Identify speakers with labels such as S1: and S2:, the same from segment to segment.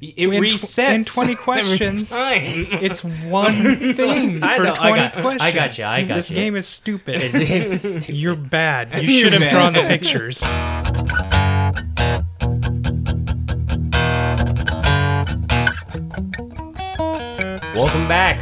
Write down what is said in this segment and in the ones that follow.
S1: It
S2: In tw-
S1: resets
S2: in 20
S1: every
S2: questions.
S1: time.
S2: It's one thing
S3: I
S2: for
S3: know, I
S2: 20
S3: got- I
S2: questions.
S3: got you, I got
S2: this
S3: you.
S2: game is stupid.
S3: It's-
S2: You're bad. You
S1: You're
S2: should have
S1: bad.
S2: drawn the pictures.
S3: Welcome back.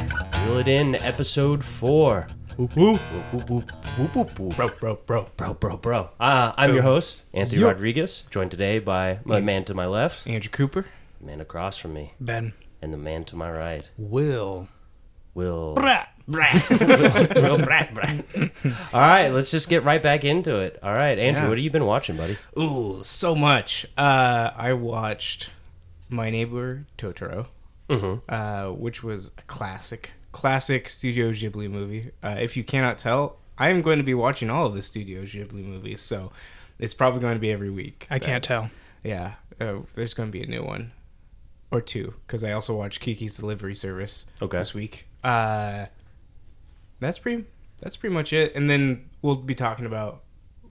S3: Reel it in, episode four. Whoop, whoop, whoop, whoop, whoop, whoop, whoop.
S1: bro, bro, bro.
S3: Bro, bro, bro. Uh, I'm your host, Anthony
S1: Yo.
S3: Rodriguez, joined today by my man to my left,
S1: Andrew Cooper.
S3: the man across from me,
S2: Ben.
S3: and the man to my right,
S1: Will.
S3: Will.
S1: Brat.
S3: Brat. Will, Will Brat, Brat. All right, let's just get right back into it. All right, Andrew,
S1: Yeah.
S3: what have you been watching, buddy?
S1: Ooh, so much. Uh, I watched My Neighbor Totoro,
S2: Mm-hmm.
S1: uh, which was a classic, classic Studio Ghibli movie. Uh, if you cannot tell, I am going to be watching all of the Studio Ghibli movies, so it's probably going to be every week.
S2: I can't tell.
S1: Yeah, uh, there's going to be a new one or two because I also watched Kiki's Delivery Service
S3: Okay.
S1: this week. Uh, that's pretty. That's pretty much it. And then we'll be talking about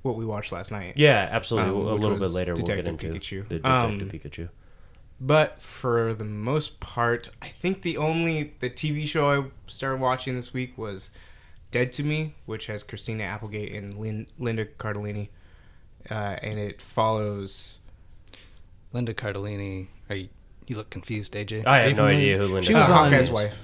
S1: what we watched last night.
S3: Yeah, absolutely.
S1: Um,
S3: a
S1: which
S3: little bit
S1: was
S3: later, we'll get into
S1: Detective Pikachu.
S3: the Detective
S1: Um,
S3: Pikachu.
S1: But for the most part, I think the only the TV show I started watching this week was Dead to Me, which has Christina Applegate and Lin- Linda Cardellini, uh, and it follows.
S4: Linda Cardellini. Are you, you look confused, AJ?
S3: I
S4: Are
S3: have
S4: you
S3: no
S4: familiar?
S3: idea who Linda
S4: She was
S1: uh,
S4: on-
S1: Hawkeye's wife.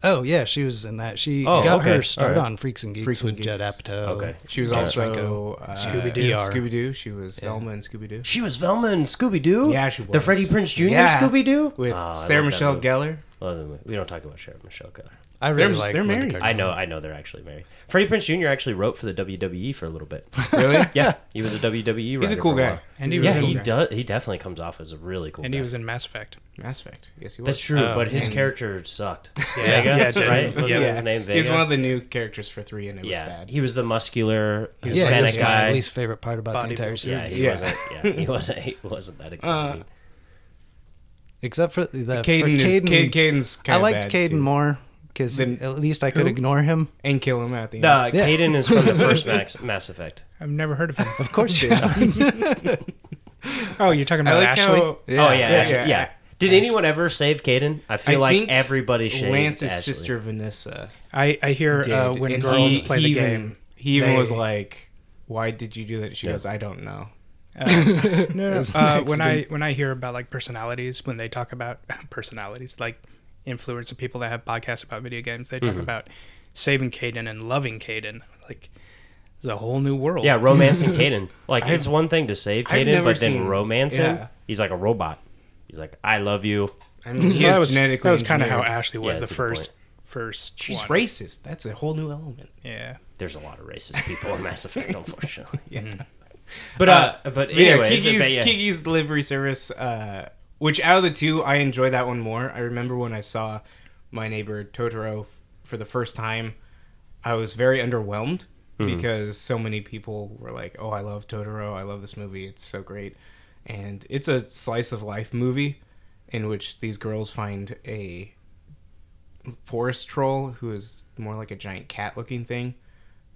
S4: Oh yeah, she was in that. She
S3: Oh,
S4: got
S3: okay.
S4: her start
S3: Alright.
S4: on Freaks and uh, Geeks
S1: Freaks
S4: with
S1: and
S4: Judd
S1: Geeks.
S4: Apatow.
S3: Okay.
S1: She was
S3: Yeah.
S1: also uh,
S4: Scooby Doo. ER.
S1: Scooby Doo. She was Velma and Scooby Doo.
S3: She was Velma and Scooby Doo?
S1: Yeah, she was.
S3: The Freddie Prince Oh, Jr.
S1: Yeah.
S3: Scooby Doo?
S1: with Sarah Michelle Gellar.
S3: we don't talk about Sarah Michelle Gellar.
S4: I really
S1: They're-
S4: like
S1: they're
S4: Linda
S1: married.
S4: Cardellini.
S3: I know, I know they're actually married. Freddie Prince Jr. actually wrote for the WWE for a little bit.
S1: Really?
S3: Yeah, he was a WWE writer.
S1: He's a cool
S3: for
S1: guy.
S3: while.
S2: And he was
S3: yeah,
S2: in-
S3: he does. He definitely comes off as a really cool.
S2: And
S3: guy.
S2: he was in Mass Effect.
S1: Mass Effect. Yes, he was.
S3: That's true,
S4: Oh,
S3: but his
S1: and-
S3: character sucked.
S2: Yeah,
S3: Vega,
S2: yeah, it did.
S3: right? Wasn't
S1: Yeah.
S3: his name Vega?
S1: He was one of the new characters for three, and it
S3: yeah,
S1: was bad.
S3: he was the muscular
S4: Yeah,
S3: Hispanic
S4: that's
S3: guy.
S4: my least favorite part about the
S2: Body
S4: entire
S2: build.
S4: series,
S3: yeah, he
S1: Yeah.
S3: wasn't. Yeah, he wasn't. He wasn't that exciting.
S4: except for the for
S1: Caden, is,
S4: Caden-
S1: Cad- Caden's
S4: I
S1: kind of
S4: liked Caden more because
S1: Than
S4: at least I could
S1: who?
S4: ignore him.
S1: and kill him at the end.
S3: Uh, Caden is from the first Max, Mass Effect.
S2: I've never heard of him.
S4: Of course,
S1: Did.
S2: oh, you're talking
S1: I
S2: about
S1: like
S2: Ashley?
S1: how.
S3: oh yeah, Ashley-
S1: yeah.
S3: yeah. Did anyone ever save Caden? I feel
S1: I
S3: like
S1: think
S3: everybody shaved
S1: Lance's
S3: Ashley.
S1: sister Vanessa
S2: I, I hear
S1: did,
S2: uh, when
S1: and
S2: girls
S1: he-
S2: play
S1: he
S2: the
S1: even-
S2: game.
S1: He even
S2: they-
S1: was like, "Why did you do that?" She
S3: Yeah.
S1: goes, "I don't know."
S2: No, no.
S4: It's
S2: Uh,
S4: an
S2: when I when I hear about like personalities, when they talk about personalities, like influence of people that have podcasts about video games, they talk about saving Caden and loving Caden. Like, it's a whole new world.
S3: Yeah, romancing Caden. Like it's one thing to save
S1: I've
S3: Caden,
S1: never
S3: but then
S1: seen-
S3: romance
S1: yeah.
S3: him. He's like a robot. He's like, I love you.
S1: I mean, he
S2: Well, that
S1: is
S2: was
S1: genetically.
S2: that was kind of how
S1: engineered.
S2: Ashley was
S3: Yeah,
S2: the
S3: that's a good
S2: first first.
S1: She's
S2: one.
S1: racist. That's a whole new element.
S2: Yeah,
S3: There's a lot of racist people in Mass Effect, unfortunately.
S1: Yeah.
S3: But uh, but
S1: yeah,
S3: anyways,
S1: Kiki's,
S3: but yeah,
S1: Kiki's delivery service. Uh, which out of the two, I enjoy that one more. I remember when I saw my neighbor Totoro f- for the first time, I was very underwhelmed
S3: Mm-hmm.
S1: because so many people were like, "Oh, I love Totoro. I love this movie. It's so great." And it's a slice of life movie in which these girls find a forest troll who is more like a giant cat-looking thing.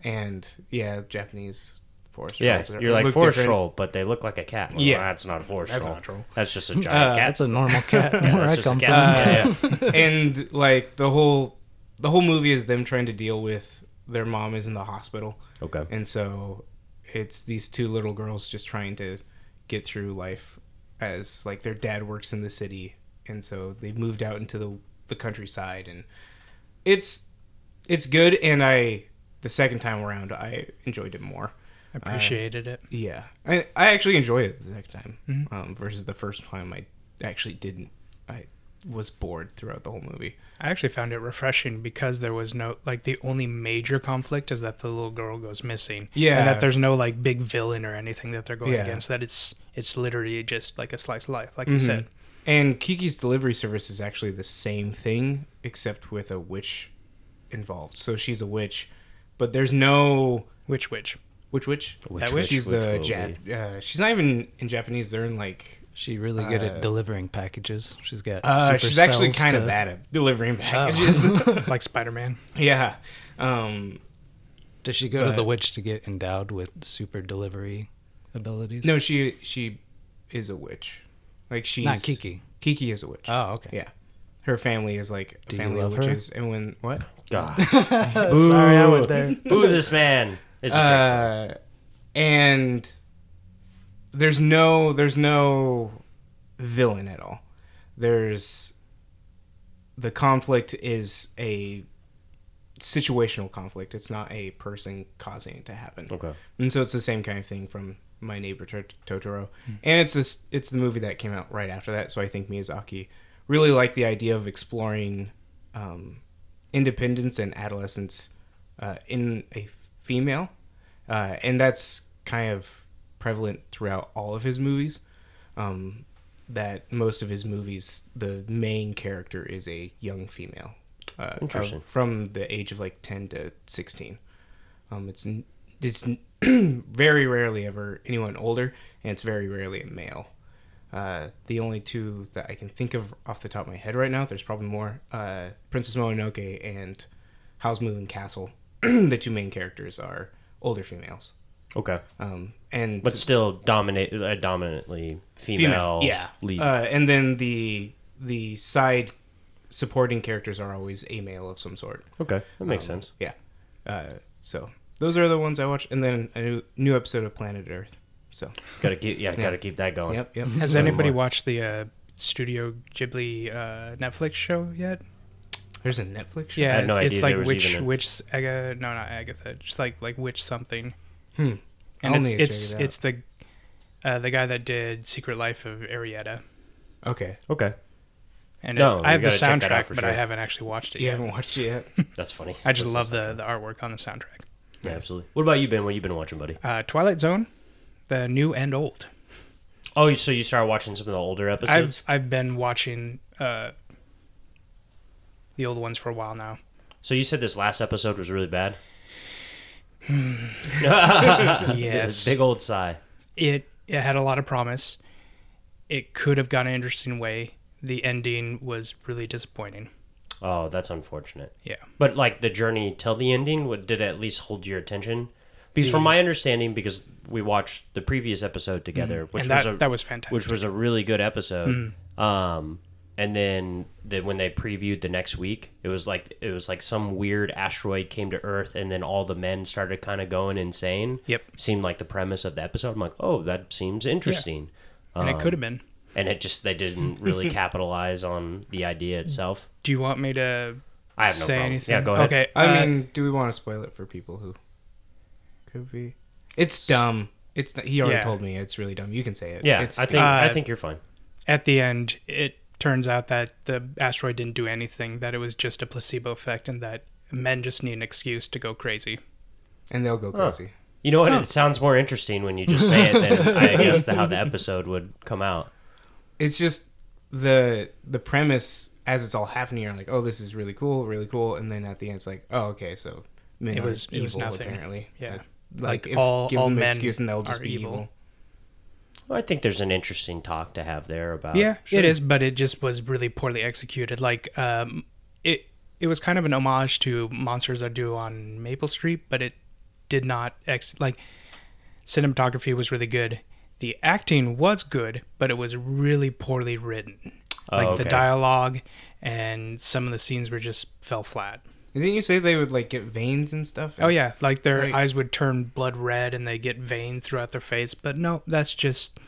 S1: And yeah, Japanese forest
S3: yeah,
S1: trolls. are-
S3: you're like
S1: look
S3: forest
S1: different.
S3: troll, but they look like a cat. Well,
S1: Yeah.
S3: that's not a forest
S1: That's
S3: troll.
S1: not a troll.
S3: That's just a giant
S1: Uh,
S3: cat.
S4: that's a normal cat
S3: Yeah,
S4: where
S3: that's
S4: I
S3: just a
S4: come from.
S3: cat. Yeah, yeah.
S1: and like the whole the whole movie is them trying to deal with their mom is in the hospital
S3: Okay.
S1: and so it's these two little girls just trying to get through life as like their dad works in the city and so they moved out into the the countryside and it's it's good and i the second time around i enjoyed it more
S2: I appreciated it.
S1: yeah i, I actually enjoyed it the second time um, versus the first time i actually didn't i was bored throughout the whole movie
S2: I actually found it refreshing because there was no like the only major conflict is that the little girl goes missing.
S1: Yeah.
S2: and that there's no like big villain or anything that they're going
S1: Yeah.
S2: against. That it's it's literally just like a slice of life, like
S1: Mm-hmm.
S2: you said.
S1: And Kiki's delivery service is actually the same thing, except with a witch involved. So she's a witch, but there's no
S2: Which which
S1: which witch.
S3: Which
S1: witch?
S3: witch,
S1: She's
S3: which
S1: the
S3: will
S1: Jap- uh, She's not even in Japanese. They're in like.
S4: She's really good
S1: Uh,
S4: at delivering packages. She's got.
S1: Uh,
S4: super
S1: she's actually
S4: spells
S1: kind of
S4: to- Oh.
S1: bad at delivering packages.
S2: like Spider Man.
S1: yeah. Um,
S4: Does she go
S1: but-
S4: to the witch to get endowed with super delivery abilities?
S1: no, she she is a witch. Like she's
S4: not Kiki.
S1: Kiki is a witch.
S4: Oh, okay.
S1: yeah, her family is like a
S4: you
S1: family of
S4: love her?
S1: witches. And when what?
S3: God. Boo.
S4: Sorry, I went there.
S3: Boo this man. It's a trick song.
S1: Uh, and there's no there's no villain at all. There's the conflict is a situational conflict. It's not a person causing it to happen.
S3: Okay.
S1: And so it's the same kind of thing from My Neighbor Tot- Totoro. And it's this it's the movie that came out right after that, so I think Miyazaki really liked the idea of exploring um, independence and adolescence uh, in a female. Uh, and that's kind of prevalent throughout all of his movies. Um, that most of his movies, the main character is a young female. Uh,
S3: Interesting.
S1: of- from the age of like 10 to 16. Um, it's n- it's n- very rarely ever anyone older, and it's very rarely a male. Uh, the only two that I can think of off the top of my head right now, there's probably more. Uh, Princess Mononoke and Howl's Moving Castle. the two main characters are older females,
S3: Okay.
S1: um, and
S3: But still dominate uh, dominantly female,
S1: yeah.
S3: lead.
S1: Uh, and then the the side supporting characters are always a male of some sort.
S3: okay. That makes
S1: Um,
S3: sense.
S1: Yeah. Uh, so those are the ones I watched, and then a new, new episode of Planet Earth. So
S3: Gotta keep Oh, yeah, gotta keep that going.
S1: yep, yep.
S2: Has
S3: Not
S2: anybody
S3: anymore.
S2: watched the uh, Studio Ghibli uh, Netflix show yet?
S1: There's a Netflix. Show?
S2: Yeah,
S3: had no
S2: it's- it's
S3: idea
S2: like
S3: there was
S2: which
S3: even a-
S2: which Aga, no, not Agatha, just like like which something.
S1: Hmm. I'll
S2: And it's
S1: need to
S2: it's
S1: check it
S2: it's the uh, the guy that did Secret Life of Arietta.
S1: Okay.
S3: Okay.
S2: And
S3: No,
S2: it- I have
S3: you
S2: the
S3: gotta check that out
S2: soundtrack,
S3: for
S2: but I
S3: sure.
S2: haven't actually watched it
S1: You
S2: yet.
S1: haven't watched it yet.
S3: That's funny.
S2: I just love
S3: That's
S2: the, the artwork on the soundtrack.
S3: Yeah, absolutely. What about you, Ben? What you been watching, buddy?
S2: Uh, Twilight Zone, the new and old.
S3: Oh, you- so you started watching some of the older episodes?
S2: I've I've been watching uh, the old ones for a while now.
S3: So you said this last episode was really bad.
S2: yes,
S3: Big old sigh.
S2: it it had a lot of promise. It could have gone an interesting way. The ending was really disappointing.
S3: Oh, that's unfortunate.
S2: Yeah.
S3: But like the journey till the ending, what did it at least hold your attention? Because from my understanding, because we watched the previous episode together, which
S2: Mm-hmm. and that,
S3: was a
S2: that was fantastic.
S3: which was a really good episode.
S2: Mm-hmm.
S3: Um, and then the, when they previewed the next week, it was like it was like some weird asteroid came to Earth, and then all the men started kind of going insane.
S2: Yep.
S3: seemed like the premise of the episode. I'm like, oh, that seems interesting. Uh,
S2: and
S3: um,
S2: it could have been.
S3: And it just they didn't really capitalize on the idea itself.
S2: Do you want me to
S3: I have
S2: say
S3: no problem.
S2: anything?
S3: Yeah, go ahead.
S2: Okay.
S1: I
S2: uh,
S1: mean, do we want to spoil it for people who could be? It's dumb. It's he already
S2: Yeah.
S1: told me it's really dumb. You can say it.
S3: Yeah,
S1: it's,
S3: I think
S2: uh,
S3: I think you're fine.
S2: at the end, it turns out that the asteroid didn't do anything, that it was just a placebo effect, and that men just need an excuse to go crazy.
S1: and they'll go crazy.
S3: You know
S2: Oh.
S3: what? It sounds more interesting when you just say it than I guess the, how the episode would come out.
S1: It's just the the premise as it's all happening. You're like, oh, this is really cool, really cool, and then at the end, it's like, oh, okay, so men
S2: It
S1: are
S2: was-
S1: evil
S2: it was nothing.
S1: apparently.
S2: Yeah.
S1: like,
S2: Like,
S1: if
S2: all-
S1: give
S2: all
S1: them an
S2: men
S1: excuse and they'll just
S2: are
S1: be
S2: evil.
S1: evil.
S3: Well, I think there's an interesting talk to have there about
S2: yeah, it is, but it just was really poorly executed. Like, um, it it was kind of an homage to Monsters I Do on Maple Street, but it did not ex like cinematography was really good. The acting was good, but it was really poorly written.
S3: Oh,
S2: Like the
S3: okay.
S2: dialogue and some of the scenes were just fell flat.
S1: Didn't you say they would like get veins and stuff?
S2: Oh yeah, like their
S1: Right.
S2: eyes would turn blood red and they get veins throughout their face. But no, that's just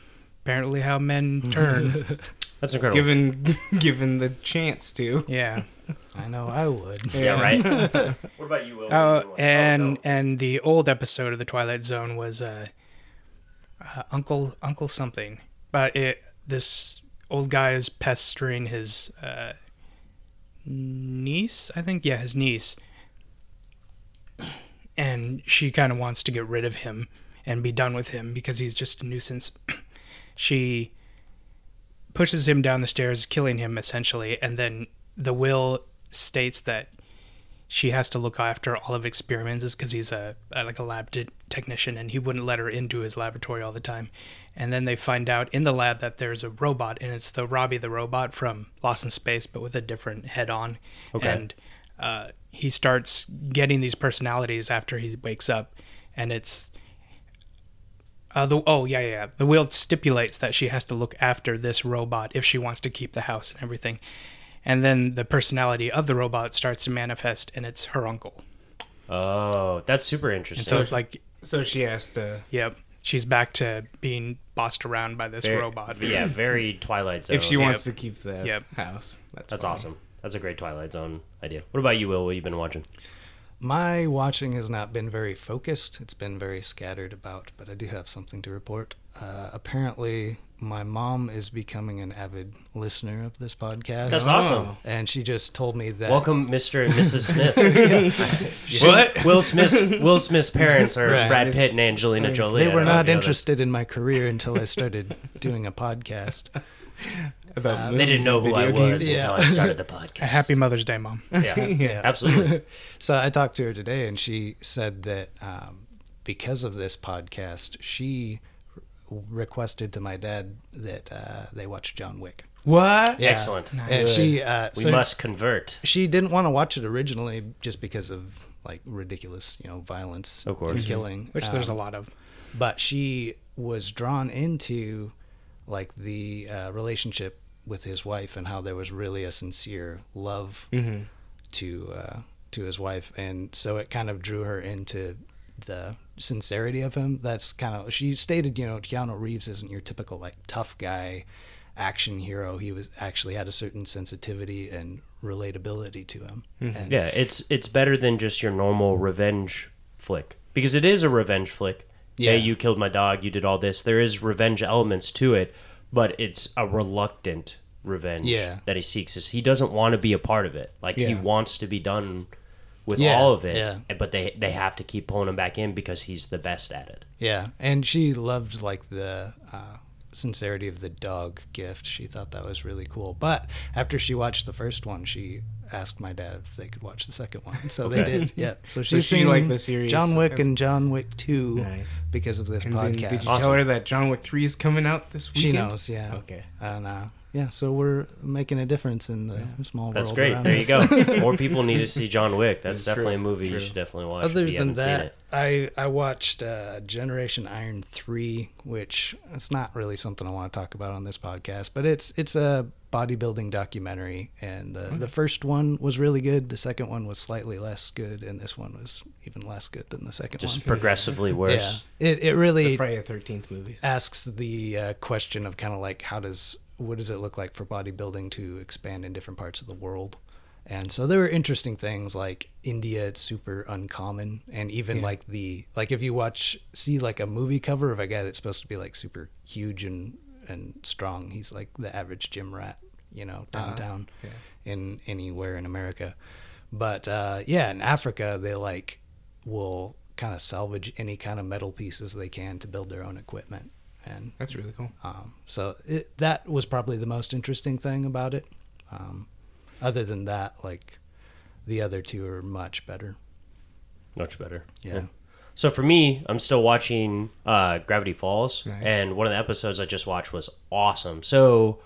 S2: apparently how men turn.
S3: That's incredible.
S1: given given the chance to.
S2: yeah.
S4: I know I would.
S3: yeah, right. what about you, Will?
S2: Oh, and and the old episode of the Twilight Zone was uh, uh, Uncle Uncle something, but it this old guy is pestering his uh, niece, I think. Yeah, his niece, and she kind of wants to get rid of him and be done with him because he's just a nuisance. she pushes him down the stairs, killing him essentially, and then the will states that she has to look after all of experiments because he's a, a like a lab te- technician and he wouldn't let her into his laboratory all the time and then they find out in the lab that there's a robot and it's the robbie the robot from lost in space but with a different head on
S3: Okay.
S2: and uh, he starts getting these personalities after he wakes up and it's Uh, the oh yeah, yeah yeah the will stipulates that she has to look after this robot if she wants to keep the house and everything, and then the personality of the robot starts to manifest, and it's her uncle.
S3: Oh, that's super interesting.
S2: And so it's like,
S1: So she has to.
S2: yep, she's back to being bossed around by this
S3: Very-
S2: robot.
S3: Yeah, very Twilight Zone.
S1: If she
S3: Yeah.
S1: wants to keep the
S2: Yep.
S1: house, that's,
S3: That's
S1: fine.
S3: awesome. That's a great Twilight Zone idea. What about you, Will? What you been watching?
S4: My watching has not been very focused. It's been very scattered about, but I do have something to report. Uh, apparently, my mom is becoming an avid listener of this podcast.
S1: Oh,
S3: That's awesome.
S4: and she just told me that.
S3: Welcome, Mr. and Mrs. Smith.
S1: What?
S3: Will Smith's Will Smith's parents are
S4: Right.
S3: Brad Pitt and Angelina Jolie.
S4: They
S3: I
S4: were
S3: don't know
S4: not
S3: if you know
S4: interested in my career until I started doing a podcast.
S1: About
S3: that. They didn't know who I was
S4: games.
S3: until
S4: Yeah.
S3: I started the podcast.
S2: A happy Mother's Day, mom.
S3: yeah,
S1: Yeah.
S3: absolutely.
S4: So I talked to her today, and she said that um, because of this podcast, she r- requested to my dad that uh, they watch John Wick.
S1: What?
S4: Yeah.
S3: Excellent.
S4: And she, uh,
S3: We
S4: so
S3: must convert.
S4: She didn't want to watch it originally just because of like ridiculous, you know, violence,
S3: Of course.
S4: and killing,
S2: Which there's a
S4: Um,
S2: lot of.
S4: But she was drawn into like the uh, relationship with his wife and how there was really a sincere love
S1: Mm. Mm-hmm.
S4: to uh, to his wife, and so it kind of drew her into the sincerity of him. That's kind of she stated, you know, Keanu Reeves isn't your typical like tough guy action hero. He was actually had a certain sensitivity and relatability to him. And
S3: Yeah, it's it's better than just your normal revenge flick because it is a revenge flick. Yeah,
S4: Yeah.
S3: hey, you killed my dog. You did all this. There is revenge elements to it, but it's a reluctant revenge
S4: Yeah.
S3: that he seeks. Is he doesn't want to be a part of it. Like he
S1: Yeah.
S3: wants to be done with
S4: Yeah,
S3: all of it.
S4: yeah.
S3: and- But they they have to keep pulling him back in because he's the best at it.
S4: Yeah, and she loved like the uh, sincerity of the dog gift. She thought that was really cool. But after she watched the first one, she asked my dad if they could watch the second one. So they
S3: Okay.
S4: did. Yeah. So
S1: So
S4: she's
S1: she
S4: seen
S1: liked the series
S4: John Wick
S1: as-
S4: and John Wick Two
S1: Nice.
S4: because of this
S1: And then
S4: podcast.
S1: did you tell her that John Wick 3 is coming out this
S4: she
S1: weekend?
S4: knows. Yeah.
S1: Okay.
S4: I don't know. Yeah. So we're making a difference in the small
S3: That's
S4: world.
S3: great.
S4: around
S3: There you
S4: us.
S3: go. More people need to see John Wick. That's
S1: It's
S3: definitely
S1: true,
S3: a movie you
S1: true.
S3: should definitely watch.
S4: Other
S3: if you
S4: than
S3: haven't seen
S4: that,
S3: it.
S4: I I watched uh, Generation Iron three, which it's not really something I want to talk about on this podcast, but it's it's a bodybuilding documentary, and the the first one was really good. The second one was slightly less good, and this one was even less good than the second
S3: just
S4: one.
S3: progressively
S4: Yeah,
S3: worse.
S4: it it
S1: The
S4: really
S1: Friday the 13th movies.
S4: asks the uh, question of kind of like how does what does it look like for bodybuilding to expand in different parts of the world and so there were interesting things like india it's super uncommon and even like the like if you watch see like a movie cover of a guy that's supposed to be like super huge and and strong he's like the average gym rat you know downtown in anywhere in america but uh yeah in africa they like will kind of salvage any kind of metal pieces they can to build their own equipment. And
S1: That's really cool.
S4: um, so it, that was probably the most interesting thing about it. Um, other than that, like the other two are much better.
S3: Much better.
S4: Yeah.
S3: So for me, I'm still watching uh, Gravity Falls,
S1: Nice.
S3: and one of the episodes I just watched was awesome. So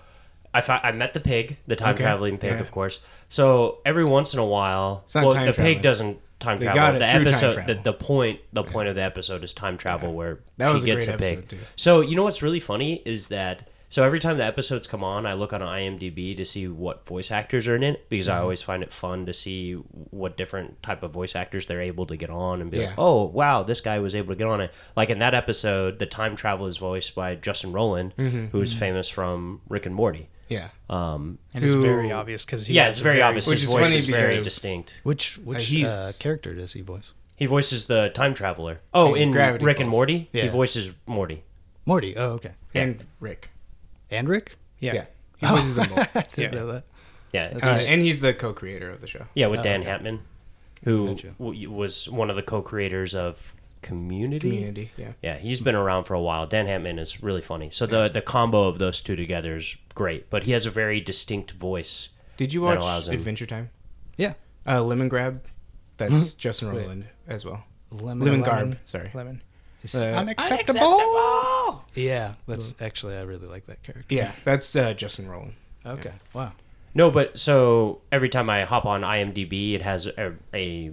S3: I fi- I met the pig, the time
S1: Okay.
S3: traveling pig,
S1: Right.
S3: of course. So every once in a while,
S1: not
S3: well,
S1: time
S3: the
S1: traveling.
S3: pig doesn't time
S1: They
S3: travel.
S1: got it
S3: the
S1: through time
S3: episode,
S1: travel.
S3: The, the point, the point of the episode is time travel, where
S1: That
S3: she
S1: was a
S3: gets
S1: great
S3: a pig.
S1: episode, too.
S3: So you know what's really funny is that so every time the episodes come on, I look on IMDb to see what voice actors are in it because
S1: Mm-hmm.
S3: I always find it fun to see what different type of voice actors they're able to get on and be
S1: Yeah.
S3: like, oh wow, this guy was able to get on it. Like in that episode, the time travel is voiced by Justin Roland,
S1: Mm-hmm,
S3: who's famous from Rick and Morty.
S1: Yeah.
S3: Um,
S2: And it's very
S1: Who-
S2: obvious because
S3: yeah, it's very, obvious.
S1: Which
S3: His
S1: is
S3: voice
S1: funny
S3: is very
S1: because-
S3: distinct.
S4: Which which uh,
S1: he's-
S4: character does he voice?
S3: He voices the time traveler. Oh,
S1: In
S3: in
S1: Gravity
S3: Rick and
S1: Falls.
S3: Morty, he
S4: Yeah.
S3: voices Morty.
S4: Morty. Oh, okay.
S1: And Rick.
S4: And Rick.
S2: Yeah.
S1: Yeah. He voices them all.
S4: Oh, I didn't
S2: Yeah.
S4: know that.
S3: Yeah,
S1: Uh, and he's the co-creator of the show.
S3: Yeah, with Dan Hatman, who
S4: Gotcha.
S3: w- was one of the co-creators of Community.
S1: Community. Yeah.
S3: Yeah, he's been around for a while. Dan Hatman is really funny. So the the combo of those two together is great. But he has a very distinct voice.
S1: Did you
S3: That
S1: watch
S3: allows him-
S1: Adventure Time?
S4: Yeah.
S1: Uh, Lemon Grab. That's Justin Roiland as well.
S4: Lemon,
S1: Lemon,
S4: Lemon
S1: Garb. Sorry.
S2: Lemon.
S4: is-
S1: Uh,
S2: Unacceptable.
S4: yeah, that's actually I really like that character.
S1: Yeah, that's uh, Justin Roiland.
S4: Okay. Wow.
S3: No, but so every time I hop
S1: Mm-hmm.
S3: on IMDb, it has a, a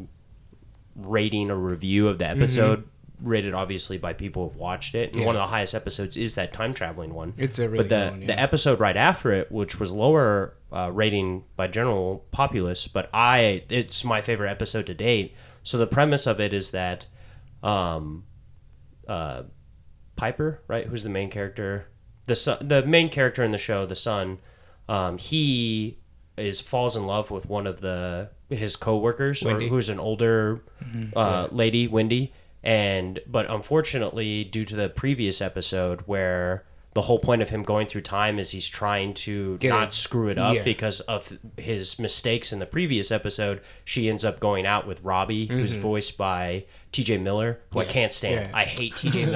S3: rating, a review of the episode rated obviously by people who've watched it. And
S1: Yeah.
S3: one of the highest episodes is that time traveling one.
S1: It's a really
S3: but the
S1: good one, yeah.
S3: the episode right after it, which was lower uh, rating by general populace, but I it's my favorite episode to date. So the premise of it is that um, uh, Piper, right? Who's the main character? The son, the main character in the show, the son. Um, he is falls in love with one of the his coworkers, or
S1: Wendy. Mm-hmm.
S3: who's an older uh, lady, Wendy. And but unfortunately, due to the previous episode where the whole point of him going through time is he's trying to
S1: Get
S3: not
S1: it.
S3: screw it up
S1: Yeah.
S3: because of his mistakes in the previous episode. She ends up going out with Robbie, who's
S1: Mm-hmm.
S3: voiced by T.J. Miller, who I
S1: Yes.
S3: can't stand.
S1: Yeah.
S3: I hate TJ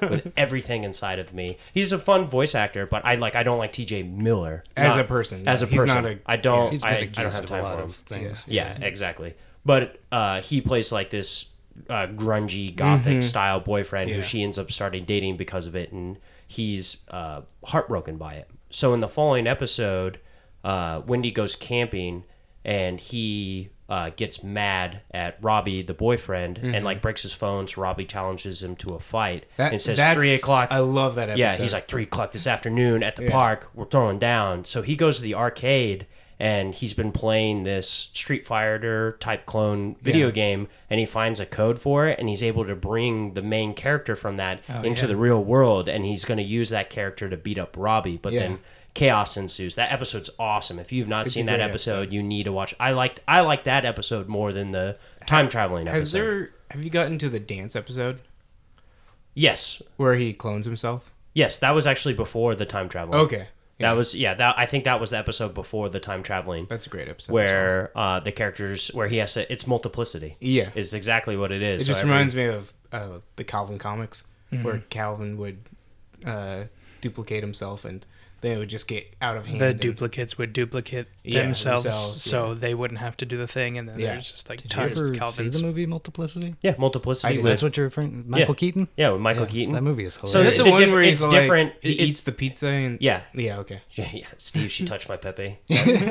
S3: Miller with everything inside of me. He's a fun voice actor, but I like I don't like TJ Miller
S1: As a
S3: Not-
S1: person, yeah.
S3: As a
S1: He's
S3: person,
S1: not a-
S3: I don't.
S4: He's been
S3: I, I
S4: accused
S3: don't have
S4: of
S3: time
S4: a lot
S3: for him.
S4: of things.
S3: Yeah, exactly. But uh, he plays like this uh, grungy gothic style boyfriend who
S1: Mm-hmm. Yeah.
S3: she ends up starting dating because of it, and he's uh, heartbroken by it. So in the following episode, uh, Wendy goes camping, and he uh, gets mad at Robbie, the boyfriend, and like breaks his phone. So Robbie challenges him to a fight
S1: Mm-hmm. That,
S3: and says
S1: that's-
S3: three o'clock.
S1: I love that episode.
S3: Yeah, he's like three o'clock this afternoon at the
S1: Yeah.
S3: park. We're throwing down. So he goes to the arcade and he's been playing this Street Fighter type clone video
S1: Yeah.
S3: game, and he finds a code for it, and he's able to bring the main character from that
S1: Oh,
S3: into the real world, and he's going to use that character to beat up Robbie. But
S1: Yeah.
S3: then chaos ensues. That episode's awesome. If you've not
S1: It's a
S3: seen that
S1: great
S3: episode, you need to watch. I liked I liked that episode more than the time traveling episode.
S1: Has there? Have you gotten to the dance episode
S3: Yes,
S1: where he clones himself?
S3: yes, that was actually before the time travel.
S1: Okay,
S3: That was yeah. That I think that was the episode before the time traveling,
S1: that's a great episode.
S3: where uh, the characters where he has to. It's multiplicity.
S1: Yeah.
S3: is exactly what it is.
S1: It
S3: So
S1: just
S3: every-
S1: reminds me of uh, the Calvin comics,
S2: Mm-hmm.
S1: where Calvin would uh, duplicate himself, and then it would just get out of hand.
S2: The
S1: and-
S2: duplicates would duplicate
S1: Yeah,
S2: themselves,
S1: themselves,
S2: so they wouldn't have to do the thing. And then
S1: Yeah.
S2: there's just like
S4: Did you
S2: tons of
S4: ever see
S2: Calvin's.
S4: the movie Multiplicity?
S3: yeah, multiplicity.
S1: I did.
S3: with-
S4: That's what you're referring. Michael Keaton.
S3: yeah, with Michael
S4: Yeah,
S3: Keaton.
S4: That movie is
S3: So
S1: Is that
S4: hilarious.
S3: it-
S1: the,
S3: the
S1: one
S3: diff-
S1: where
S3: it's
S1: he's like,
S3: different-
S1: He
S3: it-
S1: eats the pizza and
S3: Yeah.
S1: yeah, okay.
S3: yeah, Steve, she touched my Pepe. That's-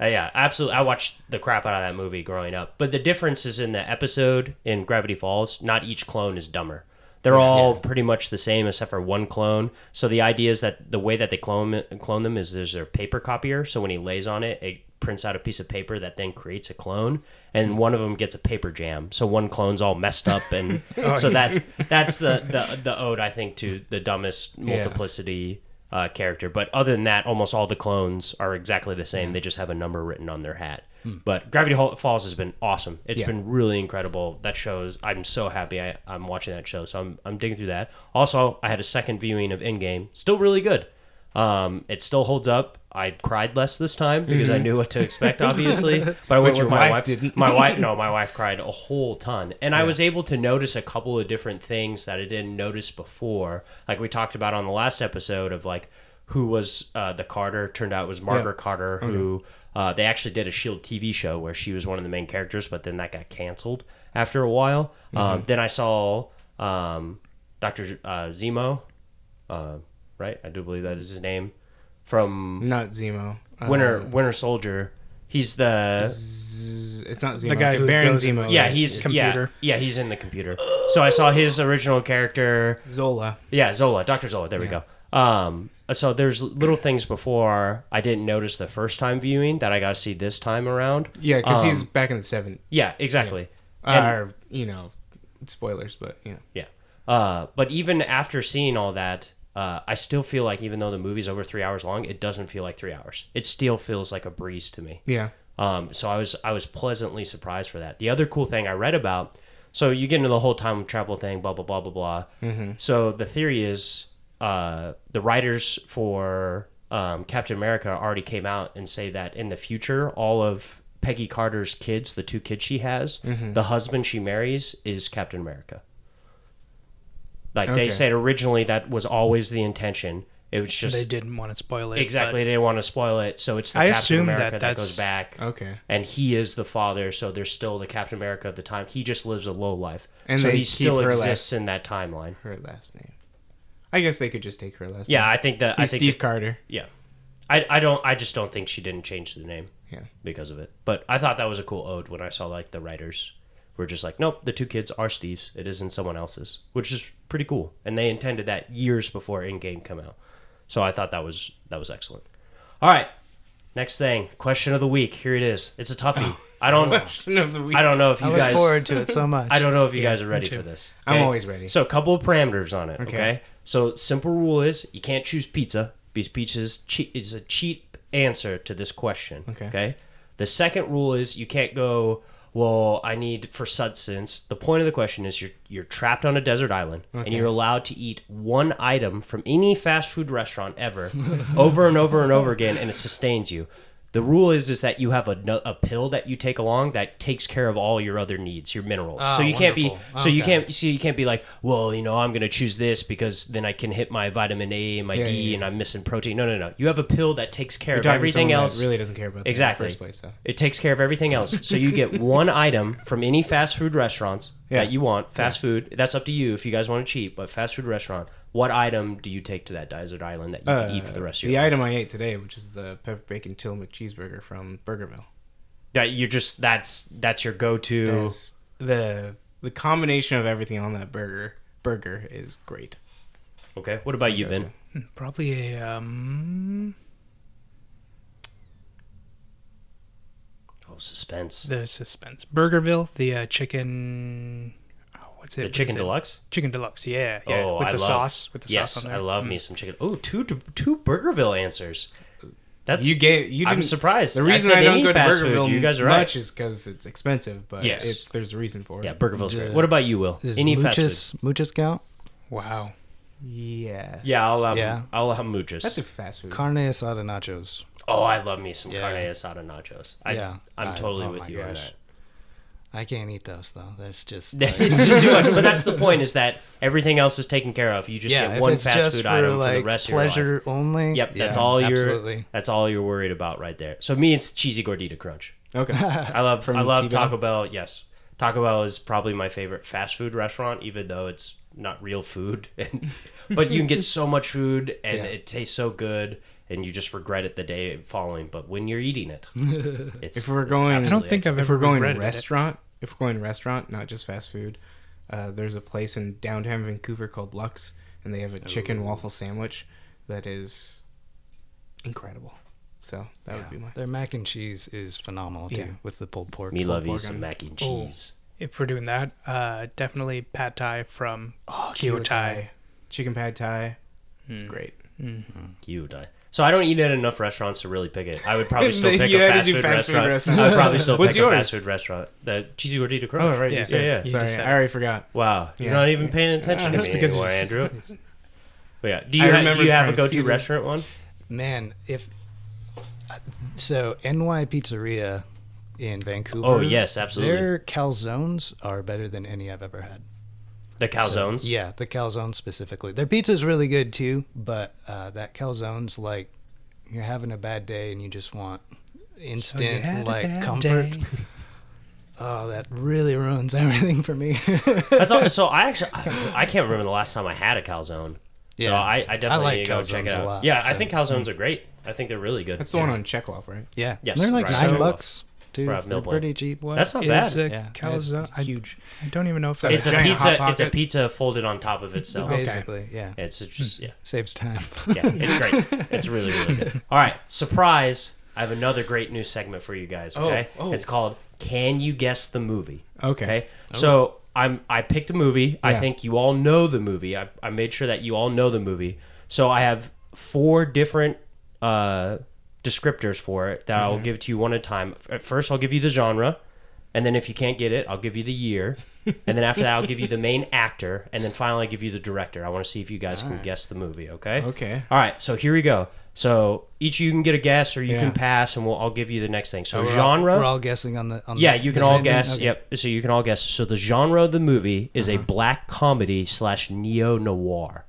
S3: uh, yeah, absolutely. I watched the crap out of that movie growing up. But the difference is in the episode in Gravity Falls, not each clone is dumber. They're all pretty much the same except for one clone. So the idea is that the way that they clone clone them is there's a paper copier. So when he lays on it, it prints out a piece of paper that then creates a clone, and one of them gets a paper jam. So one clone's all messed up, and so that's that's the, the the ode I think to the dumbest multiplicity uh, character. But other than that, almost all the clones are exactly the same. They just have a number written on their hat. But Gravity Hall- Falls has been awesome. It's
S1: Hmm. Yeah.
S3: been really incredible. That shows. I'm so happy I, I'm watching that show. So I'm I'm digging through that. Also, I had a second viewing of Endgame. Still really good. Um, it still holds up. I cried less this time because I knew what to expect, obviously. but I went
S1: Mm-hmm. your
S3: with my
S1: wife
S3: wife.
S1: didn't.
S3: My wife, no, my wife cried a whole ton, and I was able to notice a couple of different things that I didn't notice before. Like we talked about on the last episode of like who was uh, the Carter turned out it was Margaret Carter who. Uh, they actually did a Shield TV show where she was one of the main characters, but then that got canceled after a while. Um, then I saw um, Doctor uh, Zemo, uh, right? I do believe that is his name from
S1: Not Zemo. Uh,
S3: Winter Winter Soldier. He's the
S1: Z- it's not Zemo.
S2: guy
S1: okay,
S2: who
S1: Baron
S2: goes in
S1: Zemo.
S3: yeah,
S1: is-
S3: he's
S2: computer.
S3: Oh, Yeah, yeah, he's in the computer. So I saw his original character.
S1: Zola.
S3: Yeah, Zola, Doctor Zola. There we go. Um, so there's little things before I didn't notice the first time viewing that I got to see this time around.
S1: Yeah, because he's
S3: Um,
S1: back in the seven.
S3: yeah, exactly. And-
S1: Uh, you know, spoilers, but yeah.
S3: Yeah. Uh, but even after seeing all that, uh, I still feel like even though the movie's over three hours long, it doesn't feel like three hours. It still feels like a breeze to me.
S1: Yeah.
S3: Um, so I was I was pleasantly surprised for that. The other cool thing I read about, so you get into the whole time travel thing, blah blah blah blah blah.
S2: Mm-hmm.
S3: So the theory is uh, the writers for um, Captain America already came out and say that in the future, all of Peggy Carter's kids, the two kids she has,
S2: Mm-hmm.
S3: the husband she marries is Captain America. Like they
S1: Okay.
S3: said originally, that was always the intention. It was just
S2: They didn't want to spoil it.
S3: exactly they didn't want to spoil it, so it's the
S2: I
S3: Captain
S2: assume that
S3: America that,
S2: that's-
S3: goes back
S1: Okay.
S3: and he is the father, so there's still the Captain America of the time. He just lives a low life,
S1: And
S3: so
S1: they
S3: he still
S1: keep her
S3: exists in that timeline.
S1: Her last name. I guess they could just take her last name.
S3: Yeah, I think that I
S1: He's
S3: think
S1: Steve Carter.
S3: yeah, I, I don't I just don't think she didn't change the name
S1: Yeah.
S3: because of it. But I thought that was a cool ode when I saw like the writers we're just like, nope, the two kids are Steve's. It isn't someone else's, which is pretty cool. And they intended that years before in game come out. So I thought that was that was excellent. All right, next thing, question of the week. Here it is. It's a
S1: Oh,
S3: toughie. I don't.
S1: Question of the week.
S3: I don't know if you
S4: I look
S3: guys.
S4: forward to it so much.
S3: I don't know if you guys are ready for this.
S1: I'm
S3: okay?
S1: always ready.
S3: So a couple of parameters on it. Okay. So simple rule is you can't choose pizza because pizza's che- is a cheap answer to this question.
S1: Okay.
S3: Okay. The second rule is you can't go. Well, I need for substance. The point of the question is you're you're trapped on a desert island and you're allowed to eat one item from any fast food restaurant ever, over and over and over again, and it sustains you. The rule is is that you have a, no- a pill that you take along that takes care of all your other needs, your minerals.
S1: Ah,
S3: so you can't be
S4: wonderful.
S3: so you
S4: Okay.
S3: can't so you can't be like, well, you know, I'm going to choose this because then I can hit my vitamin A and my
S1: Yeah,
S3: D
S1: yeah, yeah.
S3: and I'm missing protein. No, no, no. You have a pill that takes care
S1: You're
S3: of
S1: talking to
S3: everything
S1: someone that
S3: else.
S1: really doesn't care about that in the
S3: Exactly.
S1: first place. So.
S3: It takes care of everything else. So you get one item from any fast food restaurants
S1: Yeah.
S3: that you want. Fast food. That's up to you if you guys want to cheat, but fast food restaurant. What item do you take to that desert island that you can eat for the rest of your
S1: Uh, the
S3: life?
S1: item I ate today, which is the pepper bacon Tillamook cheeseburger from Burgerville.
S3: That you're just that's that's your go to.
S1: Is the the combination of everything on that burger burger is great.
S3: Okay. What about you,
S1: go-to.
S3: Ben?
S2: Probably a um,
S3: Oh, suspense.
S2: the suspense. Burgerville, the uh, chicken. Oh, what's it?
S3: The
S2: what
S3: chicken
S2: is it?
S3: deluxe.
S2: Chicken deluxe. Yeah, yeah.
S3: oh,
S2: with
S3: I
S2: the
S3: love,
S2: sauce. With the
S3: yes,
S2: sauce on there. Mm.
S3: I love me some chicken. Oh, two two Burgerville answers. That's
S1: you gave you. Didn't,
S3: I'm surprised.
S1: The reason
S3: said
S1: I, don't
S3: any
S1: go to
S3: fast
S1: Burgerville
S3: Food, you guys are
S1: much
S3: right.
S1: is because it's expensive, but
S3: Yes.
S1: it's there's a reason for it.
S3: Yeah, Burgerville's
S4: Uh,
S3: great. What about you, Will?
S4: Is
S3: Any fast food?
S4: Mooch's, Mooch's count?
S2: Wow.
S1: Yes.
S3: Yeah, I'll have
S4: Yeah.
S3: I'll have muchas.
S1: That's a fast food.
S4: Carne asada nachos.
S3: oh, I love me some
S4: Yeah.
S3: carne asada nachos. I,
S4: yeah,
S3: I'm
S4: I-
S3: totally
S4: oh
S3: with
S4: my
S3: you on
S4: gosh.
S3: that.
S4: I can't eat those though. That's just like-
S3: it's just too much. But that's the point: is that everything else is taken care of. You just
S4: yeah.
S3: get
S4: if
S3: one
S4: it's
S3: fast
S4: just
S3: food
S4: for,
S3: item
S4: like,
S3: for the rest
S4: pleasure
S3: of your life.
S4: only.
S3: Yep, that's
S4: yeah,
S3: all you're.
S4: Absolutely.
S3: That's all you're worried about right there. So me, it's cheesy gordita crunch.
S1: Okay.
S3: I love I love
S1: T-Bone?
S3: Taco Bell. Yes, Taco Bell is probably my favorite fast food restaurant, even though it's not real food. And, but you can get so much food, and
S4: Yeah.
S3: it tastes so good, and you just regret it the day following. But when you're eating it, it's
S1: If we're
S3: it's
S1: going- I
S2: I
S3: absolutely
S2: don't think
S3: excellent.
S2: I've
S1: if
S2: ever
S1: we're going
S2: regretted it.
S1: restaurant, if we're going restaurant, not just fast food, uh, there's a place in downtown Vancouver called Lux, and they have a chicken waffle sandwich that is incredible. So that
S4: Yeah.
S1: would be my.
S4: Their mac and cheese is phenomenal too,
S1: Yeah.
S4: with the pulled pork.
S3: me love you
S1: pork
S3: some
S1: on-
S3: mac and
S2: Oh.
S3: cheese.
S2: If we're doing that, uh, definitely pad thai from oh, Thai.
S1: chicken pad Thai. It's
S3: Hmm.
S1: great.
S3: You die. So I don't eat at enough restaurants to really pick it. I would probably still
S1: You
S3: pick a
S1: had to
S3: fast
S1: do
S3: food,
S1: fast food
S3: restaurant.
S1: restaurant.
S3: I would probably still
S1: What's
S3: pick a
S1: yours?
S3: fast food restaurant. The cheesy gordita crunch.
S1: Oh, right, you
S3: Yeah,
S1: said-
S3: yeah, yeah.
S2: you
S1: Sorry,
S2: said
S1: I already forgot.
S3: Wow, you're
S1: Yeah.
S3: not even paying attention to
S2: That's
S3: me
S2: because
S3: anymore,
S2: it's-
S3: Andrew. But yeah, do
S1: I
S3: you, ha- do
S1: remember
S3: you have a
S1: Christ,
S3: go-to
S1: you do.
S3: restaurant one?
S4: Man, if uh, so, NY Pizzeria in Vancouver.
S3: Oh, yes, absolutely.
S4: Their calzones are better than any I've ever had.
S3: The calzones.
S4: Yeah, the calzone specifically. Their pizza's really good too, but uh, that calzone's like you're having a bad day and you just want instant
S2: had a
S4: like
S2: bad
S4: comfort.
S2: day.
S4: Oh, that really ruins everything for me.
S3: That's all, so I actually I, I can't remember the last time I had a calzone. So
S4: Yeah.
S3: I, I definitely
S4: like
S3: need to go check
S4: calzones
S3: it
S4: a
S3: out.
S4: lot,
S3: yeah, I
S4: so-
S3: think calzones are great. I think they're really good.
S1: That's the one on Chekhov, right?
S4: yeah,
S3: Yes,
S4: they're like
S3: right.
S4: nine
S3: Sure.
S4: bucks too.
S3: Right,
S4: They're
S3: Millpoint.
S4: pretty cheap.
S2: What
S3: That's not
S2: is
S3: bad.
S2: A
S4: Yeah, it's
S2: calzone? I,
S4: huge.
S2: I don't even know if
S1: So
S2: I
S3: It's a
S1: Giant
S3: pizza.
S1: Hot
S3: It's a
S1: Pocket.
S3: pizza folded on top of itself.
S2: Okay.
S4: Basically, yeah,
S3: It's just yeah.
S4: saves time.
S3: Yeah, it's great. It's really, really good. All right, surprise! I have another great new segment for you guys. Okay,
S1: oh.
S3: it's called "Can You Guess the Movie?"
S1: Okay. Oh.
S3: so I'm I picked a movie. I
S1: Yeah.
S3: think you all know the movie. I I made sure that you all know the movie. So I have four different uh, descriptors for it that
S1: Mm-hmm.
S3: I'll give to you one at a time. At first, I'll give you the genre. And then if you can't get it, I'll give you the year. And then after that, I'll give you the main actor. And then finally, I'll give you the director. I want to see if you guys can guess the movie, okay?
S1: Ah. Okay.
S3: All right, so here we go. So each of you can get a guess, or you
S1: Yeah.
S3: can pass, and we'll I'll give you the next thing. So genre,
S4: We're all guessing on the. On
S3: yeah,
S4: the-
S3: you can
S4: the
S3: all
S4: same thing?
S3: guess.
S4: Okay.
S3: Yep. So you can all guess. So the genre of the movie is a black comedy slash neo noir.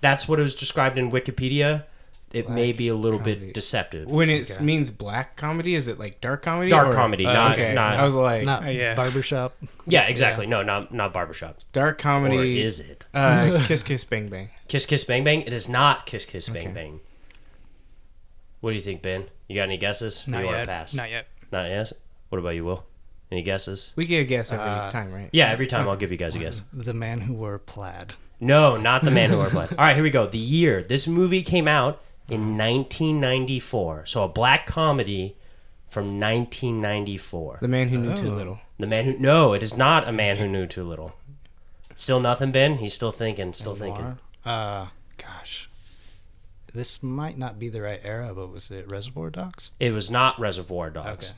S3: That's what it was described in Wikipedia. It may be a little
S1: comedy.
S3: bit deceptive.
S1: When it means black comedy, is it like dark comedy?
S3: Dark
S1: or-
S3: comedy,
S1: Uh,
S3: not-
S1: okay.
S3: not-
S1: I was like
S4: Not
S2: Oh, yeah.
S4: barbershop.
S3: yeah, exactly. No, not not barbershop.
S1: dark comedy.
S3: Or is it
S1: uh, Kiss Kiss Bang Bang?
S3: Kiss Kiss Bang Bang? It is not Kiss Kiss Bang Bang. What do you think, Ben? You got any guesses?
S2: not
S3: you
S2: yet.
S3: to pass?
S2: Not yet.
S3: Not yes. What about you, Will? Any guesses?
S1: We get a guess every
S4: Uh,
S1: time, right?
S3: Yeah, every time I'll give you guys a guess.
S4: The man who wore plaid.
S3: No, not the man who wore black. All right, here we go. The year this movie came out in 1994. So a black comedy from 1994.
S1: The man who knew too little.
S3: The man who no, it is not a man who knew too little. Still nothing, Ben. He's still thinking. Still thinking.
S4: Uh, gosh. This might not be the right era, but was it Reservoir Dogs?
S3: It was not Reservoir Dogs.
S4: Okay.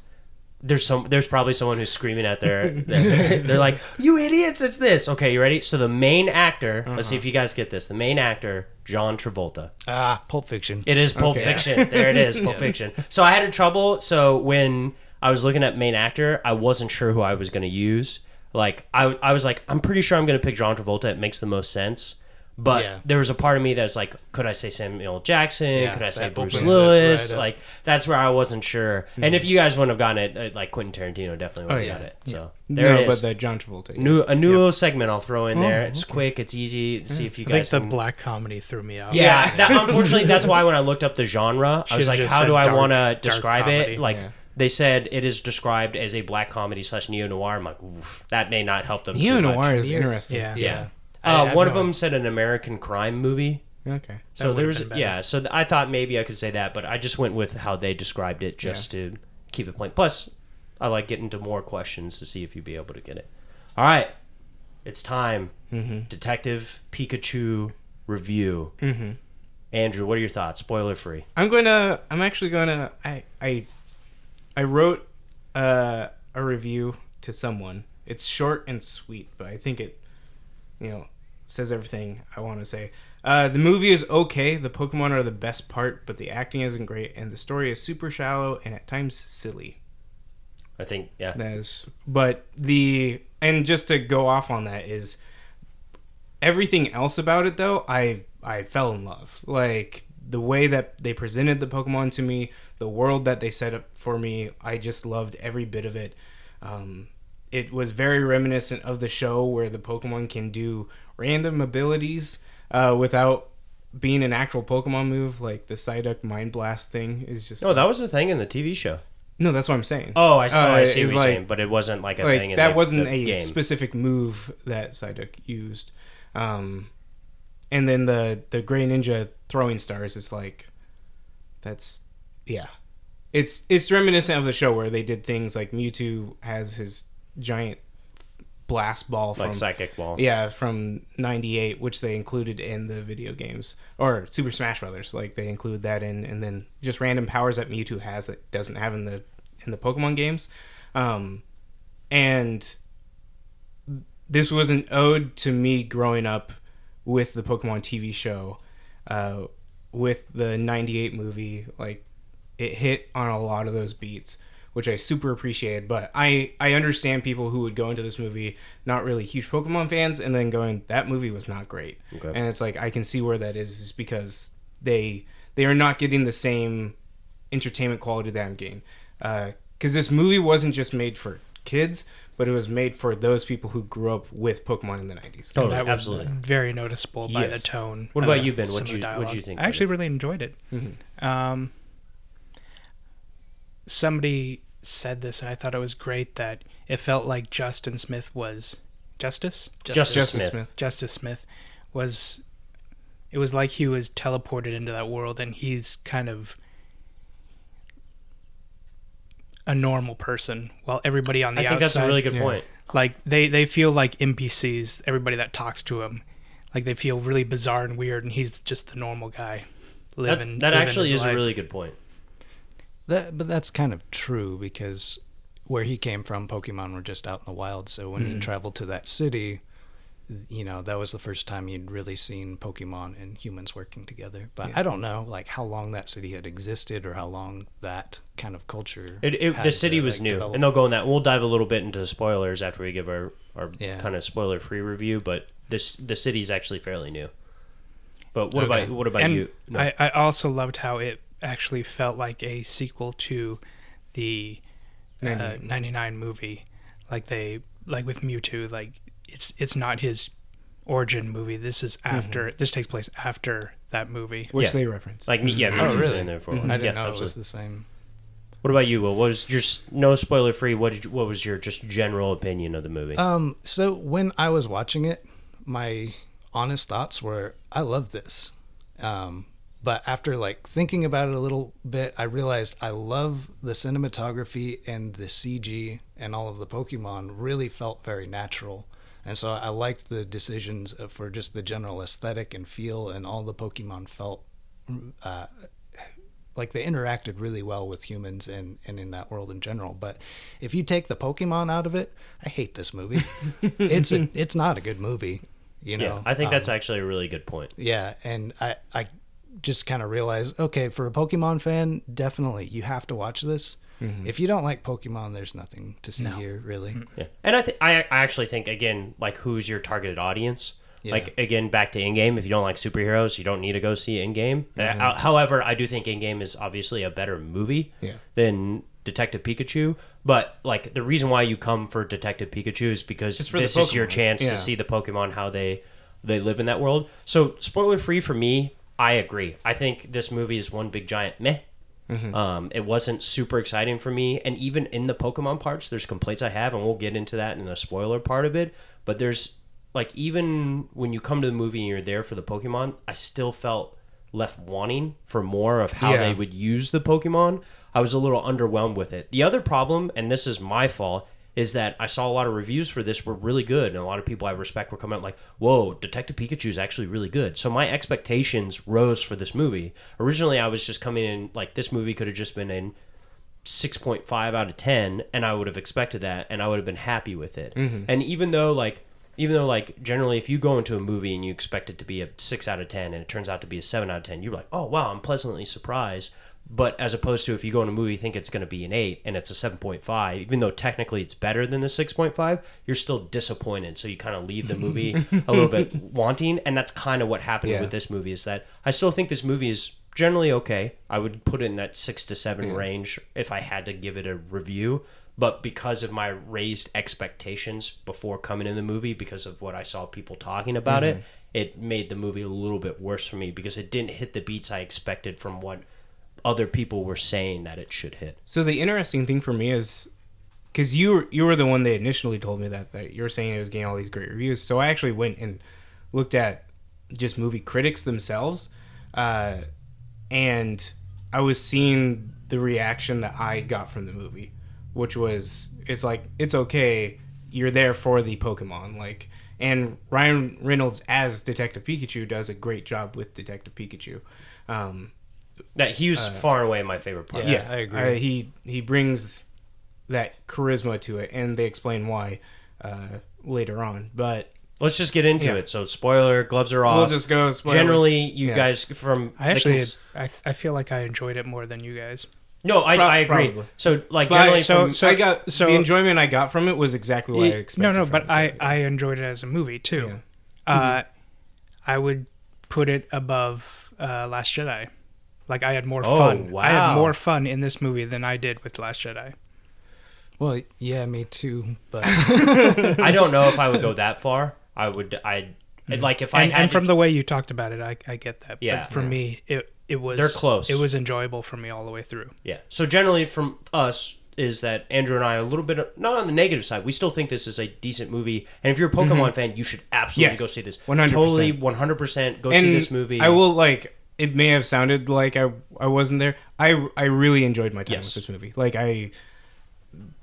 S3: There's some. There's probably someone who's screaming at their. their they're like, "You idiots! It's this." Okay, you ready? So the main actor. Let's see if you guys get this. The main actor, John Travolta.
S4: Ah, Pulp Fiction.
S3: It is Pulp
S1: Okay.
S3: Fiction. There it is, Pulp Fiction. So I had a trouble. So when I was looking at main actor, I wasn't sure who I was going to use. Like I, I was like, I'm pretty sure I'm going to pick John Travolta. It makes the most sense. But
S4: Yeah.
S3: there was a part of me that was like, could I say Samuel Jackson? could I say
S4: that
S3: Bruce
S4: opens it
S3: Willis?
S4: right up. Hmm.
S3: like that's where I wasn't sure. And if you guys wouldn't have gotten it, uh, like Quentin Tarantino definitely would
S1: yeah.
S3: have
S4: Oh,
S3: got it. So there
S1: no,
S3: it is.
S1: but the John Travolta.
S3: new a new little segment I'll throw in
S4: Oh,
S3: there. It's quick. It's easy. See if you
S2: I think
S3: guys
S2: the
S3: can-
S2: black comedy threw me off.
S3: yeah, that, unfortunately, that's why when I looked up the genre, I was
S2: Should've
S3: like,
S2: just
S3: how
S2: said
S3: do I
S2: dark-
S3: want to
S2: dark
S3: describe
S2: comedy.
S3: it? Like,
S1: Yeah.
S3: they said it is described as a black comedy slash neo noir. I'm like, Oof, that may not help them.
S1: Neo
S3: too much."
S1: noir is
S4: Yeah.
S1: interesting.
S2: Yeah.
S3: Yeah.
S4: I-
S3: Uh,
S4: I
S3: one
S4: don't
S3: of them said an American crime movie.
S1: Okay.
S3: So
S2: would've
S3: there was,
S2: been better.
S3: yeah. So th- I thought maybe I could say that, but I just went with how they described it just to keep it plain. Plus, I like getting to more questions to see if you'd be able to get it. All right, it's time. Detective Pikachu review. Mm-hmm. Andrew, what are your thoughts? Spoiler free.
S1: I'm going to. I'm actually going to. I I I wrote uh, a review to someone. It's short and sweet, but I think it, you know, says everything I want to say. Uh, the movie is okay. The Pokemon are the best part, but the acting isn't great, and the story is super shallow and at times silly.
S3: I think, yeah.
S1: That is, but the and just to go off on that is everything else about it though. I I fell in love. Like the way that they presented the Pokemon to me, the world that they set up for me. I just loved every bit of it. Um, it was very reminiscent of the show where the Pokemon can do random abilities uh, without being an actual Pokemon move. Like the Psyduck Mind Blast thing is just
S3: No, Oh, that was the thing in the TV show.
S1: no. That's what I'm saying.
S3: Oh, I, oh,
S1: Uh,
S3: I see
S1: it's
S3: what you're
S1: like-
S3: saying, but it wasn't like a thing.
S1: like
S3: In
S1: that
S3: the-
S1: wasn't
S3: the
S1: a
S3: game.
S1: specific move that Psyduck used. Um, and then the the Gray Ninja throwing stars is like, that's yeah, it's it's reminiscent of the show where they did things like Mewtwo has his giant blast ball from
S3: like psychic ball.
S1: yeah from '98, which they included in the video games or Super Smash Brothers. Like they include that in, and then just random powers that Mewtwo has that doesn't have in the in the Pokemon games. Um, and this was an ode to me growing up with the Pokemon TV show, uh, with the '98 movie. Like, it hit on a lot of those beats, which I super appreciated. But I I understand people who would go into this movie not really huge Pokemon fans, and then going that movie was not great.
S3: Okay.
S1: And it's like I can see where that is, is because they they are not getting the same entertainment quality that I'm getting. Because this movie wasn't just made for kids, but it was made for those people who grew up with Pokemon in the 90s.
S3: Totally,
S2: That was
S3: Oh, absolutely.
S2: very noticeable by the
S1: Yes.
S2: tone.
S3: What about
S2: of
S3: you, Ben?
S2: some
S3: What'd
S2: of the
S3: you- what'd
S2: dialogue.
S3: you think
S2: I
S3: of
S2: actually
S3: it? Mm-hmm.
S2: really enjoyed it. Um, somebody said this, and I thought it was great that it felt like Justin Smith was Justice.
S3: Justice,
S1: Justin
S3: Smith.
S1: Smith.
S2: Justice Smith was it was like he was teleported into that world and he's kind of a normal person while everybody on the
S3: I think
S2: outside
S3: that's a really good
S1: yeah.
S3: point.
S2: like they they feel like NPCs everybody that talks to him like they feel really bizarre and weird and he's just the normal guy
S3: That,
S2: living
S3: that
S2: living
S3: actually
S2: his
S3: is a
S2: life.
S3: really good point.
S4: That, but that's kind of true because where he came from, Pokemon were just out in the wild. So when
S3: Mm-hmm.
S4: he traveled to that city, you know, that was the first time he'd really seen Pokemon and humans working together. But I don't know, like, how long that city had existed or how long that kind of culture.
S3: It, it,
S4: had
S3: the
S4: to,
S3: city was
S4: like,
S3: new,
S4: develop.
S3: and they'll go in that. We'll dive a little bit into the spoilers after we give our, our
S4: Yeah.
S3: kind of spoiler free review. But this the city's actually fairly new. But what
S4: Okay.
S3: about what about
S2: and
S3: you? No.
S2: I, I also loved how it actually felt like a sequel to the uh, 99 movie like they like with Mewtwo like it's it's not his origin movie this is
S3: Mm-hmm.
S2: after this takes place after that movie
S1: Which
S3: Yeah.
S1: they reference.
S3: like me, yeah, me
S4: Oh,
S3: too,
S4: really? Mm-hmm.
S3: in there for a
S4: I
S3: while.
S4: didn't
S3: yeah,
S4: know it was
S3: absolutely.
S4: the same.
S3: What about you? Will? What was your s- no spoiler free? What did you, what was your just general opinion of the movie?
S4: Um, so when I was watching it, my honest thoughts were, I love this. Um, but after like thinking about it a little bit, I realized I love the cinematography and the CG and all of the Pokemon really felt very natural. And so I liked the decisions for just the general aesthetic and feel, and all the Pokemon felt uh, like they interacted really well with humans and, and in that world in general. But if you take the Pokemon out of it, I hate this movie. it's a, it's not a good movie. You know,
S3: yeah, I think
S4: Um,
S3: that's actually a really good point.
S4: yeah, and I I just kind of realized, okay, for a Pokemon fan, definitely you have to watch this.
S3: Mm-hmm.
S4: If you don't like Pokemon, there's nothing to see here really.
S3: Yeah, and I think I I actually think again like who's your targeted audience.
S4: Yeah.
S3: Like again, back to in game. If you don't like superheroes, you don't need to go see in game.
S1: Mm-hmm.
S3: However, I do think in game is obviously a better movie
S4: Yeah.
S3: than Detective Pikachu. But like the reason why you come for Detective Pikachu is because
S1: Just for the
S3: this is your
S1: Pokemon.
S3: chance
S1: Yeah.
S3: to see the Pokemon how they they live in that world. So spoiler free for me, I agree. I think this movie is one big giant meh. Um, it wasn't super exciting for me, and even in the Pokemon parts, there's complaints I have, and we'll get into that in the spoiler part of it. But there's like even when you come to the movie and you're there for the Pokemon, I still felt left wanting for more of how
S1: Yeah.
S3: they would use the Pokemon. I was a little underwhelmed with it. The other problem, and this is my fault, is that I saw a lot of reviews for this were really good, and a lot of people I respect were coming out like, "Whoa, Detective Pikachu is actually really good." So my expectations rose for this movie. Originally, I was just coming in like this movie could have just been in 6.5 out of 10 and i would have expected that and i would have been happy with it and even though like even though like generally if you go into a movie and you expect it to be a 6 out of 10 and it turns out to be a 7 out of 10 you're like oh wow i'm pleasantly surprised but as opposed to if you go in a movie think it's going to be an 8 and it's a 7.5 even though technically it's better than the 6.5 you're still disappointed so you kind of leave the movie a little bit wanting and that's kind of what happened
S4: Yeah.
S3: with this movie is that i still think this movie is generally okay. I would put it in that six to seven range if I had to give it a review. But because of my raised expectations before coming in the movie, because of what I saw people talking about
S1: Mm-hmm.
S3: it, it made the movie a little bit worse for me because it didn't hit the beats I expected from what other people were saying that it should hit.
S1: So the interesting thing for me is because you were- you were the one that initially told me that that you were saying it was getting all these great reviews. So I actually went and looked at just movie critics themselves, uh, and I was seeing the reaction that I got from the movie, which was it's like it's okay, you're there for the Pokemon, like. And Ryan Reynolds as Detective Pikachu does a great job with Detective Pikachu. Um,
S3: That he was far and away my favorite part.
S1: Uh, yeah, Uh,
S4: I agree.
S1: he he brings that charisma to it, and they explain why uh, later on. But uh,
S3: Let's just get into
S1: Yeah.
S3: it. So spoiler, gloves are off.
S1: we'll just go spoiler.
S3: Generally, you
S1: Yeah.
S3: guys from
S2: I
S3: the
S2: actually,
S3: cons-
S2: I, I feel like I enjoyed it more than you guys.
S3: no, I,
S1: Prob-
S3: I agree.
S1: probably.
S3: So like
S1: But
S3: generally,
S1: I,
S2: so-
S1: so,
S2: so-
S1: I got
S2: so-
S1: the enjoyment I got from it was exactly what I expected.
S2: no, no,
S1: from it,
S2: but
S1: so-
S2: I, I enjoyed it as a movie too. Uh,
S3: Mm-hmm.
S2: I would put it above uh, Last Jedi. Like I had more
S3: Oh,
S2: fun. I
S3: wow.
S2: had more fun in this movie than I did with Last Jedi.
S4: Well, yeah, me too, but
S3: I don't know if I would go that far. I would. I
S1: Mm-hmm.
S3: would like if I
S2: and,
S3: had
S2: and from
S3: to,
S2: the way you talked about it, I, I get that.
S3: Yeah.
S2: but for me, it it was
S3: They're close.
S2: It was enjoyable for me all the way through.
S3: yeah. So generally from us is that Andrew and I are a little bit of- not on the negative side. We still think this is a decent movie, and if you're a Pokemon fan, you should absolutely
S1: Mm-hmm. Yes.
S3: go see this.
S1: 100%.
S3: Totally, one hundred percent. Go see
S1: and
S3: this movie.
S1: I will like. It may have sounded like I I wasn't there. I I really enjoyed my time
S3: Yes.
S1: with this movie. Like I,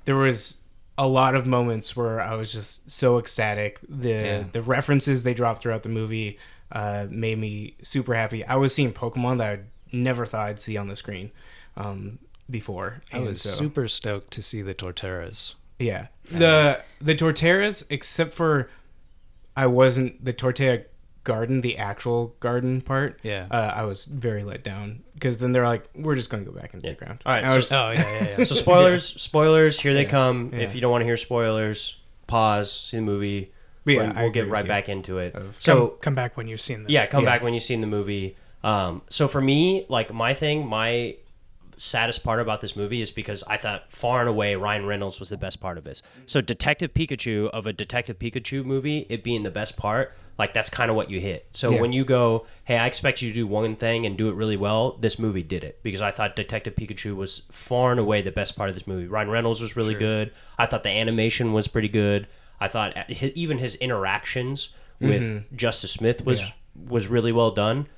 S1: there was a lot of moments where I was just so ecstatic. The
S4: Yeah.
S1: the references they dropped throughout the movie uh, made me super happy. I was seeing Pokemon that I never thought I'd see on the screen um, before.
S4: I
S1: And
S4: was
S1: so-
S4: super stoked to see the Torteras.
S1: yeah. The the Torteras, except for I wasn't the Tortilla garden, the actual garden part.
S4: Yeah.
S1: Uh, I was very let down because then they're like, we're just going to go back into the ground.
S3: All right,
S1: I
S3: so-
S1: was-
S4: Oh yeah, yeah, yeah.
S3: so spoilers, spoilers. Here they come. If
S1: Yeah.
S3: you don't want to hear spoilers, pause, see the movie.
S1: But yeah,
S3: We'll-
S1: I
S3: we'll
S1: agree
S3: get
S1: with
S3: right
S1: you.
S3: back into it.
S2: So
S3: So
S2: come, come back when you've seen them.
S3: Yeah, come
S1: Yeah.
S3: back when you've seen the movie. Um, so for me, like my thing, my saddest part about this movie is because I thought far and away Ryan Reynolds was the best part of this. So Detective Pikachu of a Detective Pikachu movie, it being the best part, like that's kind of what you hit. So when you go, hey, I expect you to do one thing and do it really well, this movie did it because I thought Detective Pikachu was far and away the best part of this movie. Ryan Reynolds was really good. I thought the animation was pretty good. I thought uh, hi- even his interactions with Justice Smith was was really well done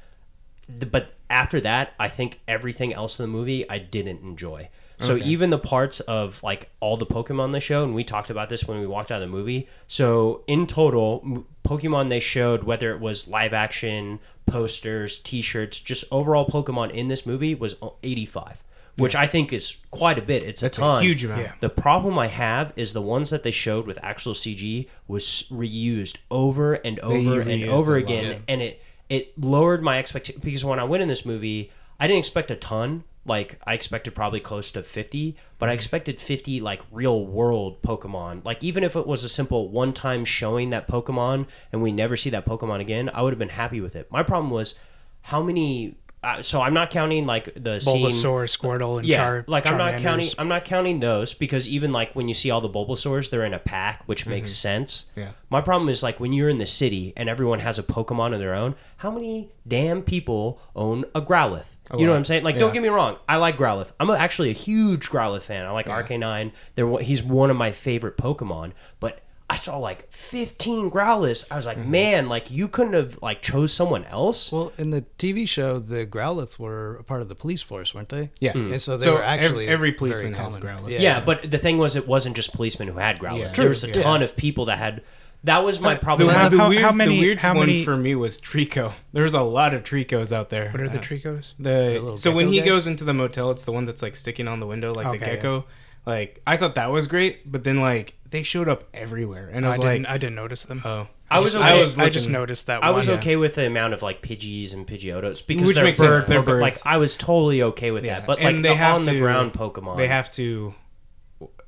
S3: th- but after that, I think everything else in the movie I didn't enjoy. So even the parts of like all the Pokemon they show, and we talked about this when we walked out of the movie. So in total, m- Pokemon they showed, whether it was live action, posters, T-shirts, just overall Pokemon in this movie was o- 85, which I think is quite a bit. It's a
S1: That's a
S3: ton.
S1: huge amount. Yeah.
S3: The problem I have is the ones that they showed with actual CG was reused over and over and
S1: reused
S3: over
S1: a lot.
S3: again, and it it lowered my expectation because when I went in this movie, I didn't expect a ton. Like I expected probably close to fifty, but I expected fifty like real world Pokemon. Like even if it was a simple one time showing that Pokemon and we never see that Pokemon again, I would have been happy with it. My problem was how many. Uh, so I'm not counting like the scene
S2: Bulbasaur, Squirtle, and
S3: yeah,
S2: Char.
S3: like I'm not
S2: Charmanders.
S3: counting. I'm not counting those because even like when you see all the Bulbasaur's, they're in a pack, which makes sense.
S1: Yeah.
S3: My problem is like when you're in the city and everyone has a Pokemon of their own. How many damn people own a Growlithe? you know what I'm saying? Like, don't
S1: Yeah.
S3: get me wrong. I like Growlithe. I'm a- actually a huge Growlithe fan. I like RK9. They're one- he's one of my favorite Pokemon, but. I saw like 15 Growlithe. I was like, man, like you couldn't have like chose someone else.
S4: Well, in the TV show, the Growlith were a part of the police force, weren't they?
S1: Yeah.
S4: And Mm. so they
S1: So
S4: were actually
S1: every- every
S4: very
S1: policeman has
S4: common.
S1: Growlithe.
S3: Yeah, but the thing was, it wasn't just policemen who had growlers.
S1: Yeah.
S3: There was a ton of people that had. That was my problem.
S1: The,
S2: How-
S1: the
S2: how-
S1: weird,
S2: how
S1: the
S2: many-
S1: weird
S2: how
S1: one
S2: many-
S1: for me was Trico. There's a lot of Tricos out there.
S2: What are the
S1: Uh,
S2: Tricos?
S1: The
S4: little
S1: so when
S4: gecko
S1: he
S4: guys?
S1: goes into the motel, it's the one that's like sticking on the window, like the
S2: Okay, yeah.
S1: gecko. Like I thought that was great, but then like they showed up everywhere, and I
S2: I,
S1: was
S2: didn't.
S1: like,
S2: I didn't notice them.
S1: oh,
S3: I was
S2: I,
S3: okay.
S2: just, I just
S1: looking-
S2: noticed that.
S3: I
S2: one.
S3: was okay with the amount of like Pidgeys and Pidgeotos because
S1: Which
S3: they're
S1: makes
S3: bird
S1: sense, they're
S3: Pokemon. Like
S1: birds.
S3: I was totally okay with
S1: Yeah,
S3: that. But
S1: and
S3: like
S1: they
S3: the
S1: have
S3: on the
S1: to-
S3: ground Pokemon,
S1: They have to.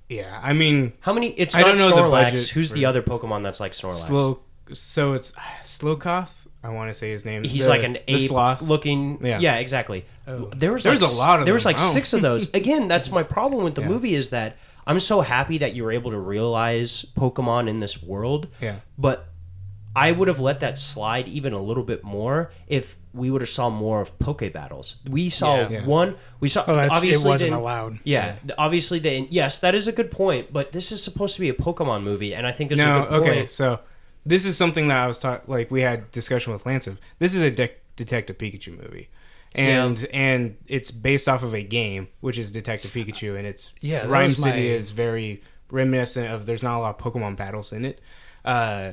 S1: Yeah, I mean,
S3: how many? It's
S1: I
S3: not
S1: don't know the
S3: Snorlax.
S1: budget
S3: Who's the
S1: for-
S3: other Pokemon that's like Snorlax?
S1: slow. So it's Slowkoth. I want to say his name.
S3: He's
S1: The-
S3: like an
S1: the
S3: ape
S1: sloth.
S3: looking. Yeah,
S1: Yeah. Oh.
S3: exactly. There was
S1: There's
S3: like,
S1: a lot of
S3: There was
S1: them. Oh.
S3: like
S1: I don't-
S3: six of those. Again, that's my problem with the movie is that I'm so happy that you were able to realize Pokemon in this world.
S1: Yeah.
S3: but I would have let that slide even a little bit more if we would have saw more of Poke battles. We saw
S1: Yeah.
S3: one. We saw
S2: Oh, that's, it
S3: obviously
S2: wasn't
S3: didn't-
S2: allowed.
S3: Yeah, th- obviously they. Yes, that is a good point. But this is supposed to be a Pokemon movie, and I think there's
S1: No,
S3: a good point.
S1: okay. So this is something that I was taught. Like we had discussion with Lance of. This is a de- Detective Pikachu movie, and and it's based off of a game, which is Detective Pikachu, and it's
S4: Yeah, that
S1: Rhyme
S4: was my-
S1: City is very reminiscent of. There's not a lot of Pokemon battles in it. Uh,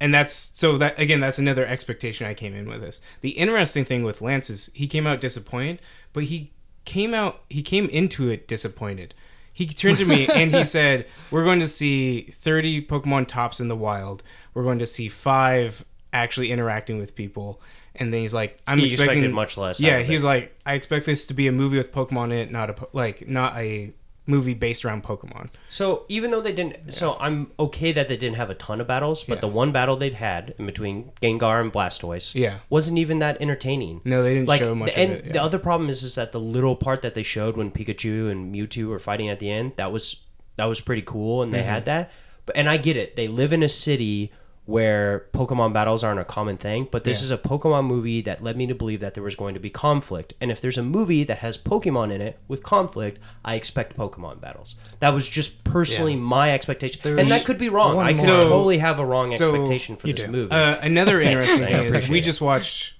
S1: and that's so that again that's another expectation i came in with this the interesting thing with lance is he came out disappointed but he came out he came into it disappointed he turned to me and he said we're going to see 30 pokemon tops in the wild we're going to see five actually interacting with people and then he's like i'm
S3: He
S1: expecting
S3: expected much less out
S1: yeah
S3: of
S1: he was like i expect this to be a movie with pokemon in it not a po- like not a movie based around pokemon
S3: So even though they didn't, so I'm okay that they didn't have a ton of battles, but
S1: Yeah.
S3: the one battle they'd had in between Gengar and Blastoise,
S1: Yeah.
S3: wasn't even that entertaining.
S1: no they didn't
S3: like,
S1: show much
S3: the, and
S1: of it yeah.
S3: the other problem is, is that the little part that they showed when Pikachu and Mewtwo were fighting at the end, that was that was pretty cool, and they
S1: Mm-hmm.
S3: had that. But and I get it, they live in a city where Pokemon battles aren't a common thing, but this is a Pokemon movie that led me to believe that there was going to be conflict. And if there's a movie that has Pokemon in it with conflict, I expect Pokemon battles. That was just personally my expectation, and that could be wrong.
S4: one
S3: I could
S1: more.
S3: totally have a wrong
S1: So-
S3: expectation for
S2: You
S3: this
S2: do.
S3: movie.
S1: Uh, another
S3: Thanks.
S1: interesting
S3: I
S1: thing is
S3: appreciate
S1: we
S3: it.
S1: just watched.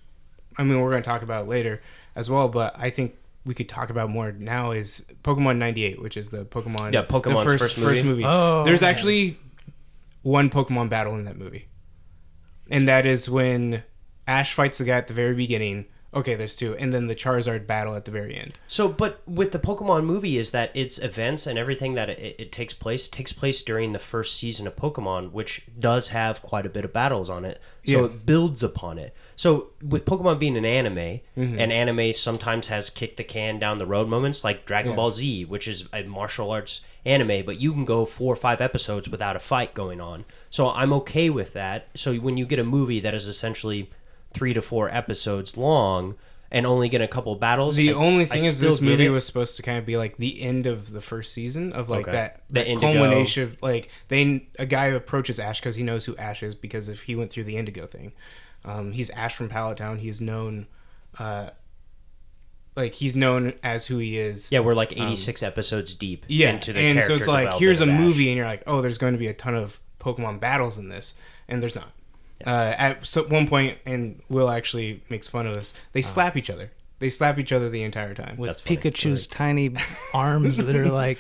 S1: I mean, we're going to talk about it later as well, but I think we could talk about more now is Pokemon '98, which is the Pokemon.
S3: Yeah, Pokemon's
S1: the
S3: first movie.
S4: Oh,
S1: There's
S4: man.
S1: actually one Pokemon battle in that movie, and that is when Ash fights the guy at the very beginning. Okay, there's two, and then the Charizard battle at the very end.
S3: So, but with the Pokemon movie, is that its events and everything that it, it takes place takes place during the first season of Pokemon, which does have quite a bit of battles on it. So
S1: Yeah.
S3: it builds upon it. So with Pokemon being an anime, and anime sometimes has kick the can down the road moments, like Dragon Ball Z, which is a martial arts anime, but you can go four or five episodes without a fight going on. So I'm okay with that. So when you get a movie that is essentially three to four episodes long and only get a couple battles.
S1: The
S3: I-
S1: only
S3: I
S1: thing is,
S3: still
S1: this
S3: get
S1: movie
S3: it.
S1: was supposed to kind of be like the end of the first season of like
S3: Okay.
S1: that,
S3: The
S1: that
S3: Indigo.
S1: culmination. Of, like they, a guy approaches Ash because he knows who Ash is because if he went through the Indigo thing, um, he's Ash from Pallet Town. He's known, uh, like he's known as who he is.
S3: yeah, we're like 86 episodes deep
S1: um, yeah.
S3: into the
S1: and
S3: character
S1: so it's like
S3: development
S1: here's a
S3: of Ash.
S1: movie, and you're like, oh, there's going to be a ton of Pokemon battles in this, and there's not. Uh, at so, one point, and Will actually makes fun of us.
S3: Uh-huh.
S1: They slap each other. They slap each other the entire time.
S4: with
S3: That's funny.
S4: Pikachu's tiny arms that are like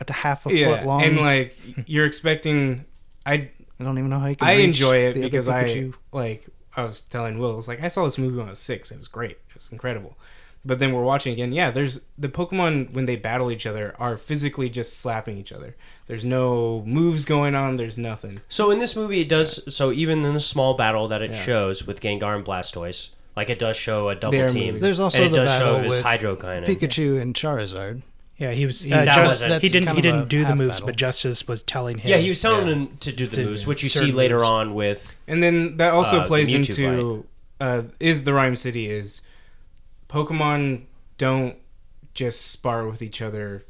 S4: at a half a
S1: yeah,
S4: foot long.
S1: and like you're expecting. I
S4: I don't even know how you can.
S1: I
S4: reach
S1: enjoy it
S4: the other
S1: because I
S4: Pikachu.
S1: like I was telling Will, I was like I saw this movie when I was six. It was great. It was incredible. But then we're watching again. Yeah, there's the Pokemon when they battle each other are physically just slapping each other. There's no moves going on. There's nothing.
S3: So in this movie, it does. So even in the small battle that it
S1: Yeah.
S3: shows with Gengar and Blastoise, like it does show a double
S1: They are
S3: team.
S1: movies.
S4: There's
S1: And
S4: also
S3: and it
S4: the
S3: does
S4: battle
S3: show his
S4: with
S3: Hydrokining.
S4: Pikachu and Charizard.
S2: Yeah, he was. He,
S3: That
S2: just,
S3: wasn't-
S2: he
S4: That's
S2: didn't.
S4: kind
S2: He
S4: of a
S2: didn't do the
S4: half
S2: moves,
S4: battle.
S2: but Justice was telling him.
S3: Yeah, he was telling
S4: Yeah.
S3: him to do the
S2: To
S3: moves,
S2: do
S3: which you see
S2: certain
S3: later
S2: moves.
S3: on with
S1: And then that also
S3: Uh, the
S1: plays
S3: Mewtwo
S1: into uh, is the rhyme city is Pokemon don't just spar with each other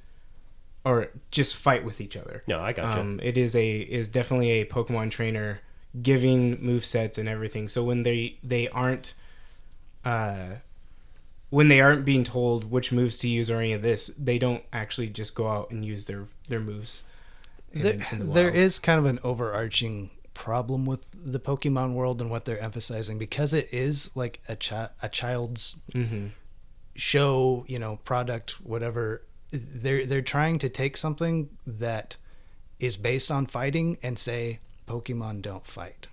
S1: or just fight with each other.
S3: No, I gotcha.
S1: Um, it is a is definitely a Pokemon trainer giving move sets and everything. So when they they aren't uh, when they aren't being told which moves to use or any of this, they don't actually just go out and use their their moves. in-
S4: There,
S1: in the
S4: there
S1: wild.
S4: is kind of an overarching problem with the Pokemon world and what they're emphasizing because it is like a chi- a child's
S1: Mhm.
S4: show, you know, product, whatever. They're they're trying to take something that is based on fighting and say Pokemon don't fight,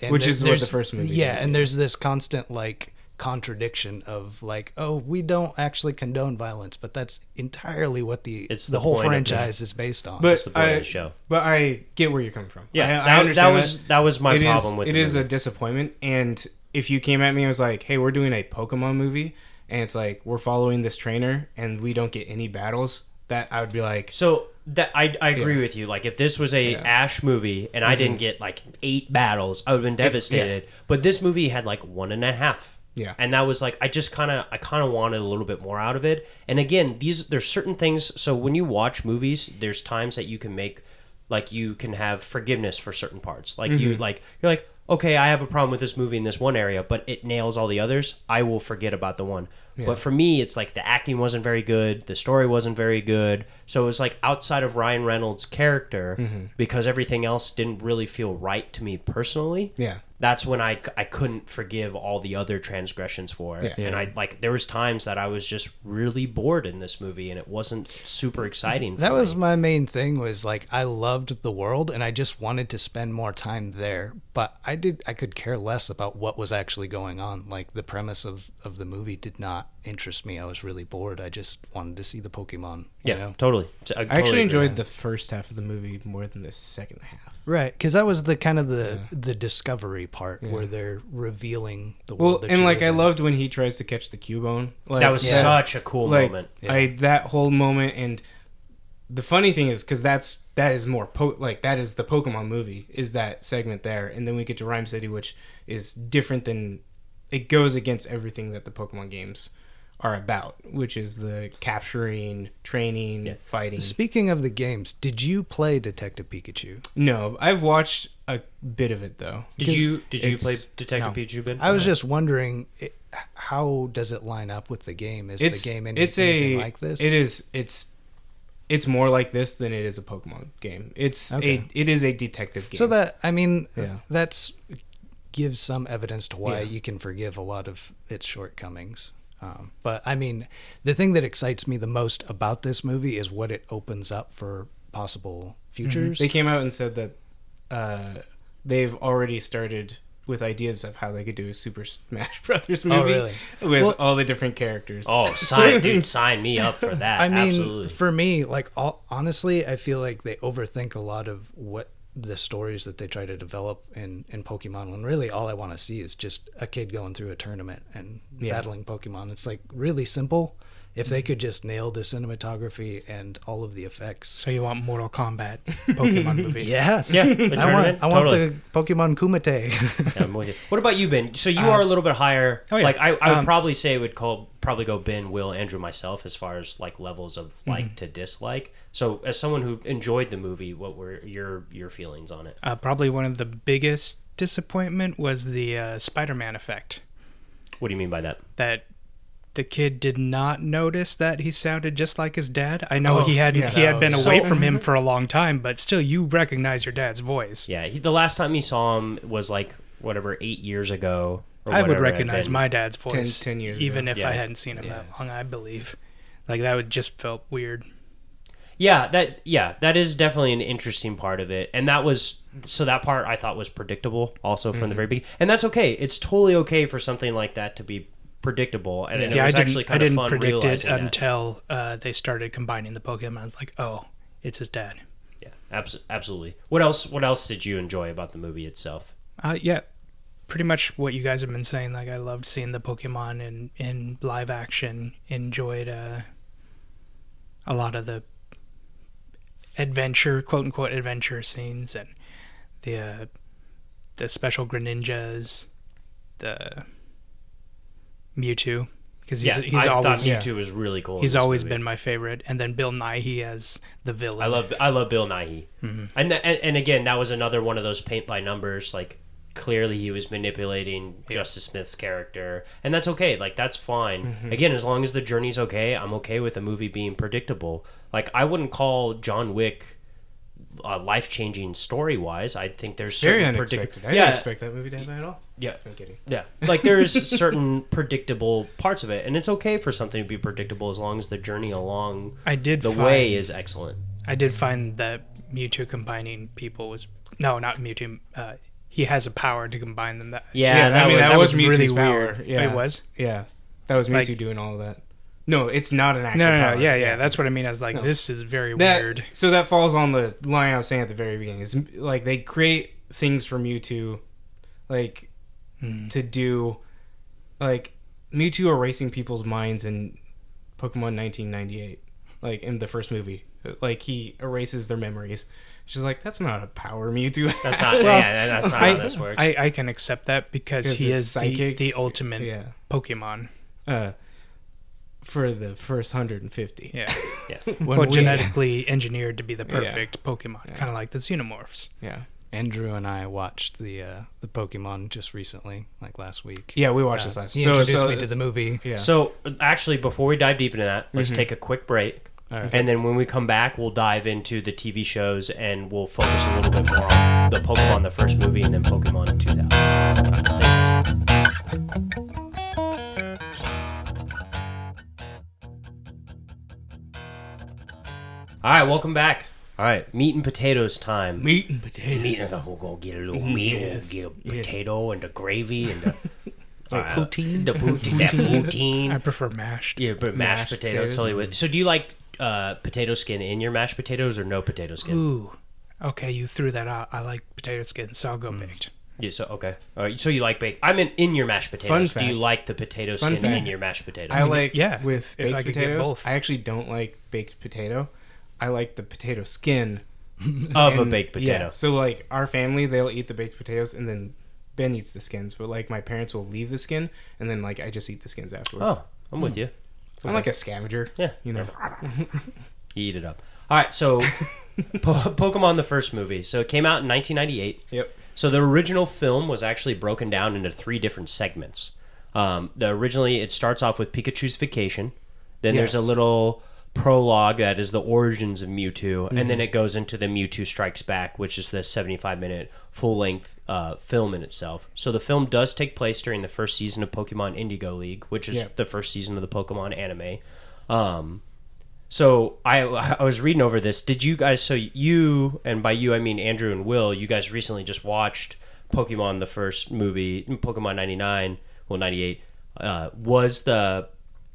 S4: And
S1: Which
S4: there-
S1: is what the
S4: there's-
S1: first movie
S4: Yeah,
S1: did,
S4: and
S1: yeah.
S4: there's this constant like contradiction of like, oh, we don't actually condone violence, but that's entirely what the
S3: It's
S4: it's
S3: the
S4: the, whole
S3: point of the-
S4: franchise is based on.
S1: But
S3: the point of
S1: I,
S3: the show.
S1: but I get where you're coming from.
S3: Yeah,
S1: I,
S3: that,
S1: I
S3: that
S1: understand
S3: was that was my
S1: It is-
S3: problem with
S1: it
S3: the
S1: is a
S3: movie.
S1: disappointment. And if you came at me and was like, "Hey, we're doing a Pokemon movie," and it's like we're following this trainer and we don't get any battles, that I would be like,
S3: So that I, I agree with you. Like if this was a Ash movie and I
S1: Mm-hmm.
S3: didn't get like eight battles, I would have been devastated. But this movie had like one and a half.
S1: Yeah.
S3: And that was like I just kind of I kind of wanted a little bit more out of it. And again, these there's certain things. So when you watch movies, there's times that you can make like you can have forgiveness for certain parts. Like
S1: Mm-hmm.
S3: you like you're like okay, I have a problem with this movie in this one area, but it nails all the others. I will forget about the one. But for me, it's like the acting wasn't very good, the story wasn't very good. So it was like outside of Ryan Reynolds' character,
S1: Mm-hmm.
S3: because everything else didn't really feel right to me personally.
S1: Yeah.
S3: That's when I, I couldn't forgive all the other transgressions for it.
S1: Yeah.
S3: And I like there was times that I was just really bored in this movie and it wasn't super exciting.
S4: That
S3: for
S4: was
S3: me.
S4: my main thing was like I loved the world and I just wanted to spend more time there, but I did I could care less about what was actually going on. Like the premise of of the movie did not interest me. I was really bored. I just wanted to see the Pokemon.
S3: yeah,
S4: You know?
S3: totally. So I,
S1: I actually
S3: totally agree.
S1: enjoyed the first half of the movie more than the second half.
S4: Right, because that was the kind of the the discovery part where they're revealing the world.
S1: Well,
S4: that
S1: and
S4: you
S1: like I
S4: live in.
S1: loved when he tries to catch the Cubone. Like,
S3: that was
S1: yeah.
S3: such a cool
S1: like
S3: moment.
S1: I that whole moment and the funny thing is because that's that is more po- like that is the Pokemon movie is that segment there and then we get to Rhyme City which is different than it goes against everything that the Pokemon games are about which is the capturing training fighting
S4: Speaking of the games, did you play Detective Pikachu?
S1: no I've watched a bit of it though
S3: Did you did you
S1: it's-
S3: play Detective
S1: no.
S3: Pikachu? Uh-huh. Ben?
S4: I was just wondering, it, how does it line up with the game? Is the game any,
S1: it's
S4: anything
S1: a,
S4: like this?
S1: It is. It's it's more like this than it is a Pokemon game. It's
S4: Okay.
S1: a it is a detective game.
S4: So that I mean,
S1: Yeah.
S4: that's gives some evidence to why
S1: Yeah.
S4: you can forgive a lot of its shortcomings. Um, but I mean, the thing that excites me the most about this movie is what it opens up for possible
S1: Mm-hmm.
S4: futures.
S1: they came out and said that uh, they've already started with ideas of how they could do a Super Smash Brothers movie
S4: really?
S1: with
S4: Well-
S1: all the different characters.
S3: Oh, sign, dude, sign me up for that.
S4: I mean,
S3: Absolutely.
S4: for me, like all, honestly, I feel like they overthink a lot of what the stories that they try to develop in in Pokemon. When really, all I want to see is just a kid going through a tournament and battling Pokemon. It's like really simple. If they could just nail the cinematography and all of the effects.
S2: So you want Mortal Kombat Pokemon movie?
S4: Yes.
S3: Yeah, the
S4: I want,
S3: tournament,
S4: I want
S3: totally.
S4: the Pokemon Kumite.
S3: Yeah, I'm with you. What about you, Ben? So you are a little bit higher.
S2: oh, yeah.
S3: Like I, I would
S2: Um,
S3: probably say would call probably go Ben, Will, Andrew, myself as far as like levels of
S2: Mhm.
S3: like to dislike. So as someone who enjoyed the movie, what were your your feelings on it?
S2: Uh, probably one of the biggest disappointment was the uh, Spider-Man effect.
S3: What do you mean by that?
S2: That the kid did not notice that he sounded just like his dad. I know
S1: Oh,
S2: he had
S1: yeah.
S2: he had been
S3: So-
S2: away from him for a long time, but still, you recognize your dad's voice.
S3: Yeah, he, the last time he saw him was like whatever eight years ago. Or
S2: I would
S3: whatever it had
S2: recognize
S3: been.
S2: my dad's voice
S1: 10 years ago.
S2: even if
S3: Yeah.
S2: I hadn't seen him that long. I believe, like that would just felt weird.
S3: Yeah, that yeah, that is definitely an interesting part of it. And that was so that part I thought was predictable also from the
S2: Mm-hmm.
S3: very beginning. And that's okay. It's totally okay for something like that to be predictable and, and it
S2: yeah, I
S3: was
S2: didn't,
S3: actually
S2: I
S3: kind of
S2: didn't
S3: fun
S2: predict it
S3: realizing that.
S2: until uh, they started combining the Pokemon. I was like, oh, it's his dad.
S3: Yeah, abso- absolutely. What else? What else did you enjoy about the movie itself?
S2: Uh, yeah, pretty much what you guys have been saying. Like, I loved seeing the Pokemon in in live action. Enjoyed uh, a lot of the adventure, quote unquote, adventure scenes, and the uh, the special Greninjas, the Mewtwo, because he's
S3: yeah,
S2: he's
S3: I
S2: always
S3: thought Mewtwo was really cool. in
S2: he's
S3: this
S2: always
S3: movie.
S2: been my favorite. And then Bill Nighy as the villain.
S3: I love I love Bill Nighy,
S1: Mm-hmm.
S3: and, tha- and and again that was another one of those paint by numbers. Like clearly he was manipulating Justice Smith's character, and that's okay. Like that's fine.
S1: Mm-hmm.
S3: Again, as long as the journey's okay, I'm okay with the movie being predictable. Like I wouldn't call John Wick uh, life changing story wise. I think there's
S1: Very
S3: certain predict-
S1: unexpected. I
S3: yeah,
S1: didn't expect that movie to happen at all.
S3: yeah.
S1: I'm kidding.
S3: Yeah, like there's certain predictable parts of it, and it's okay for something to be predictable as long as the journey along
S2: I did
S3: the
S2: find-
S3: way is excellent.
S2: I did find that Mewtwo combining people was no, not Mewtwo. Uh, he has a power to combine them. That
S3: Yeah, that
S1: I mean,
S3: was-
S1: that was,
S2: that was
S1: Mewtwo's
S2: really
S1: power.
S2: weird.
S1: Yeah.
S2: It was?
S1: Yeah. That was Mewtwo
S2: Like-
S1: doing all of that. No, it's not an actual
S2: no, no, no,
S1: power.
S2: yeah, yeah. That's what I mean. I was like, this is very
S1: That-
S2: weird.
S1: So that falls on the line I was saying at the very beginning. Is like they create things for Mewtwo, like to do, like Mewtwo erasing people's minds in Pokemon 1998, like in the first movie. Like he erases their memories. She's like, that's not a power Mewtwo.
S3: That's not yeah, that's not how Oh, this works.
S2: I, I can accept that because
S1: 'Cause
S2: he
S1: it's
S2: is the,
S1: psychic.
S2: the ultimate
S1: yeah.
S2: Pokemon.
S1: Uh, for the first 150.
S2: Yeah,
S4: When
S2: well,
S4: we-
S2: genetically engineered to be the perfect Pokemon, kind of like the Xenomorphs.
S1: Yeah.
S4: Andrew and I watched the uh, the Pokemon just recently, like last week.
S1: Yeah, we watched this last.
S4: He
S1: so-
S4: introduced
S1: so
S4: me to the movie.
S1: Yeah.
S3: So actually, before we dive deep into that, let's
S2: Mm-hmm.
S3: take a quick break, and then when we come back, we'll dive into the TV shows and we'll focus a little bit more on the Pokemon the first movie and then Pokemon 2000. Thanks, guys. All right, welcome back. All right, meat and potatoes time.
S1: meat and potatoes.
S3: meat and we'll go get a little
S1: Mm-hmm.
S3: meat, we'll get a potato and the gravy and the uh, poutine, the poutine, that poutine.
S2: I prefer mashed.
S3: Yeah, but mashed,
S1: Mashed
S3: potatoes,
S1: potatoes.
S3: totally with. So do you like uh, potato skin in your mashed potatoes or no potato skin?
S2: Ooh, okay, you threw that out. I like potato skin, so I'll go
S3: Mm.
S2: baked.
S3: Yeah, so okay. All right, so you like baked. I mean, in your mashed potatoes. do
S1: fact.
S3: you like the potato
S1: Fun
S3: skin in
S1: fact.
S3: your mashed potatoes?
S1: I like
S2: yeah,
S1: yeah, with
S2: if
S1: baked
S2: I could get
S1: potatoes.
S2: both.
S1: I actually don't like baked potato. I like the potato skin
S3: of a
S1: and-
S3: baked potato.
S1: yeah, so like our family, they'll eat the baked potatoes and then Ben eats the skins. But like my parents will leave the skin and then like I just eat the skins afterwards.
S3: Oh, I'm with you.
S1: I'm like a scavenger.
S3: Yeah.
S1: Mm. you know.
S3: You eat it up. All right, so po- Pokemon the first movie. So it came out in 1998.
S1: Yep.
S3: So the original film was actually broken down into three different segments. Um, the originally it starts off with Pikachu's vacation, then there's a
S1: Yes.
S3: little prologue that is the origins of Mewtwo,
S1: Mm-hmm.
S3: and then it goes into the Mewtwo Strikes Back, which is the 75 minute full length uh, film in itself. So the film does take place during the first season of Pokemon Indigo League, which is
S1: Yeah.
S3: the first season of the Pokemon anime. Um, so I I was reading over this. Did you guys? So you and by you I mean Andrew and Will. You guys recently just watched Pokemon the first movie, Pokemon ninety nine, well ninety eight. Uh, was the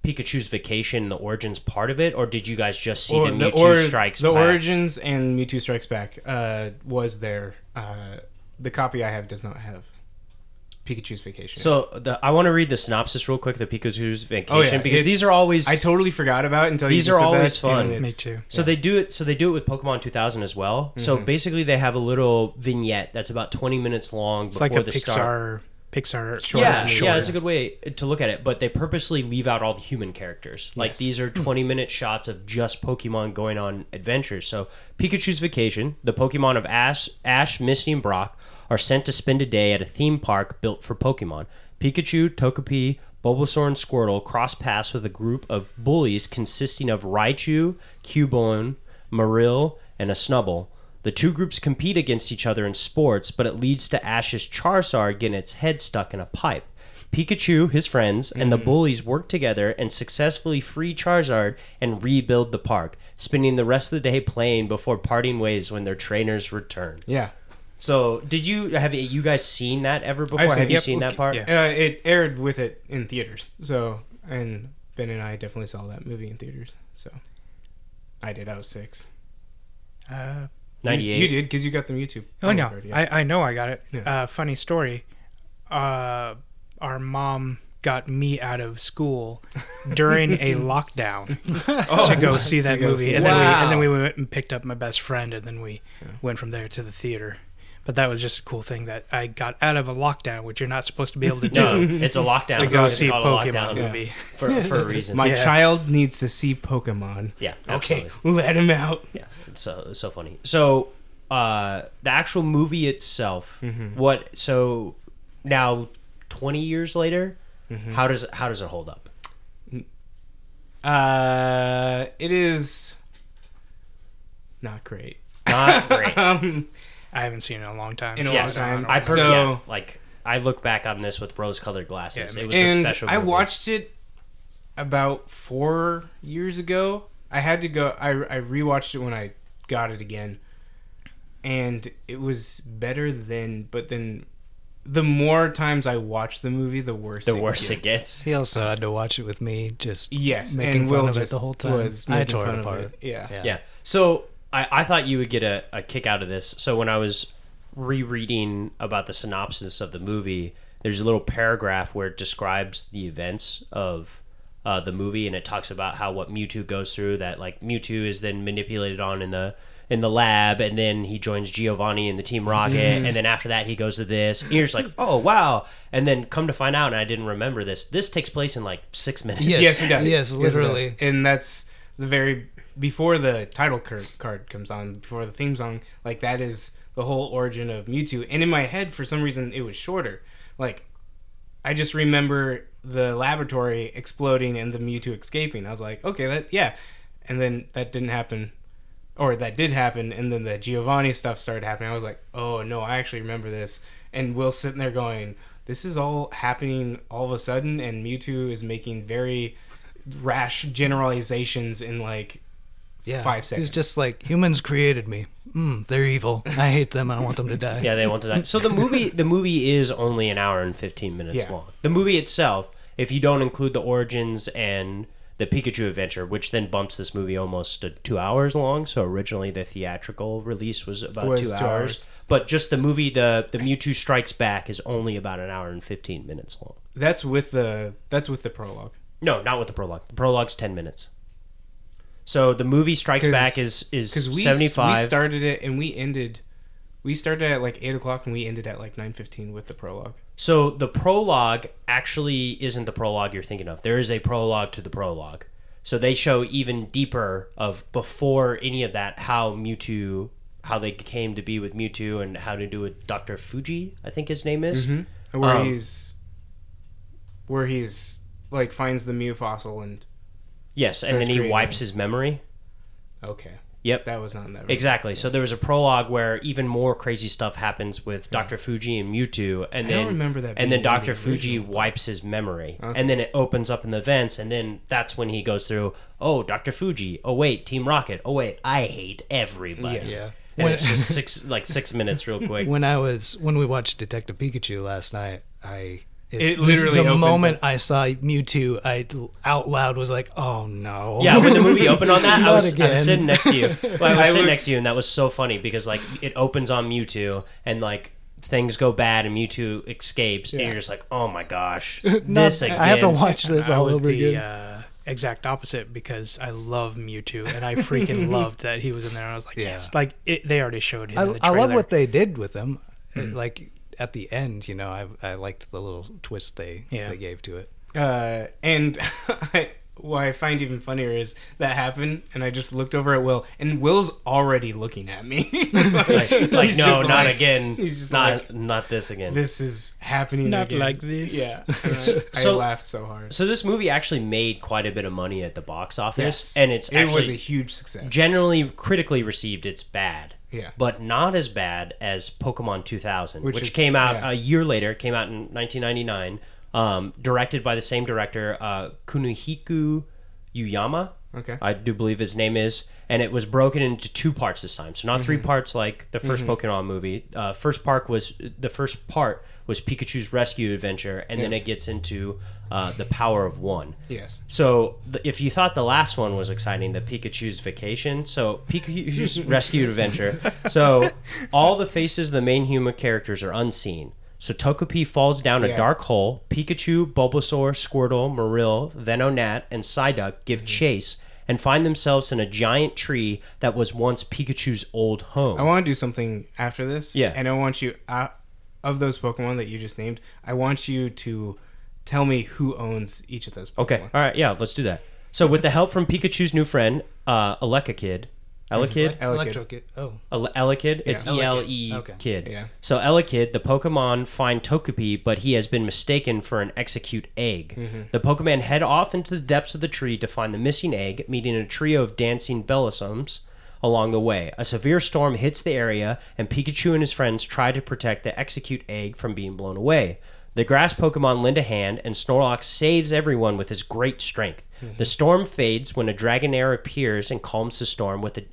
S3: Pikachu's vacation the origins part of it, or did you guys just see the Mewtwo
S1: or-
S3: strikes?
S1: the
S3: back?
S1: origins and Mewtwo Strikes Back uh, was there. Uh, the copy I have does not have Pikachu's Vacation.
S3: So the, I want to read the synopsis real quick. The Pikachu's Vacation
S1: Oh, yeah,
S3: because
S1: it's-
S3: these are always
S1: I totally forgot about it until
S3: These
S1: you just
S3: are
S1: said that,
S3: always fun.
S1: and it's-
S2: Me too.
S3: So they do it. So they do it with Pokemon 2000 as well. So
S2: Mm-hmm.
S3: basically, they have a little vignette that's about 20 minutes long
S2: It's
S3: before
S2: like a
S3: the
S2: Pixar
S3: start.
S2: Pixar short.
S3: Yeah,
S2: short.
S3: yeah, it's a good way to look at it. But they purposely leave out all the human characters. Like
S1: Yes.
S3: these are 20 minute shots of just Pokemon going on adventures. So Pikachu's Vacation, the Pokemon of Ash, Ash, Misty, and Brock are sent to spend a day at a theme park built for Pokemon. Pikachu, Togepi, Bulbasaur, and Squirtle cross paths with a group of bullies consisting of Raichu, Cubone, Marill, and a Snubble. The two groups compete against each other in sports, but it leads to Ash's Charizard getting its head stuck in a pipe. Pikachu, his friends, and the bullies work together and successfully free Charizard and rebuild the park, spending the rest of the day playing before parting ways when their trainers return.
S1: yeah.
S3: So, did you have you guys seen that ever before?
S1: seen-
S3: have you
S1: yep.
S3: seen that part?
S2: Yeah.
S1: Uh, it aired with it in theaters. So and Ben and I definitely saw that movie in theaters. So I did. I was six.
S2: Uh,
S3: Ninety-eight.
S1: You, you did because you got the YouTube.
S2: Oh no,
S1: card, yeah.
S2: I, I know I got it.
S1: Yeah.
S2: Uh, funny story. Uh, our mom got me out of school during a lockdown
S3: Oh,
S2: to go see that
S1: go
S2: movie,
S1: see
S2: and
S3: it.
S2: then we
S3: Wow.
S2: and then we went and picked up my best friend, and then we went from there to the theater. But that was just a cool thing that I got out of a lockdown, which you're not supposed to be able to do.
S3: No, it's a lockdown.
S2: To
S3: It's
S2: go
S3: called-
S2: see
S3: it's called a
S2: Pokemon
S3: lockdown
S2: movie.
S3: for, for a reason.
S1: My
S2: Yeah.
S1: child needs to see Pokemon.
S3: yeah.
S1: Okay,
S3: absolutely.
S1: let him out.
S3: Yeah, it's so it's so funny. So uh, the actual movie itself, what? So now, twenty years later, how does how does it hold up?
S1: Uh, it is not great.
S3: Not great.
S1: Um,
S2: I haven't seen it in a long time.
S1: In a
S2: so
S1: long
S2: don't-
S1: time.
S2: don't
S3: I
S2: know.
S3: per-
S1: So-
S3: yeah, like I look back on this with rose-colored glasses.
S2: Yeah,
S3: it was a
S1: and
S3: special.
S1: I
S3: movie.
S1: watched it about four years ago. I had to go. I I rewatched it when I got it again, and it was better then. But then, the more times I watch the movie, the worse.
S3: the worse it gets.
S4: He also had to watch it with me, just
S1: Yes,
S4: making
S1: and
S4: fun
S1: Will
S4: of it
S1: just
S4: the whole time.
S1: was
S4: I
S1: making
S4: tore
S1: fun
S4: it
S1: of
S4: apart.
S1: it. Yeah.
S4: Yeah.
S3: Yeah. So I, I thought you would get a, a kick out of this. So when I was rereading about the synopsis of the movie, there's a little paragraph where it describes the events of uh, the movie, and it talks about how what Mewtwo goes through. That like Mewtwo is then manipulated on in the in the lab, and then he joins Giovanni in the Team Rocket, and then after that he goes to this. And you're just like, oh wow! And then come to find out, and I didn't remember this. This takes place in like six minutes.
S4: Yes.
S1: Yes, he does.
S4: Yes,
S1: he
S4: literally.
S1: does. And that's the very before the title card, card comes on, before the theme song. Like that is the whole origin of Mewtwo. And in my head, for some reason, it was shorter. Like I just remember the laboratory exploding and the Mewtwo escaping. I was like, okay, that yeah. And then that didn't happen. Or that did happen, and then the Giovanni stuff started happening. I was like, "Oh no, I actually remember this." And Will's sitting there going, "This is all happening all of a sudden," and Mewtwo is making very rash generalizations in like
S4: Yeah.
S1: five seconds.
S4: He's just like humans created me. Mm, they're evil. I hate them. I want them to die.
S3: Yeah, they want to die. So the movie the movie is only an hour and fifteen minutes
S1: Yeah.
S3: long. The movie itself, if you don't include the origins and the Pikachu adventure, which then bumps this movie almost to two hours long. So originally the theatrical release was about
S1: Was
S3: two,
S1: two
S3: hours.
S1: hours.
S3: But just the movie, the the Mewtwo Strikes Back is only about an hour and fifteen minutes long.
S1: that's with the that's with the prologue.
S3: No, not with the prologue. The prologue's ten minutes. So the movie Strikes
S1: 'Cause-
S3: Back is is
S1: Because we
S3: seventy
S1: we
S3: five.
S1: started it and we ended. We started at like eight o'clock and we ended at like nine fifteen with the prologue.
S3: So the prologue actually isn't the prologue you're thinking of. There is a prologue to the prologue. So they show even deeper of before any of that how Mewtwo, how they came to be with Mewtwo, and how to do with Doctor Fuji, I think his name
S1: Mm-hmm.
S3: is.
S1: where
S3: Um,
S1: he's where he's like finds the Mew fossil and
S3: Yes, and
S1: Starts
S3: then he
S1: creating
S3: wipes
S1: it.
S3: his memory.
S1: okay,
S3: Yep,
S1: that was not in that.
S3: exactly. So there was a prologue where even more crazy stuff happens with Doctor Fuji and Mewtwo, and
S1: I
S3: then
S1: don't remember that.
S3: and
S1: being in
S3: then
S1: the
S3: Dr. Fuji
S1: original.
S3: wipes his memory.
S1: Okay.
S3: And then it opens up in the vents, and then that's when he goes through, oh, Dr. Fuji, oh, wait, Team Rocket, oh, wait, I hate everybody.
S1: Yeah.
S4: Yeah.
S3: And it's just six, like six minutes real quick.
S4: When I was when we watched Detective Pikachu last night, I
S1: It literally
S4: the
S1: opens
S4: moment
S1: up-
S4: I saw Mewtwo, I l- out loud was like, "Oh no!"
S3: Yeah, when the movie opened on that, I
S4: Not
S3: was, I was
S4: again.
S3: sitting next to you. Well, I was
S1: I
S3: sitting
S1: would-
S3: next to you, and that was so funny because like it opens on Mewtwo, and like things go bad and Mewtwo escapes, and
S2: Yeah.
S3: you're just like, oh my gosh,
S4: No,
S3: this again.
S4: I have to watch this
S2: I
S4: all
S2: was
S4: over
S2: the
S4: again.
S2: Uh, exact opposite because I love Mewtwo and I freaking loved that he was in there. And I was like,
S4: Yeah.
S2: yes, like it, they already showed him. in
S4: I,
S2: the
S4: I love
S2: trailer.
S4: what they did with him. uh,
S1: Mm.
S4: Like at the end, you know, I I liked the little twist they
S2: Yeah.
S4: they gave to it.
S1: Uh, and I, what I find even funnier is that happened, and I just looked over at Will, and Will's already looking at me.
S3: Like, like,
S1: He's
S3: no,
S1: just
S3: not
S1: like-
S3: again.
S1: he's just
S3: not
S1: like-
S3: not this again.
S1: This is happening.
S2: Not
S1: again.
S2: like this.
S1: Yeah. And I-
S3: so-
S1: I laughed so hard.
S3: so this movie actually made quite a bit of money at the box office,
S1: Yes.
S3: and it's actually
S1: it was a huge success.
S3: generally critically received. It's bad,
S1: Yeah.
S3: but not as bad as Pokemon 2000, which,
S1: Which is-
S3: came out
S1: yeah.
S3: a year later. Came out in 1999, um, directed by the same director, uh, Kunohiku Uyama.
S1: okay.
S3: I do believe his name is, and it was broken into two parts this time. So not
S1: Mm-hmm.
S3: three parts like the 1st Pokemon movie. Uh, first part was the first part was Pikachu's rescue adventure, and then it gets into uh, the power of one.
S1: yes.
S3: So th- if you thought the last one was exciting, the Pikachu's vacation, so Pikachu's rescue adventure. So all the faces of the main human characters are unseen. So Togepi falls down a
S1: Yeah.
S3: dark hole. Pikachu, Bulbasaur, Squirtle, Marill, Venonat, and Psyduck give
S1: Mm-hmm.
S3: chase and find themselves in a giant tree that was once Pikachu's old home.
S1: I want to do something after this.
S3: Yeah.
S1: And I want you, uh, of those Pokemon that you just named, I want you to tell me who owns each of those Pokemon.
S3: Okay. All right. Yeah. Let's do that. So with the help from Pikachu's new friend, uh, Aleka Kid,
S1: Mm-hmm.
S3: Elekid,
S1: Elekid.
S4: Electrocute. Oh,
S3: Ele- Elekid. It's E L
S4: Elekid.
S3: E
S4: Okay.
S3: Kid.
S1: Yeah.
S3: So Elekid, the Pokemon find Togepi, but he has been mistaken for an execute egg. The Pokemon head off into the depths of the tree to find the missing egg, meeting a trio of dancing bellisums along the way. A severe storm hits the area, and Pikachu and his friends try to protect the execute egg from being blown away. The grass Pokemon lend a hand, and Snorlax saves everyone with his great strength. The storm fades when a Dragonair appears and calms the storm with a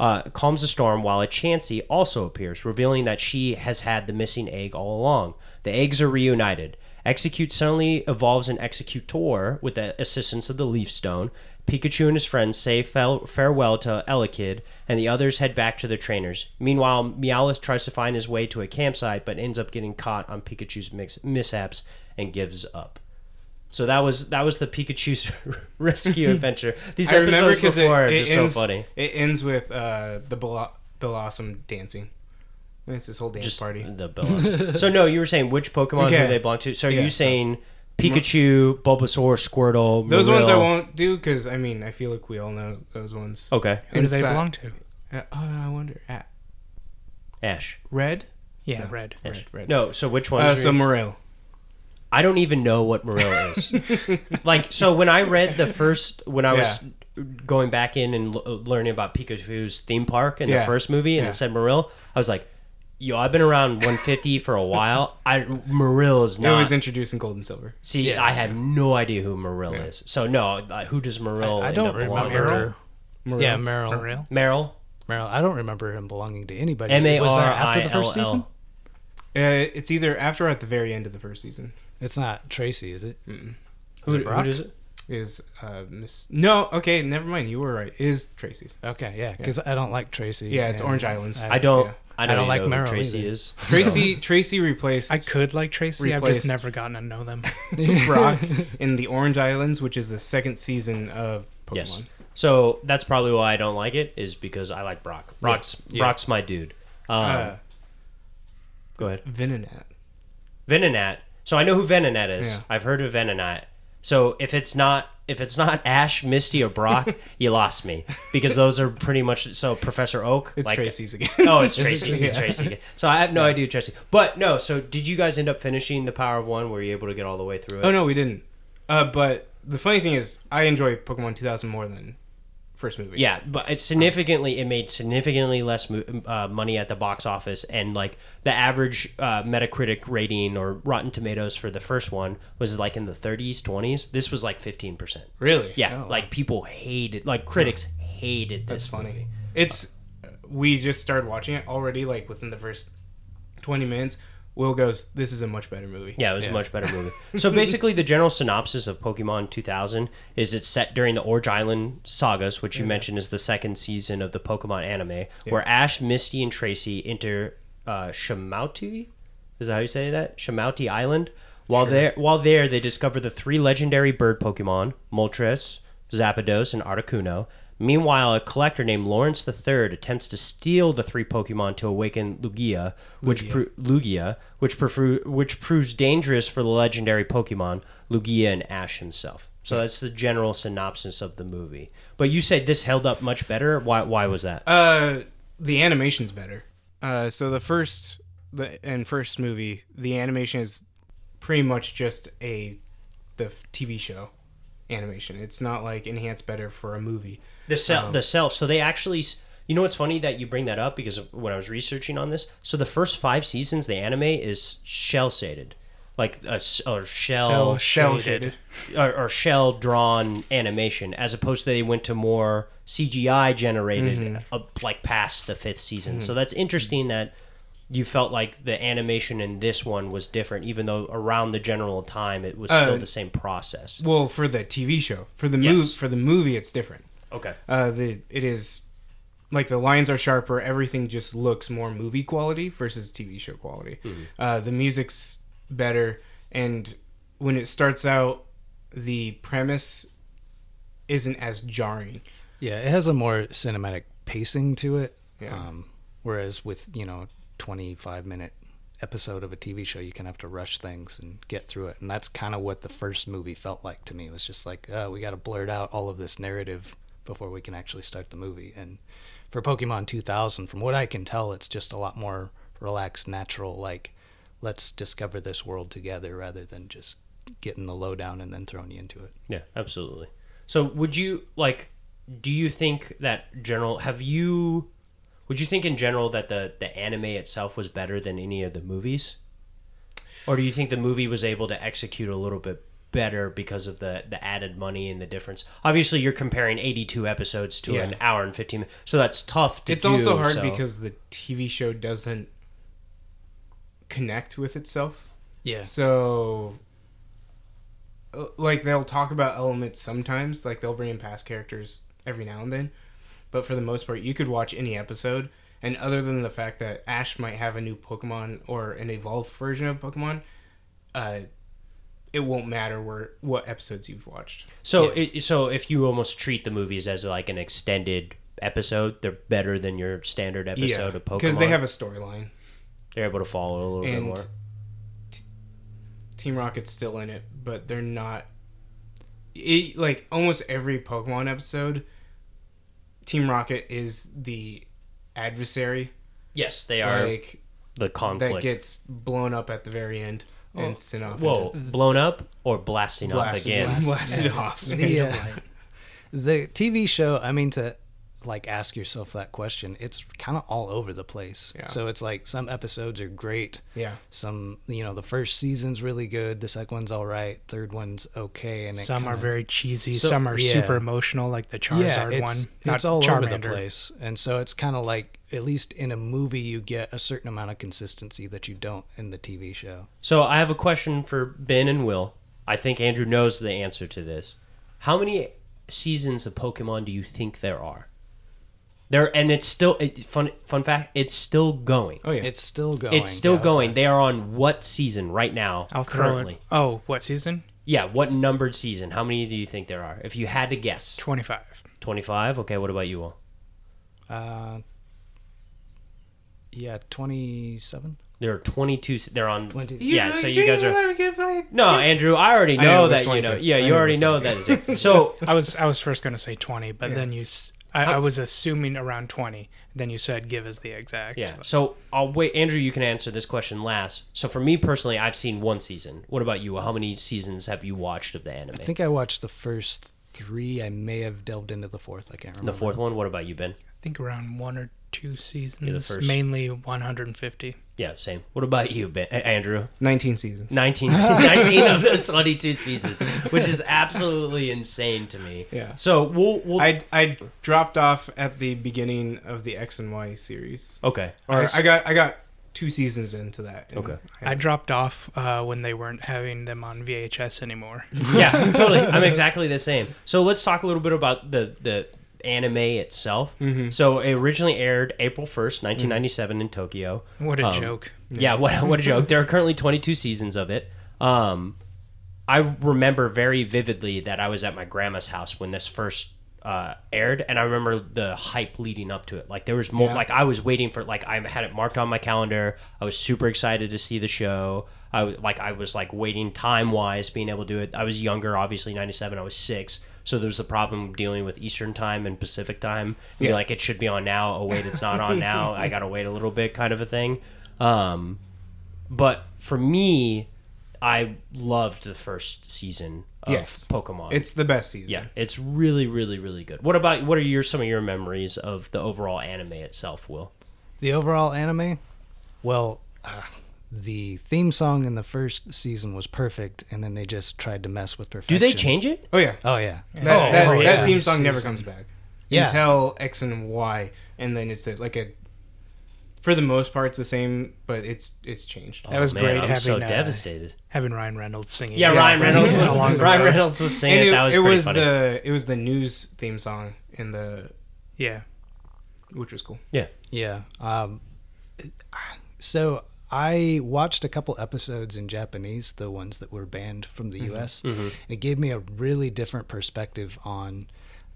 S3: uh, calms the storm while a Chansey also appears, revealing that she has had the missing egg all along. The eggs are reunited. Execute suddenly evolves an Executor with the assistance of the Leaf Stone. Pikachu and his friends say fel- farewell to Elekid, and the others head back to their trainers. Meanwhile, Meowth tries to find his way to a campsite, but ends up getting caught on Pikachu's mix- mishaps and gives up. So that was that was the Pikachu's rescue adventure. These
S1: I remember
S3: episodes
S1: because it,
S3: before are
S1: it
S3: just
S1: ends,
S3: so funny.
S1: It ends with uh, the Blo- Blossom dancing. And it's this whole dance party.
S3: The Bellas. so no, you were saying which Pokemon
S1: Okay.
S3: who they belong to. So are
S1: Yeah,
S3: you
S1: so-
S3: saying Pikachu, Bulbasaur, Squirtle,
S1: Those ones I
S3: Marill?
S1: won't do because I mean I feel like we all know those ones.
S3: Okay,
S2: Who do they
S1: Inside-
S2: belong to?
S1: Uh, oh, I wonder. Uh,
S3: Ash.
S1: red.
S2: Yeah,
S1: No.
S2: red.
S3: Ash.
S1: red.
S3: No, so which ones?
S1: Uh,
S3: are
S1: so
S3: you-
S1: Morel.
S3: I don't even know what Marill is. like, so when I read the first, when I was going back in and l- learning about Pikachu's theme park in the
S1: Yeah.
S3: first movie, and
S1: Yeah.
S3: it said Marill, I was like, yo, I've been around 150 for a while. I Marill is
S1: It
S3: not.
S1: was introduced in Gold and Silver.
S3: See, I had no idea who Marill is. So no, uh, who does Marill?
S4: I
S3: end
S4: don't
S3: up belonging to?
S4: remember.
S1: Morel.
S4: Yeah, Merrill.
S2: For real?
S3: Merrill.
S4: Merrill. I don't remember him belonging to anybody.
S3: M A
S4: Was
S3: R
S4: that
S3: I
S4: after the
S3: L
S4: first season?
S3: L.
S1: Uh, it's either after or at the very end of the first season.
S4: It's not Tracy, is it?
S3: Who
S4: it Brock?
S3: who does it?
S1: Is uh, Miss? No. Okay. Never mind. You were right. It is Tracy's.
S4: Okay, yeah, because I don't like Tracy.
S1: Yeah, it's
S4: and
S1: Orange Islands.
S3: I don't.
S1: Yeah.
S3: I don't,
S4: I don't like
S3: like know who
S4: Merrill
S3: Tracy
S4: either.
S3: is.
S1: Tracy. Tracy replaced
S2: I could like Tracy. I've
S1: Replaced.
S2: just never gotten to know them.
S1: Brock in the Orange Islands, which is the second season of Pokemon.
S3: Yes. So that's probably why I don't like it is because I like Brock. Brock's Brock's my dude. Um,
S1: Uh,
S3: go ahead.
S1: Venonat.
S3: Venonat. So I know who Venonat is.
S1: Yeah.
S3: I've heard of Venonat. So if it's not if it's not Ash, Misty, or Brock, you lost me because those are pretty much so. Professor Oak.
S1: It's
S3: like,
S1: Tracy's again.
S3: Oh, it's Tracy. It's Tracy. again. So I have no idea who Tracy. But no. So did you guys end up finishing the Power of One? Were you able to get all the way through it?
S1: Oh no, we didn't. Uh, but the funny thing is, I enjoy Pokemon 2000 more than first movie.
S3: Yeah, but it's significantly it made significantly less mo- uh, money at the box office, and like the average uh, Metacritic rating or Rotten Tomatoes for the first one was like in the 30s, 20s. This was like 15 percent.
S1: really.
S3: Yeah, like people hated, like critics hated this.
S1: it's funny.
S3: movie.
S1: It's we just started watching it already. Like within the first 20 minutes, Will goes, "This is a much better movie."
S3: Yeah, it was a much better movie. so basically, the general synopsis of Pokemon 2000 is it's set during the Orange Island sagas, which you mentioned is the second season of the Pokemon anime, where Ash, Misty, and Tracy enter uh, Shamautui, Is that how you say that? Shamauti Island. While there, while there, they discover the three legendary bird Pokemon: Moltres, Zapdos, and Articuno. Meanwhile, a collector named Lawrence III attempts to steal the three Pokemon to awaken Lugia, which Lugia, pro- Lugia which, perfru- which proves dangerous for the legendary Pokemon Lugia and Ash himself. So that's the general synopsis of the movie. But you said this held up much better. Why? Why was that?
S1: Uh, the animation's better. Uh, so the first the and first movie, the animation is pretty much just a the f- TV show animation. It's not like enhanced better for a movie.
S3: The cell, the cell. So they actually, s- you know, it's funny that you bring that up because of- when I was researching on this, so the first five seasons, the anime is shell shaded, like a s- or shell,
S1: Shell shaded.
S3: or, or shell drawn animation, as opposed to they went to more CGI generated, up, like past the fifth season. So that's interesting that you felt like the animation in this one was different, even though around the general time it was still
S1: Uh,
S3: the same process.
S1: Well, for the TV show, for the
S3: Yes.
S1: move, for the movie, it's different.
S3: Okay.
S1: Uh, the it is like the lines are sharper. Everything just looks more movie quality versus TV show quality.
S3: Hmm.
S1: Uh, the music's better, and when it starts out, the premise isn't as jarring.
S4: Yeah, it has a more cinematic pacing to it.
S1: Yeah.
S4: Um, whereas with you know twenty five minute episode of a TV show, you can have to rush things and get through it, and that's kind of what the first movie felt like to me. It was just like uh, we got to blurt out all of this narrative before we can actually start the movie. And for Pokemon two thousand, from what I can tell, it's just a lot more relaxed, natural. Like let's discover this world together rather than just getting the lowdown and then throwing you into it.
S3: Yeah, absolutely. So, would you like? Do you think that general? Have you? Would you think in general that the the anime itself was better than any of the movies, or do you think the movie was able to execute a little bit better because of the the added money and the difference? Obviously, you're comparing 82 episodes to
S1: Yeah.
S3: an hour and 15, minutes, so that's tough to
S1: it's
S3: do.
S1: also hard
S3: so-
S1: because the TV show doesn't connect with itself.
S4: Yeah.
S1: So, uh, like, they'll talk about elements sometimes. Like, they'll bring in past characters every now and then. But for the most part, you could watch any episode. And other than the fact that Ash might have a new Pokemon or an evolved version of Pokemon, uh, it won't matter where what episodes you've watched.
S3: So, it, so if you almost treat the movies as like an extended episode, they're better than your standard episode of Pokemon
S1: because they have a storyline.
S3: they're able to follow a little bit
S1: and
S3: more.
S1: t- Team Rocket's still in it, but they're not. It, like almost every Pokemon episode, Team Rocket is the adversary,
S3: Yes, they are
S1: like
S3: the conflict.
S1: that gets blown up at the very end and sent off.
S3: Whoa, blown up or blasting off
S1: blasted,
S3: again?
S1: blasted off.
S4: The, uh, the TV show, I mean, to like ask yourself that question, it's kind of all over the place.
S1: Yeah.
S4: So it's like some episodes are great.
S1: Yeah.
S4: Some, you know, the first season's really good. The second one's all right. Third one's okay. And it
S2: Some are
S4: kinda-
S2: very cheesy.
S4: So-
S2: some are
S4: yeah.
S2: super emotional, like the Charizard
S4: yeah, it's,
S2: one. Not
S4: it's all over the
S2: Charmander.
S4: place. And so it's kind of like, at least in a movie, you get a certain amount of consistency that you don't in the TV show.
S3: So I have a question for Ben and Will. I think Andrew knows the answer to this. How many seasons of Pokemon do you think there are? There and it's still it, fun. Fun fact: it's still going.
S1: Oh yeah,
S4: It's still going.
S3: it's still
S4: yeah.
S3: going. They are on what season right now?
S2: I'll throw
S3: currently,
S2: it. Oh, what season?
S3: yeah. What numbered season? How many do you think there are? If you had to guess,
S2: Twenty-five.
S3: twenty-five. Okay, what about you all?
S4: Uh, yeah, 27.
S3: There are twenty-two. se- They're on.
S4: 22.
S3: Yeah, so you guys are.
S1: are.
S3: No, Andrew, I already
S1: I know
S3: know
S1: it was
S3: that you know.
S1: 22.
S3: Yeah,
S1: I
S3: you
S1: know it
S3: already
S1: was
S3: know that is it. So,
S2: I was I was first going to say twenty, but then you. s- I, I was assuming around twenty. Then you said give us the exact.
S3: yeah. So, I'll wait. Andrew, you can answer this question last. So, for me personally, I've seen one season. What about you? How many seasons have you watched of the anime?
S4: I think I watched the first three. I may have delved into the fourth. I can't remember.
S3: the fourth one. What about you, Ben?
S2: I think around one or two seasons.
S3: first-
S2: Mainly one hundred and fifty.
S3: Yeah, same. What about you, ben, A- Andrew?
S1: Nineteen seasons.
S3: 19, 19 of the 22 seasons, which is absolutely insane to me.
S1: Yeah.
S3: So, we'll. we'll
S1: I I dropped off at the beginning of the X and Y series.
S3: okay.
S1: Or
S2: I
S1: I,
S2: s-
S1: got I got two seasons into that. and
S3: Okay.
S1: I,
S2: I dropped off uh, when they weren't having them on VHS anymore.
S3: yeah, totally. I'm exactly the same. So let's talk a little bit about the the anime itself. So it originally aired April 1st, 1997 in Tokyo.
S2: What a
S3: Um,
S2: joke.
S3: Yeah, what, what a joke. There are currently 22 seasons of it. Um, I remember very vividly that I was at my grandma's house when this first uh, aired, and I remember the hype leading up to it. Like there was more.
S1: Yeah.
S3: Like I was waiting for. Like I had it marked on my calendar. I was super excited to see the show. I w- like I was like waiting time wise, being able to do it. I was younger, obviously ninety seven. I was six, so there was the problem dealing with Eastern time and Pacific time. Be Like it should be on now. Oh wait, it's not on now. I gotta wait a little bit, kind of a thing. Um, but for me, I loved the first season of
S1: Yes.
S3: Pokemon.
S1: It's the best season.
S3: yeah, it's really, really, really good. What about what are your some of your memories of the overall anime itself, Will?
S4: The overall anime? Well, uh, the theme song in the first season was perfect, and then they just tried to mess with perfection.
S3: Do they change it?
S1: Oh yeah.
S4: Oh, yeah.
S1: That, that,
S4: oh,
S1: that
S4: yeah.
S1: theme song never comes back
S4: Yeah.
S1: until X and Y, and then it's a, like a. For the most part, it's the same, but it's it's changed.
S2: That was
S3: Oh, Man,
S2: great
S3: I'm
S2: having,
S3: so
S2: uh,
S3: devastated.
S2: having Ryan Reynolds singing.
S3: Yeah, Ryan Reynolds
S1: Yeah.
S3: was
S2: Along the
S3: Ryan
S2: road.
S3: Reynolds was
S1: And
S3: saying it. That was
S1: it
S3: pretty
S1: was
S3: funny.
S1: the it was the news theme song in the
S2: Yeah.
S1: which was cool.
S3: yeah,
S4: Yeah. Um, so I watched a couple episodes in Japanese, the ones that were banned from
S3: Mm-hmm.
S4: the U.S. And it gave me a really different perspective on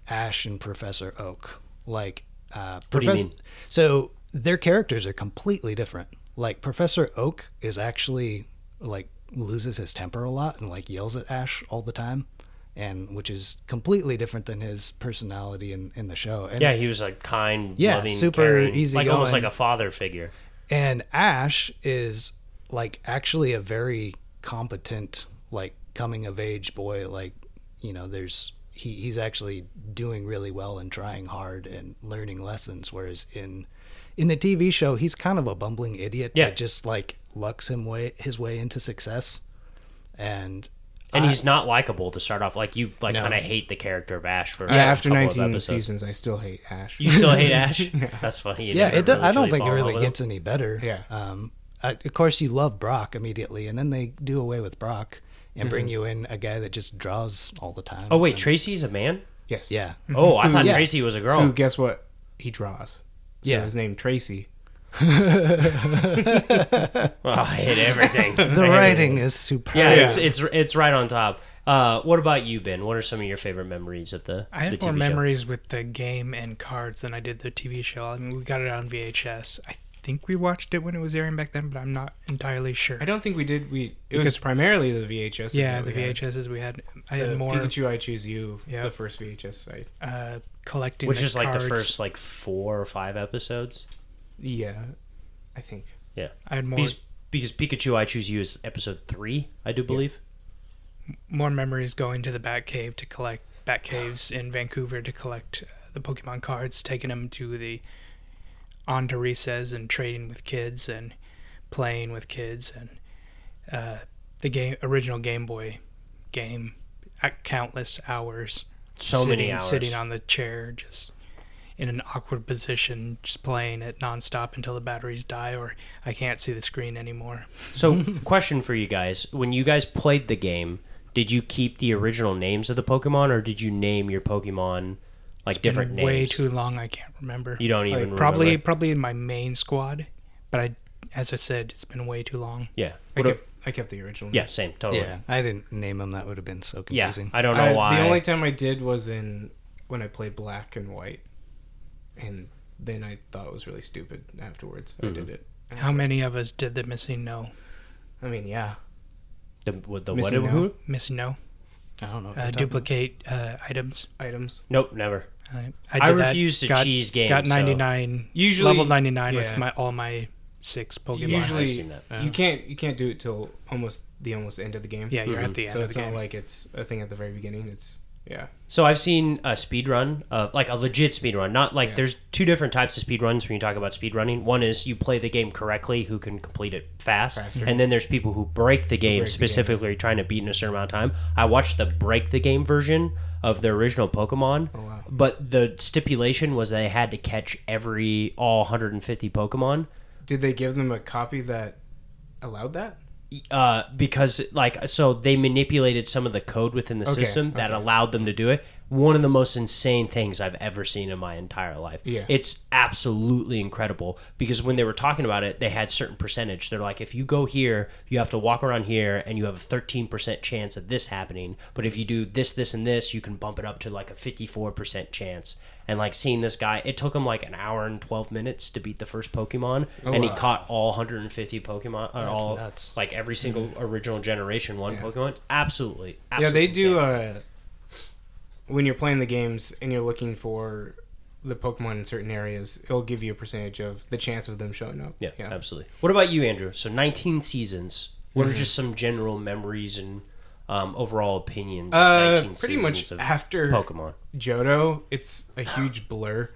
S4: Ash and Professor Oak. Like, uh,
S3: What do you
S4: Profess-
S3: mean?
S4: So their characters are completely different. Like Professor Oak is actually like loses his temper a lot and like yells at Ash all the time. And which is completely different than his personality in, in the show. And
S3: yeah, he was like kind,
S4: Yeah,
S3: loving,
S4: super
S3: caring,
S4: easy
S3: like almost
S4: going.
S3: like a father figure.
S4: And Ash is like actually a very competent, like coming of age boy. Like, you know, there's he, he's actually doing really well and trying hard and learning lessons. Whereas in in the TV show, he's kind of a bumbling idiot
S3: Yeah.
S4: that just like lucks him way his way into success. And
S3: And he's not likable to start off. Like you, like
S4: No.
S3: kind of hate the character of Ash for
S1: Yeah, after
S3: couple of
S1: 19
S3: episodes.
S1: seasons, I still hate Ash.
S3: You still hate Ash? That's funny. You
S4: yeah,
S3: never
S4: it do,
S3: really
S4: I don't
S3: truly
S4: think it
S3: fall in love
S4: really
S3: with him.
S4: gets any better.
S1: Yeah.
S4: Um, I, of course, you love Brock immediately, and then they do away with Brock and bring you in a guy that just draws all the time.
S3: Mm-hmm. Oh wait, Tracy's a man.
S1: yes.
S4: Yeah.
S3: Oh, I thought
S4: Yeah.
S3: Tracy was a
S1: Who?
S3: girl.
S1: Guess what? He draws. So
S4: Yeah.
S1: His name Tracy.
S3: Oh, I hate everything.
S4: The writing is superb.
S3: Yeah, it's it's it's right on top. Uh, what about you, Ben? What are some of your favorite memories of the?
S2: I
S3: the
S2: had more
S3: TV show?
S2: memories with the game and cards than I did the TV show. I mean, we got it on VHS. I think we watched it when it was airing back then, but I'm not entirely sure.
S1: I don't think we did. We it was
S2: Because-
S1: primarily the VHS.
S2: yeah, the VHSs we had. I had more
S1: Pikachu, I choose you.
S2: Yeah.
S1: The first VHS. I,
S2: uh, collecting,
S3: Which
S2: the
S3: is like the
S2: cards.
S3: first like four or five episodes.
S1: yeah, I think.
S2: I had more
S3: Because, because Pikachu, I choose you is episode three, I do believe.
S2: more memories going to the Batcave to collect Batcaves in Vancouver to collect uh, the Pokemon cards, taking them to the on to recess and trading with kids and playing with kids and uh, the game original Game Boy game uh, countless hours
S3: So
S2: sitting,
S3: many hours.
S2: sitting on the chair just in an awkward position just playing it nonstop until the batteries die or I can't see the screen anymore
S3: So, question for you guys: When you guys played the game, did you keep the original names of the Pokemon, or did you name your Pokemon like different
S2: Been way
S3: names?
S2: too long I can't remember
S3: you don't even
S1: like,
S2: probably
S3: remember.
S2: probably in my main squad but i as i said it's been way too long
S3: yeah.
S1: I
S3: What a-
S1: kept, I kept the original.
S3: yeah, same, totally.
S4: Yeah, I didn't name him. That would have been so
S3: Yeah,
S4: confusing.
S3: I don't know
S1: I-
S3: why.
S1: The only time I did was in when I played black and white, and then I thought it was really stupid afterwards. I
S3: Mm-hmm.
S1: did it. I was
S2: how
S1: like-
S2: many of us did the missing no
S1: I mean, yeah.
S3: the with the what?
S1: Missing
S3: Who?
S1: out.
S2: missing no
S4: I, don't know. what
S2: uh,
S4: you're talking
S2: duplicate uh, items
S1: Items.
S3: Nope, never.
S2: i,
S3: I
S2: did that,
S3: refuse to
S2: got-
S3: cheese games,
S2: got
S3: so-
S2: 99
S1: Usually-
S2: level 99
S1: yeah.
S2: with my all my six pokemon
S1: Usually,
S3: seen that.
S1: you can't you can't do it till almost the almost end of the game.
S2: yeah you're at
S3: Mm-hmm.
S2: the end
S1: so
S2: of
S1: it's
S2: the
S1: not
S2: game
S1: like it's a thing at the very beginning. It's yeah.
S3: So I've seen a speed run, uh, like a legit speed run. Not like
S1: Yeah.
S3: there's two different types of speed runs when you talk about speed running. One is you play the game correctly, who can complete it fast,
S1: Faster.
S3: and then there's people who break the game
S1: break the game.
S3: specifically trying to beat in a certain amount of time. I watched the break the game version of the original Pokemon,
S1: Oh, wow.
S3: but the stipulation was they had to catch every all 150 Pokemon.
S1: Did they give them a copy that allowed that?
S3: uh, because like so they manipulated some of the code within the
S1: Okay,
S3: system that
S1: okay.
S3: allowed them to do it. one of the most insane things I've ever seen in my entire life.
S1: Yeah.
S3: It's absolutely incredible because when they were talking about it, they had certain percentage. They're like, if you go here, you have to walk around here and you have a 13% chance of this happening. But if you do this, this, and this, you can bump it up to like a 54% chance. And like seeing this guy, it took him like an hour and 12 minutes to beat the first Pokemon. and he
S1: Oh, wow.
S3: caught all 150 Pokemon, or all,
S4: nuts.
S3: like every single original generation one Pokemon. Absolutely.
S1: Mm-hmm. yeah,
S3: absolutely
S1: they do.
S3: insane.
S1: Uh, when you're playing the games and you're looking for the Pokemon in certain areas, it'll give you a percentage of the chance of them showing up.
S3: Yeah, absolutely. What about you, Andrew? So 19 seasons. What are
S1: Mm-hmm.
S3: just some general memories and um, overall opinions of
S1: Uh,
S3: 19
S1: pretty
S3: seasons
S1: much
S3: of
S1: after
S3: Pokemon?
S1: Johto, it's a huge blur.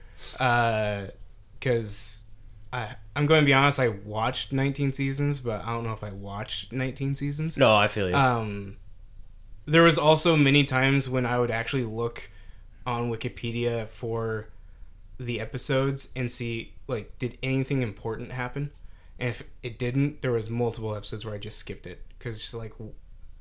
S1: Because I I'm going to be honest, I watched 19 seasons, but I don't know if I watched 19 seasons.
S3: No, I feel you.
S1: Um, there was also many times when I would actually look on Wikipedia for the episodes and see like did anything important happen, and if it didn't, there was multiple episodes where I just skipped it because it's just like. w-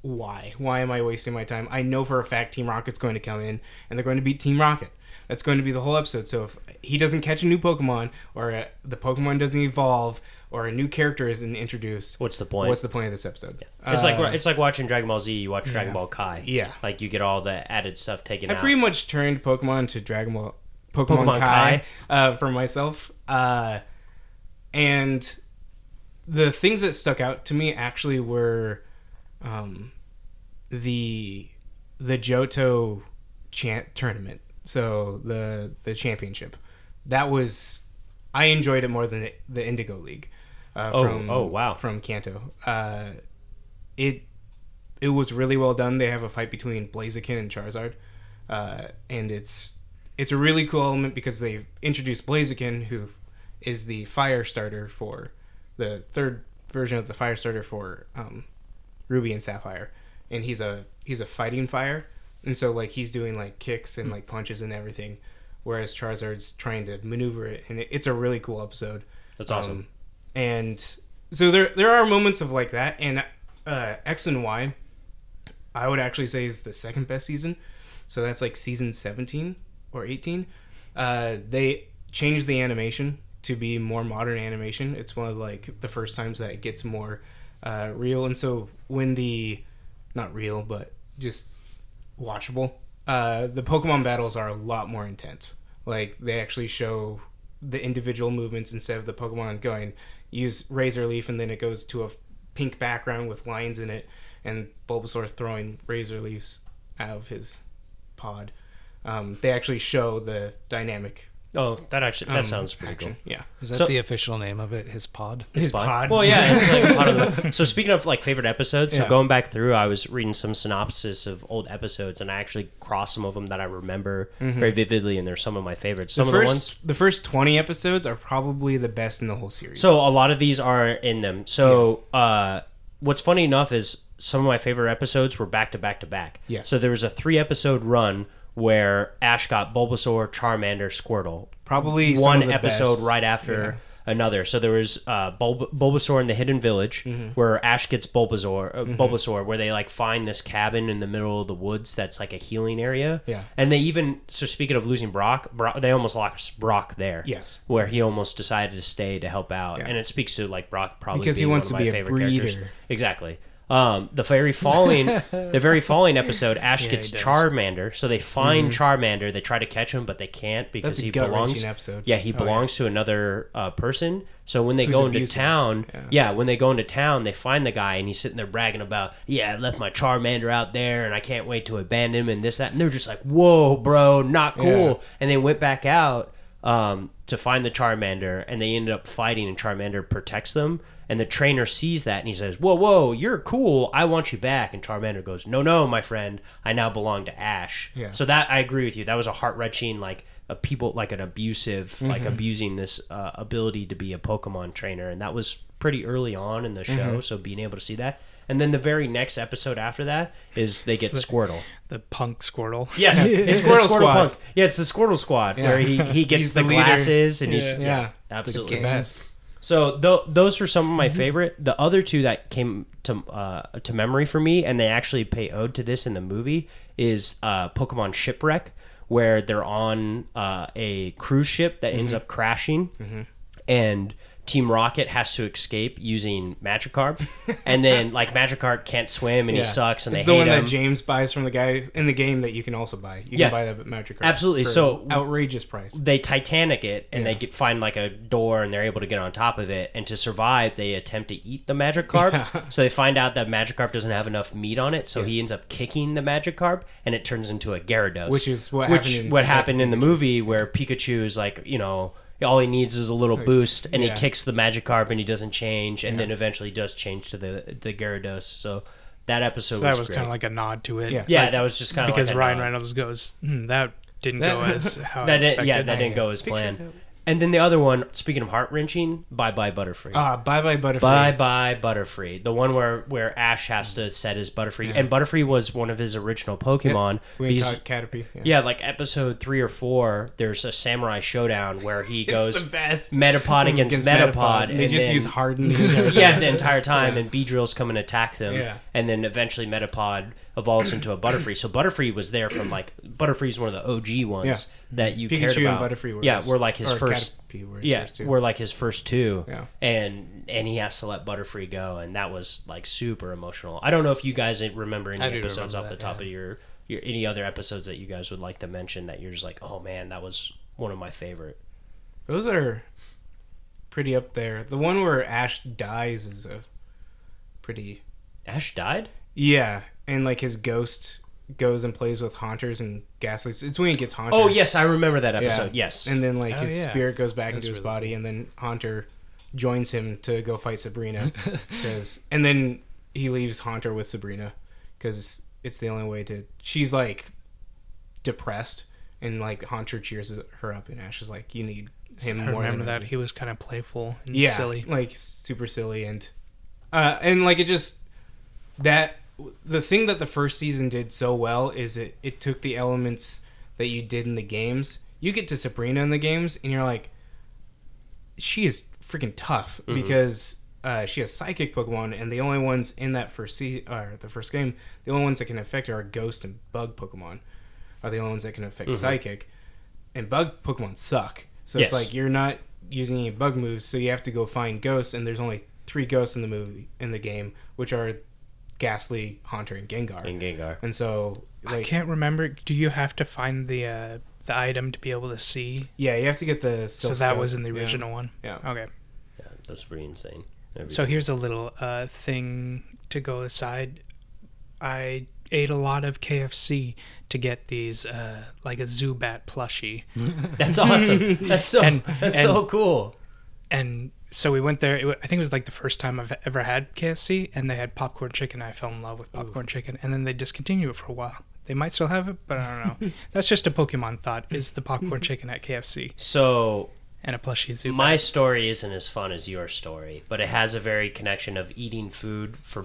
S1: Why? Why am I wasting my time? I know for a fact Team Rocket's going to come in and they're going to beat Team Rocket. That's going to be the whole episode. So if he doesn't catch a new Pokemon, or uh, the Pokemon doesn't evolve, or a new character isn't introduced,
S3: What's the point?
S1: What's the point of this episode?
S3: it's
S1: Uh,
S3: like it's like watching Dragon Ball Z. You watch Dragon Ball Kai.
S1: Yeah.
S3: like you get all the added stuff taken
S1: I
S3: out.
S1: pretty much turned Pokemon to Dragon Ball, Pokemon,
S3: Pokemon
S1: Kai, Uh, for myself, uh, and the things that stuck out to me actually were um, the the Johto chant tournament, so the the championship. That was I enjoyed it more than the, the Indigo League. Uh,
S3: Oh, oh, wow.
S1: From Kanto, uh, it it was really well done. They have a fight between Blaziken and Charizard, uh, and it's it's a really cool element because they've introduced Blaziken, who is the fire starter for the third version of the fire starter for um, Ruby and Sapphire, and he's a he's a fighting fire, and so like he's doing like kicks and like punches and everything, whereas Charizard's trying to maneuver it, and it, it's a really cool episode.
S3: That's awesome.
S1: Um, and so there there are moments of like that, and uh, X and Y, I would actually say is the second best season, so that's like season seventeen or eighteen. Uh, they changed the animation to be more modern animation. It's one of like the first times that it gets more uh, real, and so when the not real but just watchable. Uh, the Pokemon battles are a lot more intense. Like they actually show the individual movements instead of the Pokemon going use Razor Leaf and then it goes to a f- pink background with lines in it, and Bulbasaur throwing Razor Leaves out of his pod. Um, they actually show the dynamic.
S3: oh, that actually that
S1: um,
S3: sounds pretty
S1: action. Yeah,
S4: Is that
S3: So-
S4: the official name of it? His pod?
S3: cool.
S1: His pod.
S3: Well, yeah. it's like pod of the- so speaking of like favorite episodes, so
S1: Yeah.
S3: going back through, I was reading some synopsis of old episodes, and I actually crossed some of them that I remember very vividly, and they're some of my favorites. Some
S1: Mm-hmm. the
S3: of the
S1: first
S3: ones
S1: the first twenty episodes are probably the best in the whole series.
S3: So a lot of these are in them. So uh, what's funny enough is some of my favorite episodes were back to back to back.
S1: Yeah.
S3: So there was a three episode run where Ash got Bulbasaur, Charmander, Squirtle.
S1: probably some
S3: One
S1: of the
S3: episode
S1: best.
S3: right after another. So there was uh, Bulb- Bulbasaur in the Hidden Village
S1: Mm-hmm.
S3: where Ash gets Bulbasaur, uh, Bulbasaur, where they like find this cabin in the middle of the woods that's like a healing area.
S1: Yeah.
S3: And they even so speaking of losing Brock, Brock they almost lost Brock there
S1: Yes.
S3: where he almost decided to stay to help out, and it speaks to like Brock probably
S1: Because he
S3: being
S1: wants
S3: one
S1: to be
S3: of my
S1: a
S3: favorite
S1: breeder.
S3: characters. Exactly. Um, the very following, the very following episode, Ash gets
S2: does.
S3: Charmander. So they find
S1: Mm-hmm.
S3: Charmander. They try to catch him, but they can't because
S1: That's a
S3: he
S1: gut-wrenching
S3: belongs.
S1: episode. Oh,
S3: Yeah, he belongs to another uh, person. So when they
S1: Who's
S3: go into
S1: abusive.
S3: town, yeah. when they go into town, they find the guy and he's sitting there bragging about, yeah, I left my Charmander out there, and I can't wait to abandon him and this that. And they're just like, whoa, bro, not cool.
S1: Yeah.
S3: And they went back out um, to find the Charmander, and they ended up fighting, and Charmander protects them. And the trainer sees that, and he says, "Whoa, whoa, you're cool. I want you back." And Charmander goes, "No, no, my friend. I now belong to Ash."
S1: Yeah.
S3: So that I agree with you. That was a heart wrenching, like a people, like an abusive, like abusing this uh, ability to be a Pokemon trainer, and that was pretty early on in the show. So being able to see that, and then the very next episode after that is they get Squirtle.
S2: The punk Squirtle.
S3: Yes, it's the
S1: Squirtle
S3: Squirtle
S1: Squad.
S3: Punk. Yeah, it's the Squirtle Squad where he, he gets
S1: He's
S3: the,
S1: the leader.
S3: glasses and he's
S1: yeah,
S3: absolutely
S1: It's the best.
S3: So th- those are some of my favorite. The other two that came to uh, to memory for me, and they actually pay ode to this in the movie, is uh, Pokemon Shipwreck, where they're on uh, a cruise ship that
S1: Mm-hmm.
S3: ends up crashing, and Team Rocket has to escape using Magikarp, and then like Magikarp can't swim and he sucks, and
S1: it's the
S3: they hate
S1: one
S3: him.
S1: that James buys from the guy in the game that you can also buy. You can
S3: Yeah.
S1: buy that magic card.
S3: Absolutely.
S1: for
S3: So-
S1: outrageous price.
S3: they Titanic it and they get, find like a door and they're able to get on top of it. And to survive, they attempt to eat the Magikarp. So they find out that Magikarp doesn't have enough meat on it. So he ends up kicking the Magikarp and it turns into a Gyarados.
S1: Which is what
S3: which
S1: happened in
S3: what
S1: Detective
S3: happened in the movie where Pikachu is like, you know, all he needs is a little boost and
S1: yeah.
S3: he kicks the Magikarp and he doesn't change. And then eventually does change to the, the Gyarados. So that
S2: So
S3: episode was,
S2: that was
S3: great.
S2: kind of like a nod to it.
S1: Yeah.
S3: yeah,
S2: Like,
S3: that was just kind of
S2: because
S3: like a
S2: Ryan
S3: nod.
S2: Reynolds goes, hmm, that didn't
S1: That-
S2: go as how I
S3: That
S2: expected.
S3: didn't, yeah, that didn't go as planned. And then the other one, speaking of heart wrenching, bye bye Butterfree.
S1: Ah, bye bye Butterfree.
S3: bye bye Butterfree. The one where where Ash has to set his Butterfree, and Butterfree was one of his original Pokemon.
S1: We
S3: because-
S1: caught Caterpie.
S3: yeah, like episode three or four, there's a samurai showdown where he
S1: It's
S3: goes
S1: the best.
S3: Metapod against, Metapod.
S1: They
S3: and
S1: just
S3: then-
S1: use Harden. the entire time.
S3: yeah, the entire time, and Beedrill's come and attack them,
S1: Yeah.
S3: and then eventually Metapod evolves into a Butterfree. So Butterfree was there from like Butterfree's one of the OG ones
S1: Yeah.
S3: that you
S1: Pikachu
S3: cared
S1: and
S3: about.
S1: Butterfree were
S3: yeah,
S1: his-
S3: were like his
S1: or
S3: first.
S1: Caterpie were his
S3: yeah,
S1: first two.
S3: were like his first two.
S1: Yeah.
S3: and and he has to let Butterfree go, and that was like super emotional. I don't know if you guys remember any
S4: I do
S3: episodes
S4: remember
S3: off
S4: that,
S3: the top of your, your any other episodes that you guys would like to mention that you're just like, oh man, that was one of my favorite.
S1: Those are pretty up there. The one where Ash dies is a pretty
S3: Ash died.
S1: yeah, and like his ghost goes and plays with haunters and ghastlies. It's when he gets haunted.
S3: Oh yes, I remember that episode. Yes,
S1: And then like
S4: Oh,
S1: his
S4: yeah.
S1: spirit goes back
S4: That's
S1: into his
S4: really
S1: body, and then Haunter joins him to go fight Sabrina. 'cause- and then he leaves Haunter with Sabrina because it's the only way to. She's like depressed, and like Haunter cheers her up, and Ash is like, "You need him
S2: I
S1: more."
S2: remember
S1: than
S2: that he was kind of playful and
S1: yeah,
S2: silly.
S1: like super silly, and uh, and like it just that the thing that the first season did so well is it it took the elements that you did in the games. You get to Sabrina in the games, and you're like, she is freaking tough because uh, she has psychic Pokemon, and the only ones in that first se- or the first game, the only ones that can affect her are Ghost and Bug Pokemon, are the only ones that can affect Psychic, and Bug Pokemon suck. So
S3: Yes.
S1: it's like you're not using any bug moves, so you have to go find ghosts, and there's only three ghosts in the movie in the game, which are Ghastly, Haunter, and Gengar.
S3: and Gengar.
S1: And so,
S2: I
S1: like,
S2: can't remember. Do you have to find the uh, the item to be able to see?
S1: yeah, you have to get the.
S2: So
S1: Silph
S2: that
S1: Stone.
S2: was in the
S1: Yeah.
S2: original one.
S1: Yeah.
S2: Okay.
S3: Yeah, that's pretty insane. Every-
S2: So here's a little uh, thing to go aside. I ate a lot of KFC to get these uh, like a Zubat plushie,
S3: that's awesome. That's so
S2: And-
S3: that's
S2: and-
S3: so cool.
S2: and so we went there. It, wa- I think it was like the first time I've ever had KFC, and they had popcorn chicken. I fell in love with popcorn chicken, and then they discontinued it for a while. They might still have it, but I don't know. That's just a Pokemon thought. Is the popcorn chicken at KFC
S3: So
S2: and a plushie Zubat?
S3: my story isn't as fun as your story, but it has a very connection of eating food for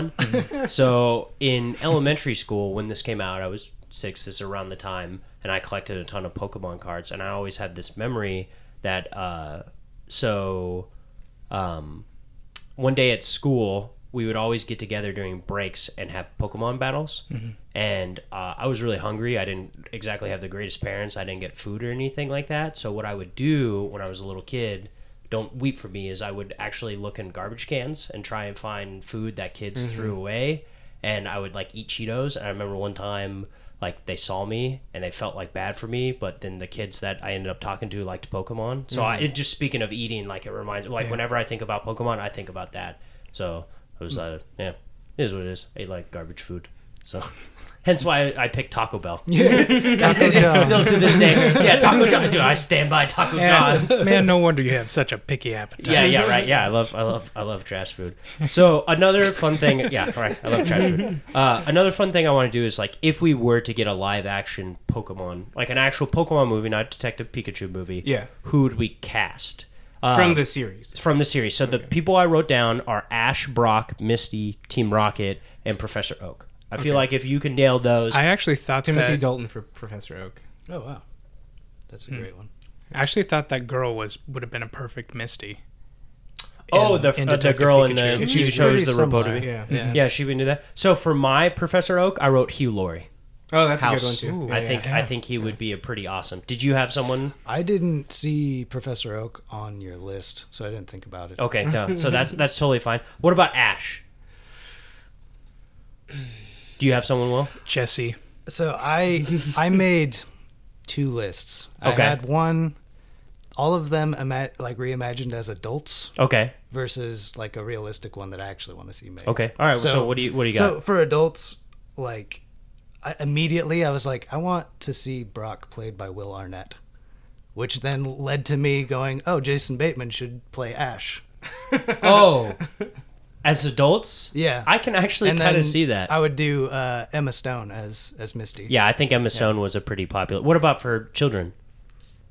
S3: Pokemon. so in elementary school, when this came out, I was six. This is around the time, and I collected a ton of Pokemon cards, and I always had this memory that uh, so um, one day at school we would always get together during breaks and have pokemon battles and uh, i was really hungry i didn't exactly have the greatest parents i didn't get food or anything like that so what i would do when i was a little kid don't weep for me is i would actually look in garbage cans and try and find food that kids threw away and i would like eat cheetos and i remember one time like they saw me and they felt like bad for me but then the kids that i ended up talking to liked pokemon so I, it just speaking of eating like it reminds like whenever i think about pokemon i think about that so i was like yeah it is what it is i ate like garbage food so hence why i picked taco bell
S4: Taco
S3: It's
S4: John's.
S3: still to this day yeah taco john dude i stand by taco
S2: Man,
S3: john's
S2: man, no wonder you have such a picky appetite.
S3: yeah, yeah, right. Yeah, I love, I love, I love trash food. So another fun thing, yeah, right. I love trash food. Uh, another fun thing I want to do is like if we were to get a live action Pokemon, like an actual Pokemon movie, not a Detective Pikachu movie.
S1: Yeah.
S3: who would we cast uh,
S1: from the series.
S3: from the series? So the people I wrote down are Ash, Brock, Misty, Team Rocket, and Professor Oak. I feel like if you can nail those,
S2: I actually thought
S1: Timothy
S2: that,
S1: Dalton for Professor Oak.
S4: Oh wow,
S3: Hmm.
S4: that's a great one.
S2: I actually thought that girl was would have been a perfect Misty.
S3: Oh,
S2: in-
S3: the,
S2: in
S3: uh, the
S2: Detective
S3: girl in
S2: Pikachu.
S3: the
S1: She's
S3: who shows
S4: pretty
S3: the
S4: similar.
S3: report to be.
S1: Yeah.
S2: Yeah.
S3: Yeah, she would do that. So for my Professor Oak, I wrote Hugh Laurie.
S1: Oh, that's
S3: House.
S1: a good one too.
S3: I
S1: Yeah,
S3: think
S1: yeah.
S3: I think he would be a pretty awesome. Did you have someone?
S4: I didn't see Professor Oak on your list, so I didn't think about it.
S3: Okay, no. So that's that's totally fine. What about Ash? Do you have someone? Will
S2: Jesse.
S4: So I I made two lists. I
S3: Okay.
S4: had one, all of them ima- like reimagined as adults
S3: okay,
S4: versus like a realistic one that I actually want to see made.
S3: okay, all right. So,
S4: So-
S3: what do you what do you got?
S4: So for adults, like I, immediately I was like, I want to see Brock played by Will Arnett, which then led to me going, oh, Jason Bateman should play Ash.
S3: oh, as adults,
S4: Yeah.
S3: I can actually
S4: And
S3: kind
S4: then
S3: of see that.
S4: I would do uh, Emma Stone as as Misty.
S3: yeah, I think Emma Stone was a pretty popular. What about for children?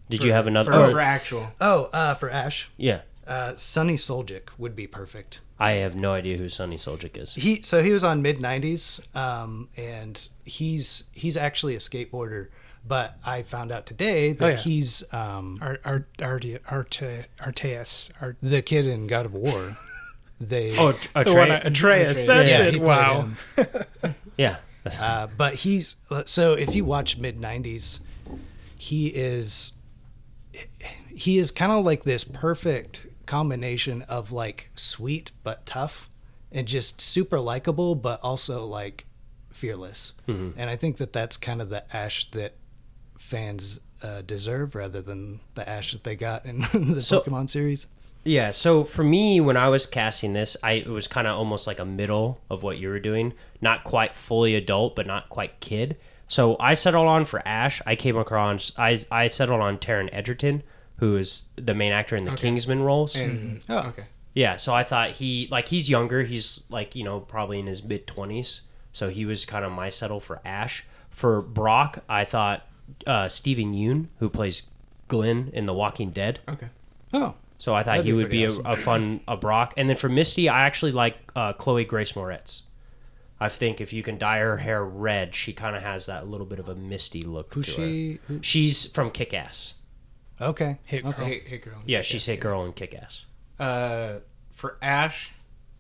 S3: Did you have another?
S1: For,
S3: or-
S1: for actual.
S4: Oh, uh, for Ash,
S3: yeah,
S4: uh, Sonny Soljic would be perfect.
S3: I have no idea who Sonny Soljic is.
S4: He so he was on mid '90s, um, and he's he's actually a skateboarder. But I found out today that
S2: yeah.
S4: he's um,
S2: Ar- Ar- Arde- Arte- Arteus. Ar-
S4: the kid in God of War. They
S3: Oh, At-
S2: the one I-
S3: Atreus.
S2: Atreus. That's
S4: Yeah, he
S2: it.
S4: played
S2: Wow.
S4: him.
S3: Yeah, that's
S4: Uh, but he's so if you watch mid '90s, he is he is kind of like this perfect combination of like sweet but tough, and just super likable, but also like fearless. And I think that that's kind of the Ash that fans uh, deserve, rather than the Ash that they got in the
S3: So-
S4: Pokemon series.
S3: Yeah, so for me, when I was casting this, I it was kind of almost like a middle of what you were doing, not quite fully adult, but not quite kid. So I settled on for Ash. I came across I I settled on Taron Egerton, who is the main actor in the Kingsman roles.
S1: And,
S4: Oh.
S1: okay.
S3: Yeah, so I thought he like he's younger. He's like you know probably in his mid twenties. So he was kind of my settle for Ash. For Brock, I thought uh, Stephen Yoon, who plays Glenn in The Walking Dead.
S1: Okay.
S4: Oh,
S3: So I thought
S4: That'd
S3: he
S4: be
S3: would
S4: pretty
S3: be
S4: awesome.
S3: a, a fun a Brock. And then for Misty, I actually like uh, Chloe Grace Moretz. I think if you can dye her hair red, she kind of has that little bit of a Misty look
S4: who's
S3: to
S4: she?
S3: her. She's from Kick Ass.
S4: Okay,
S2: Hit
S4: okay.
S1: Hey, hey, girl.
S3: Yeah, she's Hit Girl in Kick Ass.
S1: Uh, for Ash,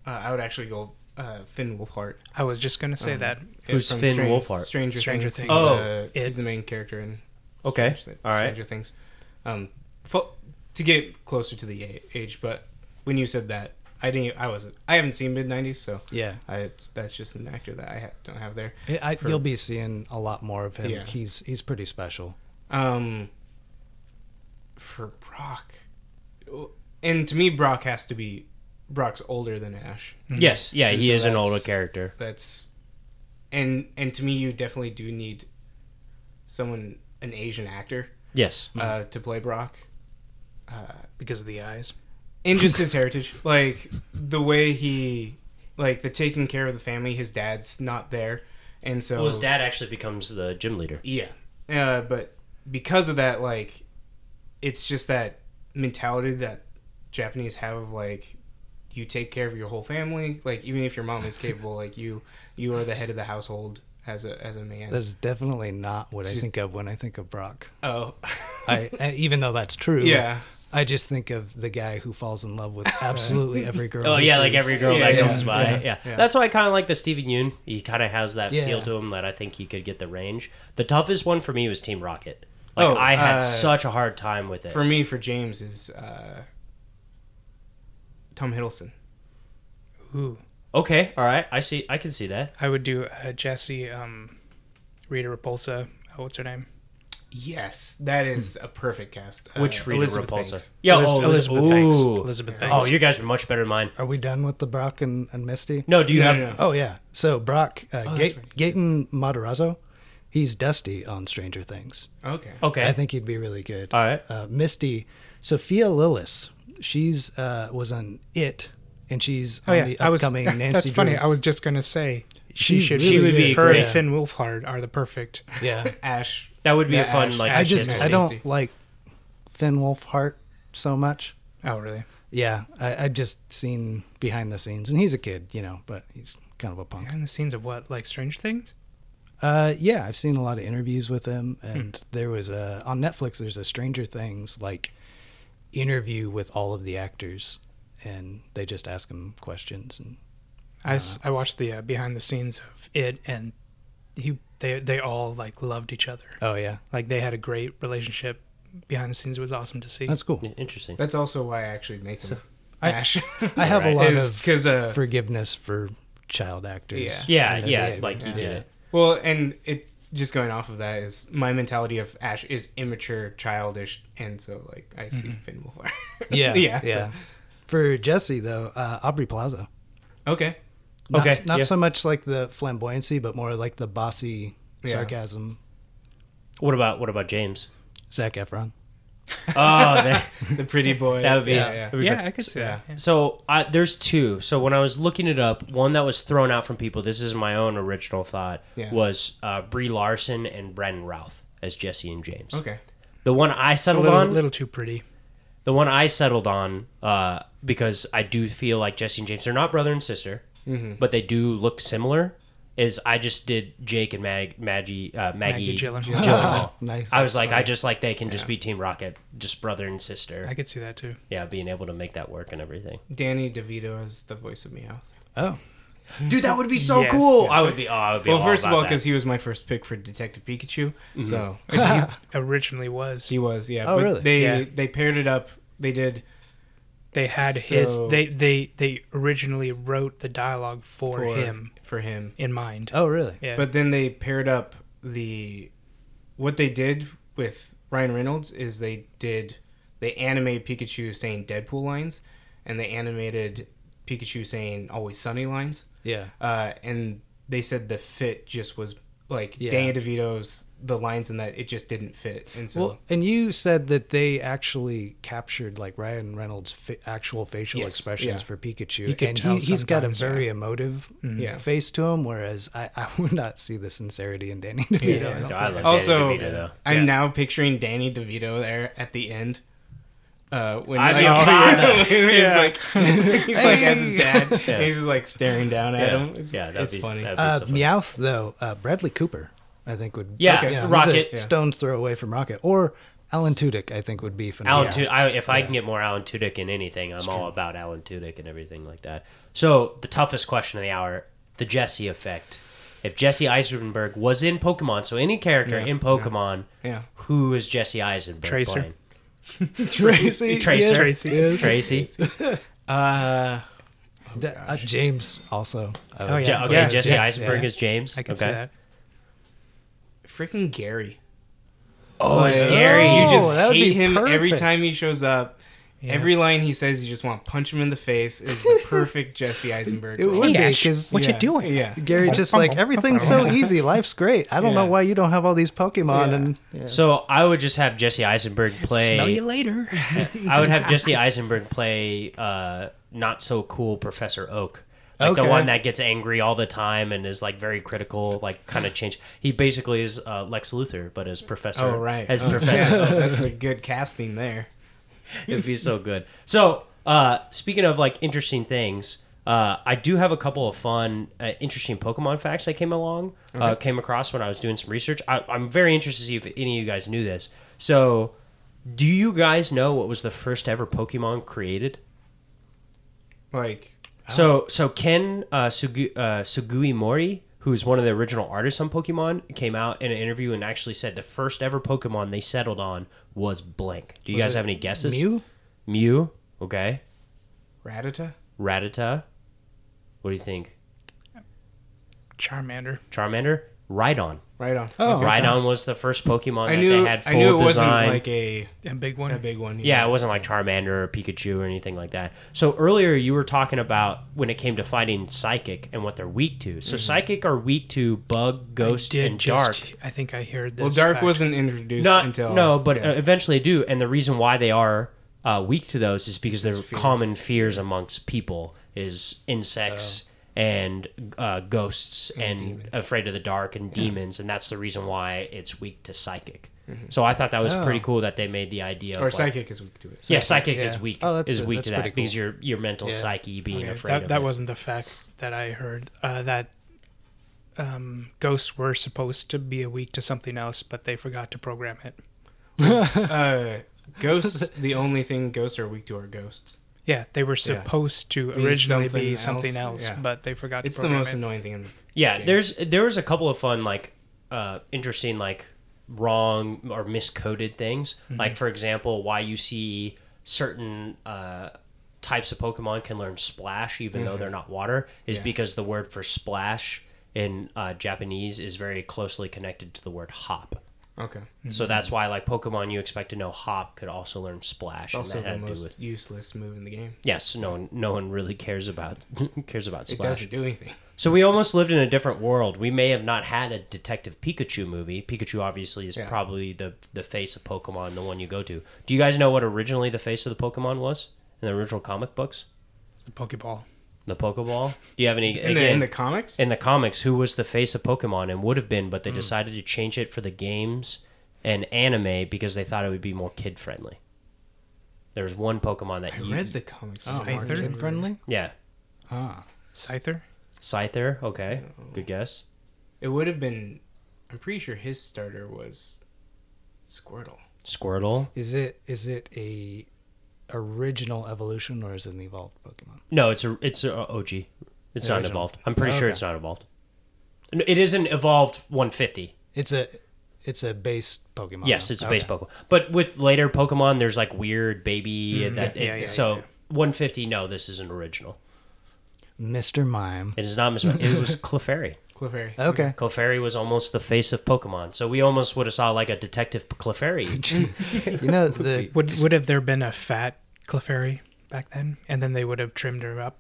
S1: uh, I would actually go uh, Finn Wolfhard.
S2: I was just going to say that.
S3: Who's
S1: From
S3: Finn
S1: Stran-
S3: Wolfhard?
S1: Stranger,
S2: Stranger
S1: Things.
S2: Things.
S1: He's,
S3: Oh,
S1: uh,
S2: it-
S1: he's the main character in
S3: Okay.
S1: Stranger,
S3: All right.
S1: Stranger Things. Um, fo- to get closer to the a- age, but when you said that, I didn't. e, I wasn't. I haven't seen mid '90s, so
S4: yeah.
S1: I, that's just an actor that I ha- don't have there.
S4: I, you'll be seeing a lot more of him.
S1: Yeah.
S4: He's he's pretty special.
S1: Um, for Brock, and to me, Brock has to be Brock's older than Ash.
S3: Yes. Yeah,
S1: And
S3: he
S1: so
S3: is an
S1: that's-
S3: older character.
S1: That's and and to me, you definitely do need someone an Asian actor
S3: Yes.
S1: uh, to play Brock. Uh,
S2: Because of the eyes.
S1: and just his heritage like the way he like the taking care of the family his dad's not there and so
S3: Well, his dad actually becomes the gym leader.
S1: yeah uh, but because of that like it's just that mentality that japanese have of like you take care of your whole family like even if your mom is capable like you you are the head of the household as a as a man
S4: That's definitely not what I
S1: She's-
S4: think of when I think of Brock.
S1: oh
S4: I, I even though that's true,
S1: yeah
S4: I just think of the guy who falls in love with absolutely every girl.
S3: Oh
S4: he
S3: yeah, like
S4: sees.
S3: every girl
S1: Yeah,
S3: that
S1: yeah,
S3: comes by. Yeah,
S1: yeah, yeah.
S3: that's why I kind of like the Steven Yoon. He kind of has that
S4: Yeah.
S3: feel to him that I think he could get the range. The toughest one for me was Team Rocket. Like
S1: Oh,
S3: I had
S1: uh,
S3: such a hard time with it.
S1: for me for james is uh tom hiddleston
S2: Ooh.
S3: okay, all right, I see. I can see that.
S2: I would do uh, Jesse, um, Rita Repulsa. Oh, what's her name?
S1: Yes, that is
S4: Hmm.
S1: a perfect cast. Uh,
S3: Which Rita
S1: Elizabeth
S3: Repulsa?
S1: Banks.
S3: Yeah,
S2: Eliz-
S3: oh,
S2: Elizabeth
S3: Elizabeth
S2: Banks.
S3: ooh.
S2: Elizabeth
S3: Oh,
S2: Banks.
S3: you guys are much better than mine.
S4: Are we done with the Brock and, and Misty?
S3: No, do you
S1: No,
S3: have?
S1: no, no.
S4: Oh yeah. So Brock uh,
S1: Oh,
S4: Ga-
S1: that's right.
S4: Gaten Matarazzo, he's Dusty on Stranger Things.
S1: Okay.
S3: Okay,
S4: I think he'd be really good.
S3: all right.
S4: Uh, Misty, Sophia Lillis, she's uh, was on It, and she's
S2: Oh,
S4: on
S2: yeah.
S4: the
S2: I was,
S4: upcoming Nancy.
S2: that's funny.
S4: Drew.
S2: I was just going to say she
S4: She's
S2: should
S4: really
S2: she would be
S4: good.
S2: her
S4: Yeah.
S2: and Finn Wolfhard are the perfect.
S4: yeah,
S1: Ash.
S3: That would be
S1: Yeah,
S3: a fun
S1: Ash-
S3: like.
S4: I
S1: Ash
S4: just
S3: kids
S4: I
S1: Misty.
S3: movie.
S4: don't like Finn Wolfhard so much.
S2: Oh, really?
S4: Yeah, I, I just seen behind the scenes, and he's a kid, you know, but he's kind of a punk.
S2: Behind the scenes of what? Like Stranger Things?
S4: Uh, yeah, I've seen a lot of interviews with him,
S1: Hmm.
S4: and there was a on Netflix. There's a Stranger Things like interview with all of the actors, and they just ask him questions and
S2: I, s-
S1: Uh-huh.
S2: I watched the uh, behind the scenes of it, and he they they all like loved each other.
S4: oh yeah,
S2: Like they had a great relationship. Behind the scenes, it was awesome to see.
S4: that's cool.
S3: Interesting.
S1: That's also why I actually make him
S4: I-
S1: Ash.
S4: I have a lot of
S1: because uh,
S4: forgiveness for child actors.
S1: Yeah.
S3: Yeah,
S4: And
S3: yeah,
S4: they-
S3: like you did it.
S1: well, and it just going off of that is my mentality of Ash is immature, childish, and so like I see Finn Wolfhard.
S4: yeah,
S1: yeah,
S4: yeah,
S1: so-
S4: For Jesse though, uh, Aubrey Plaza.
S1: okay,
S4: Not,
S3: Okay,
S4: not
S3: yeah.
S4: so much like the flamboyancy, but more like the bossy
S1: Yeah.
S4: sarcasm.
S3: What about what about James?
S4: Zach Efron.
S3: Oh, that,
S1: the pretty boy.
S3: that would be.
S1: yeah,
S3: that
S1: yeah.
S3: would be
S2: yeah, I could see
S1: Yeah.
S2: that. yeah.
S3: So I, there's two. So when I was looking it up, one that was thrown out from people. This is my own original thought.
S1: Yeah.
S3: Was uh, Brie Larson and Brandon Routh as Jesse and James.
S1: Okay,
S3: The one I
S2: A
S3: settled
S2: little,
S3: on.
S2: little too pretty.
S3: The one I settled on uh, because I do feel like Jesse and James are not brother and sister, but they do look similar. Is I just did Jake and Mag- Maggie uh, Maggie
S2: Maggie Gyllenhaal.
S3: Gyllenhaal.
S4: Nice.
S3: I was like, I just like they can just be Team Rocket, just brother and sister.
S2: I could see that too.
S3: yeah, being able to make that work and everything.
S1: Danny DeVito is the voice of Meowth.
S4: Oh,
S3: Dude, that would be so
S2: Yes.
S3: cool. I would be. Oh, I would be.
S1: Well, first of all, because
S3: because
S1: he was my first pick for Detective Pikachu, so
S2: Originally was
S1: he was yeah.
S4: Oh,
S1: but
S4: really?
S1: They
S2: Yeah.
S1: they paired it up. They did
S2: they had
S1: So-
S2: his they they they originally wrote the dialogue for,
S1: for
S2: him
S1: for him.
S2: in mind.
S4: oh really?
S2: yeah,
S1: But then they paired up the what they did with Ryan Reynolds is they did they animated Pikachu saying Deadpool lines, and they animated Pikachu saying Always Sunny lines.
S4: Yeah.
S1: Uh, and they said the fit just was like
S4: Yeah.
S1: Danny DeVito's the lines in that it just didn't fit, and so
S4: Well, and you said that they actually captured like Ryan Reynolds' fa- actual facial
S1: Yes,
S4: expressions
S1: yeah.
S4: for Pikachu,
S2: You could
S4: and
S2: tell
S4: he, he's got a
S2: sometimes, yeah.
S4: very emotive
S1: Yeah.
S4: Mm-hmm. face to him. Whereas I, I would not see the sincerity in Danny DeVito.
S1: Yeah.
S4: I don't
S3: I love
S1: also
S3: Danny DeVito, though.
S1: I'm now picturing Danny DeVito there at the end. Uh, when
S3: I'd
S1: like,
S3: be fine.
S1: when he's like, he's like as his dad,
S3: Yeah.
S1: and he's just like staring down at
S3: Yeah.
S1: him. It's,
S3: Yeah, that'd
S1: it's
S3: be-
S1: funny.
S3: that'd be
S4: Uh,
S3: so funny.
S4: Meowth though, uh, Bradley Cooper, I think would
S3: Yeah,
S4: you know, he's a
S3: Rocket.
S1: Yeah.
S4: stones throw away from Rocket or Alan Tudyk, I think would be phenomenal.
S3: Alan Tudyk. I, if I can get more Alan Tudyk in anything, I'm all about Alan Tudyk and everything like that. So the toughest question of the hour: the Jesse effect. If Jesse Eisenberg was in Pokemon, so any character
S1: Yeah,
S3: in Pokemon,
S1: Yeah.
S3: who is Jesse Eisenberg
S2: Tracer.
S3: playing?
S4: Tracy,
S3: Tracer.
S4: yeah.
S3: Tracy.
S4: Yes.
S3: Tracy.
S1: Uh,
S4: D- uh, James also.
S3: Oh,
S2: Oh, yeah.
S3: Je- okay,
S2: Yeah.
S3: Jesse
S2: Yeah.
S3: Eisenberg
S4: Yeah.
S3: is James.
S2: I could see
S3: okay.
S2: that.
S1: freaking Gary.
S3: Oh, it's
S1: Like,
S3: Gary.
S1: You
S4: Oh,
S1: just
S4: that would
S1: hate
S4: be
S1: him every
S4: perfect.
S1: time he shows up. Every line he says, you just want to punch him in the face. Is the perfect Jesse Eisenberg.
S4: It
S1: role.
S4: would
S2: Hey,
S4: be
S2: Ash,
S4: because
S2: what you
S1: Yeah,
S2: doing?
S1: Yeah.
S4: Gary just like everything's so easy, life's great. I don't know
S1: Yeah.
S4: why you don't have all these Pokemon
S1: Yeah.
S4: and
S3: So I would just have Jesse Eisenberg play.
S2: Smell you later.
S3: I would have Jesse Eisenberg play uh, not so cool Professor Oak. Like the
S4: Okay.
S3: one that gets angry all the time and is like very critical, like kind of change. He basically is uh, Lex Luthor, but as Professor.
S1: Oh right,
S3: As
S1: Oh,
S3: Professor
S1: yeah. That's a good casting there.
S3: if he's so good. So, uh, speaking of like interesting things, uh, I do have a couple of fun, uh, interesting Pokemon facts I came along, uh, came across when I was doing some research. I, I'm very interested to see if any of you guys knew this. So, do you guys know what was the first ever Pokemon created?
S1: Like Oh.
S3: So, so Ken uh, Sugu, uh, Suguimori, who's one of the original artists on Pokemon, came out in an interview and actually said the first ever Pokemon they settled on was blank. Do you guys have any guesses?
S4: Mew?
S3: Mew. Okay.
S1: Ratata.
S3: Ratata. What do you think?
S2: Charmander.
S3: Charmander? Rhydon.
S1: Right on.
S4: Oh, okay.
S3: Rhydon was the first Pokemon
S1: I
S3: that
S1: knew.
S3: they had full
S1: I knew it
S3: design.
S1: wasn't like a
S2: A big one.
S1: a big one.
S3: yeah, it wasn't like Charmander or Pikachu or anything like that. So earlier you were talking about when it came to fighting Psychic and what they're weak to. So
S1: Mm-hmm.
S3: Psychic are weak to Bug, Ghost,
S2: Did
S3: and Dark.
S2: just- I think I heard this.
S1: Well, dark
S2: fact.
S1: wasn't introduced
S3: Not,
S1: until
S3: no, but
S1: yeah.
S3: uh, eventually they do. And the reason why they are uh, weak to those is because they're common fears amongst people is insects and uh, ghosts and, afraid of the dark and demons, and that's the reason why it's weak to psychic. So I thought that was pretty cool that they made the idea of
S1: or
S3: like-
S1: psychic is weak to it.
S3: Yeah, psychic is
S2: yeah.
S3: weak.
S4: Oh, that's-
S3: is weak
S4: that's
S3: to that
S4: pretty
S3: because
S4: cool.
S3: your your mental
S4: Yeah.
S3: psyche being
S2: Okay,
S3: afraid
S2: that,
S3: of
S2: that
S3: it.
S2: wasn't the fact that I heard uh, that um, ghosts were supposed to be weak to something else, but they forgot to program it.
S1: Uh, ghosts. the only thing ghosts are weak to are ghosts.
S2: Yeah, they were
S1: Yeah.
S2: supposed to
S1: Be
S2: originally be
S1: something
S2: something else,
S1: else, yeah.
S2: but they forgot.
S1: It's
S2: to
S1: the
S2: program
S1: most
S2: it.
S1: annoying thing in the
S3: Yeah,
S1: game.
S3: there's there was a couple of fun like uh interesting like wrong or miscoded things.
S1: Mm-hmm.
S3: Like for example, why you see certain uh types of Pokemon can learn splash even though they're not water is
S1: Mm-hmm. Yeah.
S3: because the word for splash in uh, Japanese is very closely connected to the word hop.
S1: Okay.
S3: So that's why like Pokemon you expect to know hop could also learn splash
S1: It's also
S3: and that
S1: the
S3: had to do
S1: most
S3: with
S1: useless move in the game.
S3: Yes, no one no one really cares about cares about
S1: It
S3: splash.
S1: doesn't do anything.
S3: So we almost lived in a different world. We may have not had a Detective Pikachu movie. Pikachu obviously is
S1: Yeah.
S3: probably the the face of Pokemon, the one you go to. Do you guys know what originally the face of the Pokemon was in the original comic books?
S2: the Pokeball.
S3: The Pokeball. Do you have any
S1: In the,
S3: again,
S1: in the comics?
S3: in the comics who was the face of Pokemon and would have been,
S1: Hmm.
S3: but they decided to change it for the games and anime because they thought it would be more kid friendly. There was one Pokemon that
S1: I
S3: you,
S1: read the comics.
S2: Oh,
S1: I
S2: Mark
S1: remember.
S4: kid friendly.
S3: yeah
S4: Ah,
S2: Scyther?
S3: Scyther. Okay,
S1: Oh.
S3: good guess.
S1: It would have been. I'm pretty sure his starter was Squirtle.
S3: Squirtle.
S4: is it is it a original evolution or is it an evolved Pokemon?
S3: No, it's a it's a OG. It's not
S4: Original.
S3: evolved. I'm
S2: Oh,
S3: pretty sure
S4: Okay.
S3: it's not evolved. No, It is an evolved 150.
S4: It's a it's a base Pokemon.
S3: yes,
S4: though.
S3: it's a
S4: Okay.
S3: base Pokemon. But with later Pokemon, there's like weird baby that.
S2: Mm-hmm. Yeah,
S3: it-
S2: yeah,
S3: so
S2: yeah.
S3: 150. No, this is an original.
S4: Mr. Mime.
S3: It is not. Mis- it was Clefairy.
S1: Clefairy.
S4: Okay.
S3: Clefairy was almost the face of Pokemon. So we almost would have saw like a Detective Clefairy.
S4: You know the
S2: Would would have there been a fat Clefairy back then, and then they would have trimmed her up?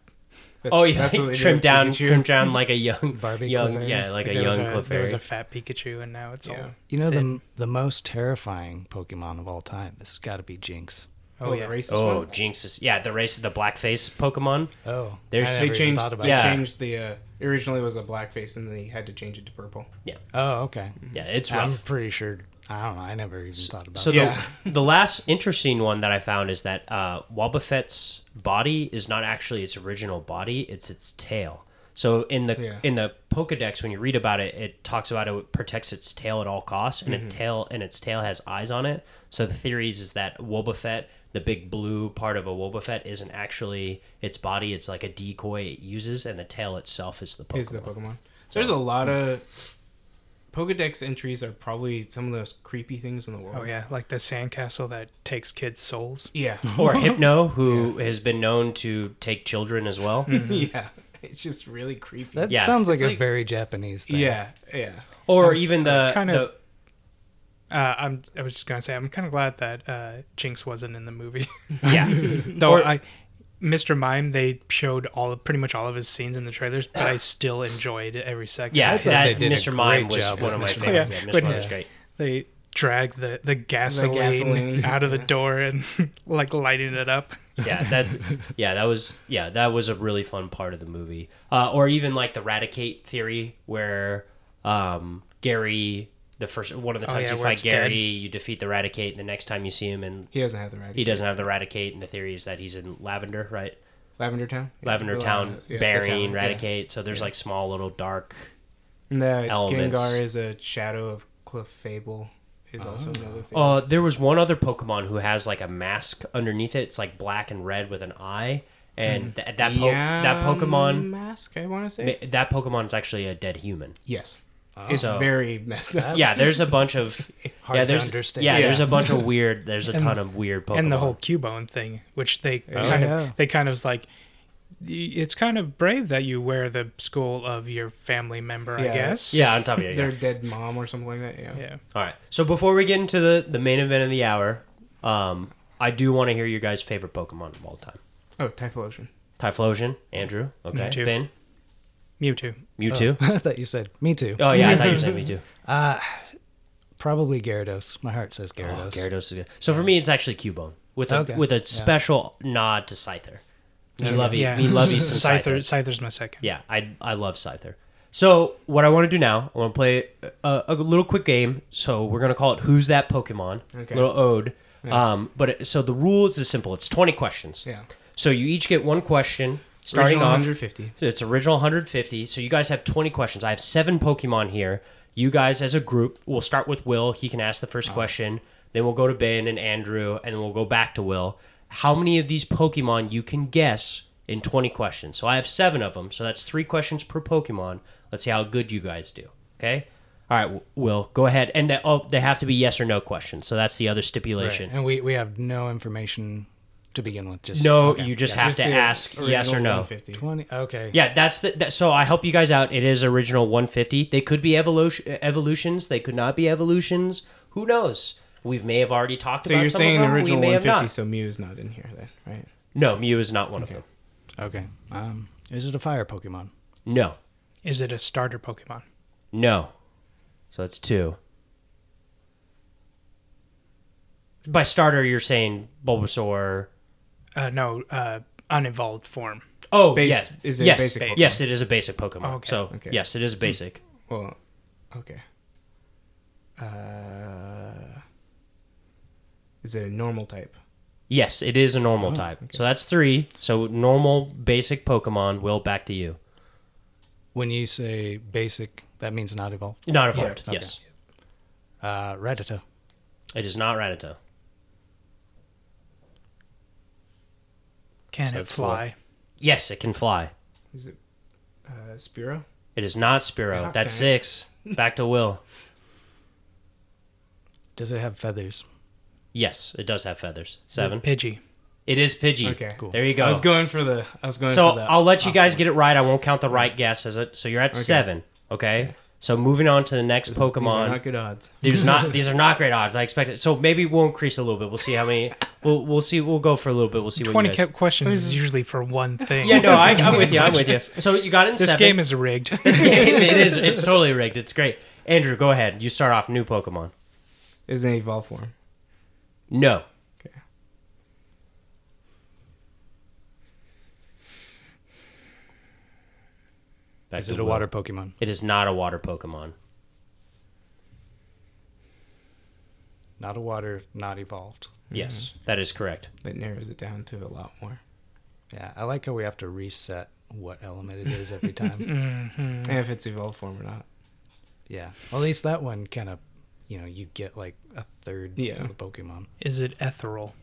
S1: That's-
S3: oh yeah,
S1: that's what they did
S3: trimmed
S1: with
S3: down,
S1: Pikachu.
S3: trimmed down like a young
S4: Barbie
S3: young
S4: Clefairy.
S3: yeah, like, a
S2: there was
S3: young
S2: a, there was a
S3: Clefairy.
S2: fat Pikachu, and now it's
S1: Yeah.
S4: you know the
S2: thin.
S4: the most terrifying Pokemon of all time has got to be Jinx.
S2: all.
S1: Oh, the racist
S3: Oh,
S1: one?
S3: Jinx is yeah, the race of the blackface Pokemon.
S4: Oh,
S3: There's-
S4: I
S1: They
S4: never even
S1: changed.
S4: thought about
S1: they
S3: yeah.
S4: it.
S1: changed the. Uh, originally it was a blackface, and they had to change it to purple.
S4: Oh, okay.
S3: Yeah, it's rough.
S4: I'm pretty sure. I don't know. I never even thought about
S3: So
S4: it.
S1: the- Yeah.
S3: the, the last interesting one that I found is that uh, Wobbuffet's body is not actually its original body; it's its tail. So in the
S1: Yeah.
S3: in the Pokedex, when you read about it, it talks about it protects its tail at all costs,
S1: Mm-hmm.
S3: and its tail and its tail has eyes on it. So the theories is that Wobbuffet, the big blue part of a Wobbuffet, isn't actually its body; it's like a decoy it uses, and the tail itself is the Pokemon.
S1: Is the Pokemon. There's a lot of. Pokedex entries are probably some of the most creepy things in the world.
S2: Oh yeah, like the sandcastle that takes kids' souls.
S1: Yeah.
S3: or Hypno, who has been known to take children as well.
S1: yeah. It's just really creepy.
S4: That
S3: Yeah.
S4: sounds like
S1: It's
S4: a
S1: like-
S4: very Japanese thing.
S1: yeah. Yeah.
S3: Or even the
S2: kind of-
S3: the-
S2: Uh, I'm. I was just gonna say I'm kind of glad that uh, Jinx wasn't in the movie.
S3: yeah.
S2: Though I, Mr. Mime, they showed all of, pretty much all of his scenes in the trailers, but I still enjoyed every second.
S3: Yeah,
S4: I thought they
S3: that
S4: did a
S3: Mr. Mime
S4: great
S3: was
S4: job
S3: one
S4: with
S3: of my
S4: Mr.
S3: favorite.
S2: Mime.
S3: Yeah,
S2: But-
S3: Mr. Mime was great.
S2: they drag the the gasoline,
S1: gasoline,
S2: out of the
S1: yeah.
S2: door and like lighting it up.
S3: Yeah, that yeah, that was yeah, that was a really fun part of the movie. Uh, or even like the Radicate theory where um, Gary the first one of the
S2: Oh,
S3: times
S2: yeah,
S3: you
S2: where
S3: fight
S2: it's dead.
S3: Gary, you defeat the Radicate, and the next time you see him and
S1: He doesn't have the right.
S3: he doesn't have the Radicate, and the theory is that he's in Lavender, right?
S1: Lavender Town. Yeah,
S3: Lavender
S1: the
S3: Town,
S1: Lav- yeah, the town,
S3: burying
S1: yeah.
S3: Radicate. So there's like small little dark
S1: And the
S3: elements.
S1: Gengar is a shadow of Clefable. Is also another thing.
S3: Uh, there was one other Pokemon who has like a mask underneath it. It's like black and red with an eye, and th- that po- that Pokemon
S1: mask. I want to say
S3: ma- that Pokemon is actually a dead human.
S1: yes. It's
S3: So-
S1: very messed up.
S3: Yeah, there's a bunch of
S4: Hard
S3: yeah,
S4: to
S3: there's
S4: understand.
S3: yeah,
S1: Yeah.
S3: there's a bunch of weird. There's a
S2: And-
S3: ton of weird Pokemon.
S2: and the whole Cubone thing, which they
S1: Oh,
S2: kind
S4: yeah.
S2: of they kind of was like, "Y- it's kind of brave that you wear the skull of your family member. I
S1: Yeah.
S2: guess.
S3: yeah, on top of it. Yeah.
S1: their dead mom or something like that. Yeah.
S2: Yeah.
S3: All right. So before we get into the the main event of the hour, um, I do want to hear your guys' favorite Pokemon of all time.
S1: Oh, Typhlosion.
S3: Typhlosion, Andrew, okay,
S2: Mewtwo.
S3: Ben,
S2: Mewtwo.
S3: Mewtwo.
S4: I thought you said me too.
S3: Oh. yeah, I thought you were saying me too.
S4: Probably Gyarados. My heart says Gyarados.
S3: Oh, Gyarados is good. So for me, it's actually Cubone with a
S4: Okay.
S3: with
S4: Yeah.
S3: a special nod to Scyther. Me love you.
S2: Yeah.
S3: Me love you some
S2: Scyther.
S3: Scyther.
S2: Scyther's my second.
S3: Yeah, I I love Scyther. So what I want to do now, I want to play a, a little quick game. So we're gonna call it "Who's That Pokemon?"
S1: Okay.
S3: Little ode. Um, but it, so the rules is simple. It's twenty questions.
S1: Yeah.
S3: So you each get one question. Starting
S1: Original
S3: off,
S1: 150.
S3: so It's original 150. So you guys have 20 questions. I have seven Pokemon here. You guys, as a group, we'll
S1: Uh-huh.
S3: start with Will. He can ask the first question. Then we'll go to Ben and Andrew, and then we'll go back to Will. how many of these Pokemon you can guess in 20 questions. So I have seven of them. So that's three questions per Pokemon. Let's see how good you guys do. Okay. All right, W- Will, go ahead. And that, oh, they have to be yes or no questions. So that's the other stipulation.
S4: And we, we have no information to begin with. Just
S3: No,
S4: okay.
S3: you just have
S1: Just
S3: to
S1: the
S3: ask yes or
S1: original
S3: no.
S1: 150.
S4: twenty. Okay.
S3: Yeah, that's the that, so I help you guys out. It is original 150. They could be evolution evolutions. They could not be evolutions. Who knows? We may have already talked
S1: So
S3: about.
S1: you're
S3: some
S1: saying
S3: of them.
S1: original
S3: we may
S1: 150,
S3: Have
S1: so Mew is not in here then, right?
S3: not. No, Mew is not one of them.
S4: Okay. Um, is it a fire Pokemon?
S3: No,
S2: Is it a starter Pokemon?
S3: no. So that's two. By starter, you're saying Bulbasaur.
S2: Uh, no, uh, unevolved form.
S3: Oh,
S1: Base-
S3: yes.
S1: is it a
S3: yes.
S1: basic Pokemon? Oh,
S3: Yes, it is a basic Pokemon.
S2: Okay.
S3: So
S1: Okay.
S3: yes, it is a basic.
S1: Well, okay. Uh, is it a normal type?
S3: Yes, it is a normal
S1: Oh,
S3: type. So that's three. So normal, basic Pokemon. Will, back to you.
S4: When you say basic, that means not evolved.
S3: Not evolved.
S4: Okay.
S3: Yes,
S4: Uh, Rattata.
S3: it is not Rattata.
S2: Can
S3: So
S2: it
S3: it's four.
S2: fly?
S3: Yes, it can fly.
S1: Is it uh, Spiro?
S3: It is not Spiro.
S1: God
S3: That's
S1: dang
S3: six. Back to Will.
S4: Does it have feathers?
S3: Yes, it does have feathers. Seven.
S2: Pidgey.
S3: It is Pidgey.
S1: Okay, cool.
S3: There you go.
S1: I was going for the. I was going.
S3: so
S1: for the
S3: I'll let you guys get it right. I won't count the right guess as it. So you're at seven. Okay. So moving on to the next
S1: This is- these
S3: Pokemon.
S1: are not good odds.
S3: These are not these are not great odds. I expected. So maybe we'll increase a little bit. We'll see how many. We'll we'll see. We'll go for a little bit. We'll see what
S2: Twenty
S3: you guys.
S2: kept questions is usually for one thing.
S3: Yeah, no, I, I'm with you. I'm with you. So you got it in
S2: This
S3: seven.
S2: game is rigged.
S3: This game- it is. It's totally rigged. It's great. Andrew, go ahead. You start off new Pokemon.
S1: Is it an evolved form?
S3: No.
S1: Okay.
S3: Back
S4: Is
S3: to
S4: it a
S3: Will.
S4: water Pokemon?
S3: It is not a water Pokemon.
S4: Not a water, not evolved.
S3: Yes, that is correct.
S1: That narrows it down to a lot more.
S4: Yeah, I like how we have to reset what element it is every time.
S3: Mm.
S2: Mm-hmm.
S1: And if it's evolved form or not.
S4: yeah. At least that one kind of, you know, you get like a third
S1: Yeah.
S4: of the Pokemon.
S2: Is it ethereal?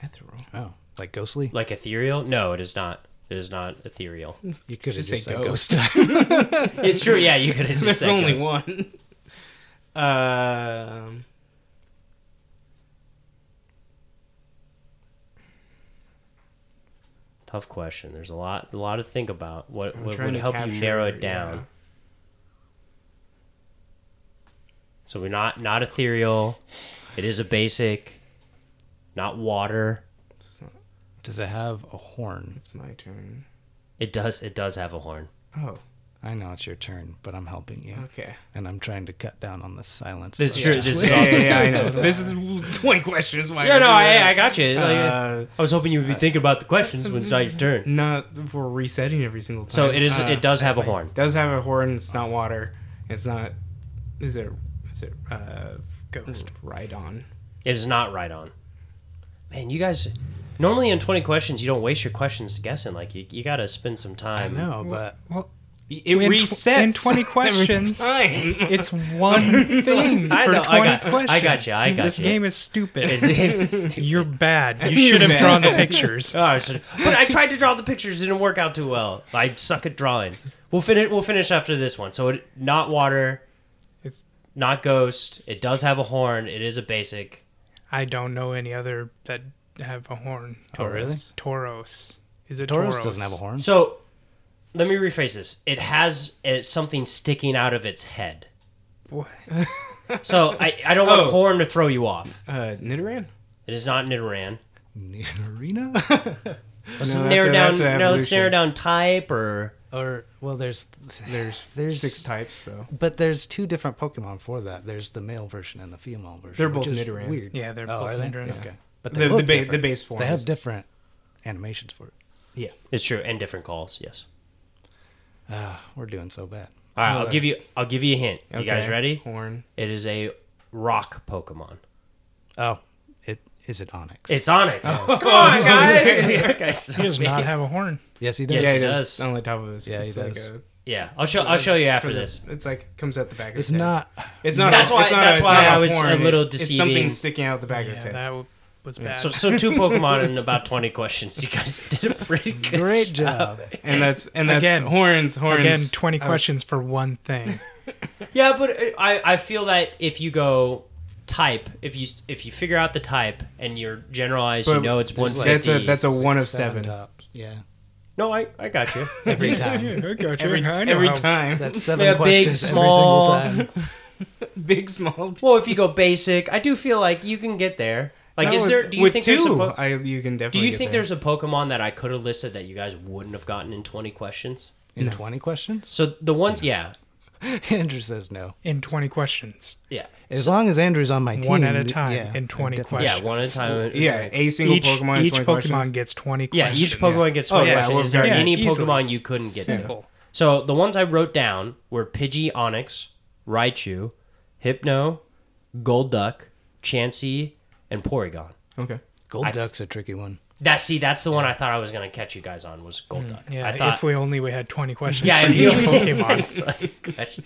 S1: Ethereal.
S4: Oh, like Ghostly?
S3: Like ethereal? No, it is not. It is not ethereal.
S4: You could have
S1: Just
S4: just
S1: say
S4: said
S1: ghost.
S4: Ghost.
S3: it's true. Yeah, you could have just
S1: There's
S3: said
S1: only
S3: ghost.
S1: one. Um,
S3: Tough question. There's a lot, a lot to think about. What,
S1: I'm
S3: what
S1: trying
S3: would
S1: to
S3: help you
S1: capture-
S3: narrow it down?
S1: yeah.
S3: So we're not not ethereal. It is a basic. Not water.
S1: it's, not,
S4: Does it have a horn?
S1: it's my turn.
S3: It does. It does have a horn.
S1: Oh,
S4: I know it's your turn, but I'm helping you.
S1: okay.
S4: And I'm trying to cut down on the silence.
S3: It's true. This is
S1: Yeah,
S3: also.
S1: yeah, yeah, I know. This is 20 questions. Why
S3: No,
S1: would
S3: no,
S1: you do
S3: I,
S1: that?
S3: I got you. Like,
S1: Uh,
S3: I was hoping you would be thinking about the questions when it's not your turn.
S1: Not for resetting every single time.
S3: So it is.
S1: Uh,
S3: It does have a horn.
S1: Does have a horn. It's not water. It's not. Is it? Is it? Uh, ghost
S3: Hmm.
S1: Rhydon.
S3: It is not right on. Man, you guys. Normally in twenty questions, you don't waste your questions guessing. Like you, you got to spend some
S4: I
S3: time.
S4: know, but
S2: Well,
S1: It
S2: In tw-
S1: resets
S2: in 20
S1: every
S2: questions.
S1: time.
S2: it's one thing
S3: I
S2: for
S3: know, I
S2: twenty
S3: got- I
S2: questions.
S3: got you, I got
S2: this
S3: you.
S2: game is stupid.
S3: It is stupid.
S2: You're bad. You
S1: You're
S2: should have
S1: bad.
S2: drawn the pictures.
S3: Oh, I should- but I tried to draw the pictures. It didn't work out too well. I suck at drawing. We'll finish. We'll finish after this one. So it, not water.
S1: It's-
S3: not ghost. It does have a horn. It is a basic.
S2: I don't know any other that have a horn.
S4: Oh, really?
S2: Tauros. Is it
S4: Tauros doesn't have a horn.
S3: So let me rephrase this. It has uh, something sticking out of its head.
S2: What?
S3: So I, I don't want
S1: Oh.
S3: horn to throw you off.
S1: uh, Nidoran.
S3: It is not Nidoran.
S4: Nidorina?
S3: Let's
S1: No, that's
S3: narrow
S1: a-
S3: down.
S1: that's a
S3: No, let's
S1: evolution.
S3: narrow down type or
S4: or well, there's
S1: There's,
S4: There's-
S1: six types. So
S4: but there's two different Pokemon for that. There's the male version and the female version.
S1: They're
S4: which
S1: both
S4: is
S1: Nidoran.
S4: Weird.
S2: Yeah, they're
S4: Oh,
S2: both
S4: are they?
S2: Nidoran.
S4: Okay, but
S1: The-
S4: they
S1: the
S4: look
S1: ba- the
S4: different.
S1: base form
S4: They
S1: is-
S4: have different animations for it.
S1: yeah.
S3: it's true and different calls. Yes.
S4: Ah, we're doing so bad.
S3: All right.
S1: No,
S3: I'll give you. I'll give you a hint. You guys
S1: Okay.
S3: ready?
S1: Horn.
S3: It is a rock Pokemon.
S4: Oh, it is it Onyx?
S3: It's Onyx.
S1: Oh.
S3: Come on, guys.
S2: He does not have a horn.
S4: yes, he
S3: Yes,
S4: does.
S1: yeah,
S3: he
S1: it
S3: does.
S1: does. On the top of his.
S4: Yeah, he
S1: it's like
S4: does.
S1: a-
S3: Yeah, I'll show. I'll show you after
S1: for the-
S3: this.
S1: It's like comes out the back of
S4: It's
S1: his head.
S4: not.
S1: It's not.
S3: That's
S1: a-
S3: why-
S1: It's not
S3: that's
S1: a,
S3: why
S1: it's not
S3: I
S1: a
S3: was a
S1: horn.
S3: little
S1: it's, It's
S3: deceiving.
S1: something sticking out the back of his
S2: Yeah,
S1: head.
S2: that w- was bad.
S3: So, so two Pokemon and about twenty questions. You guys did a pretty good.
S4: Great
S3: job.
S4: job.
S1: and that's and that's
S2: Again.
S1: horns horns
S2: Again,
S1: I
S2: 20
S1: was-
S2: questions for one thing.
S3: Yeah, but uh, I, I feel that if you go type, if you if you figure out the type and you're generalized, you
S1: But
S3: know it's one
S4: There's like
S3: fifty.
S1: That's a- that's a
S4: six,
S1: one of seven.
S4: tops. Yeah.
S3: no, I, I got you.
S4: Every time.
S1: every, every time
S4: That's seven
S3: Yeah, big,
S4: questions
S3: small.
S4: every single time.
S1: big small
S3: well, if you go basic, I do feel like you can get there. Like,
S1: No,
S3: is
S1: with-
S3: there? Do you
S1: with
S3: think
S1: two
S3: there's a po-
S1: I, you can
S3: do
S1: definitely
S3: you
S1: get
S3: think
S1: there.
S3: there's a Pokemon that I could have listed that you guys wouldn't have gotten in twenty questions?
S4: In 20 questions?
S3: So the ones, yeah,
S4: Andrew says no.
S2: in 20 questions.
S3: yeah,
S4: As long as Andrew's on my team.
S2: One at a
S4: th-
S2: time
S4: yeah,
S2: in 20
S4: definitely.
S2: questions.
S3: yeah, one at a time.
S1: yeah a single
S2: each
S1: pokemon
S2: each
S1: 20
S2: Pokemon
S1: questions.
S2: gets 20
S3: Yeah,
S2: questions.
S3: each Pokemon gets
S1: Oh,
S3: one
S1: yeah,
S3: question.
S1: we'll
S3: Is there
S1: get-
S3: any
S2: yeah, easily.
S3: Pokemon you couldn't get to?
S2: Simple.
S3: So the ones I wrote down were Pidgey, Onyx, Raichu, Hypno, Golduck, Chansey, and Porygon.
S1: okay
S4: Gold
S3: I-
S4: Duck's a tricky one.
S3: That see, that's the one I thought I was gonna catch you guys on was Golduck.
S2: Mm, Yeah,
S3: I thought.
S2: if we only we had 20 questions
S3: yeah,
S2: for
S3: if you
S2: each Pokemon.
S3: It's like- gosh.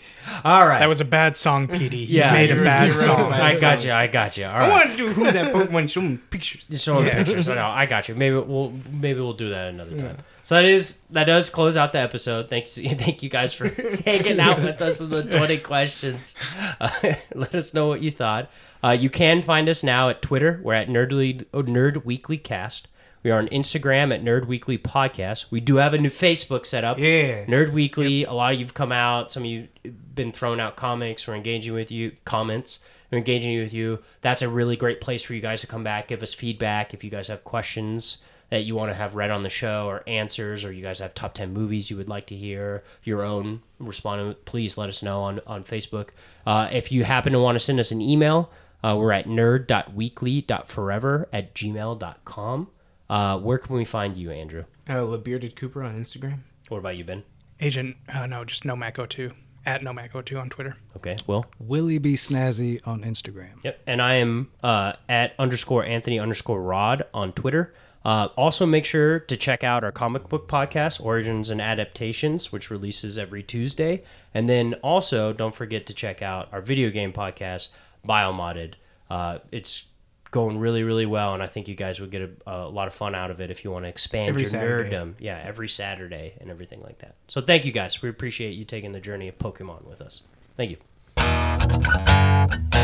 S3: All right.
S2: That was a bad song, Petey. You
S3: Yeah,
S2: made a
S3: you're-
S2: bad
S1: you're right.
S2: song.
S1: bad
S3: I got you. I got you. All right.
S1: i want to do who's that pokemon show me pictures
S3: Just showing pictures. So no, I got you. Maybe we'll maybe we'll do that another time. So that is that does close out the episode. Thanks, thank you guys for hanging out with us in the twenty questions. Uh, let us know what you thought. Uh, you can find us now at Twitter. We're at Nerdly oh, Nerd Weekly Cast. We are on Instagram at Nerd Weekly Podcast. We do have a new Facebook set up.
S1: Yeah.
S3: Nerd Weekly. A lot of you've come out. Some of you been throwing out comics. We're engaging with you. Comments. We're engaging with you. That's a really great place for you guys to come back, give us feedback. If you guys have questions that you want to have read on the show or answers, or you guys have top ten movies you would like to hear your own respond, please let us know on on Facebook. Uh, if you happen to want to send us an email, uh, we're at nerd.weekly.forever at gmail.com. Uh, where can we find you, Andrew?
S1: uh lebearded cooper on instagram
S3: What about you, Ben?
S2: Agent, uh, no, just Nomac02. At Nomac02 on Twitter.
S3: Okay, Will.
S4: Willie B. Snazzy on Instagram.
S3: Yep. And I am uh, at underscore Anthony underscore Rod on Twitter. Uh, also, make sure to check out our comic book podcast, Origins and Adaptations, which releases every Tuesday. And then also, don't forget to check out our video game podcast, Biomodded. Uh, it's going really, really well, and I think you guys would get a, a lot of fun out of it if you want to expand
S1: Every
S3: your
S1: Saturday.
S3: nerddom. Yeah, every Saturday and everything like that. So, thank you guys. We appreciate you taking the journey of Pokemon with us. Thank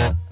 S3: you.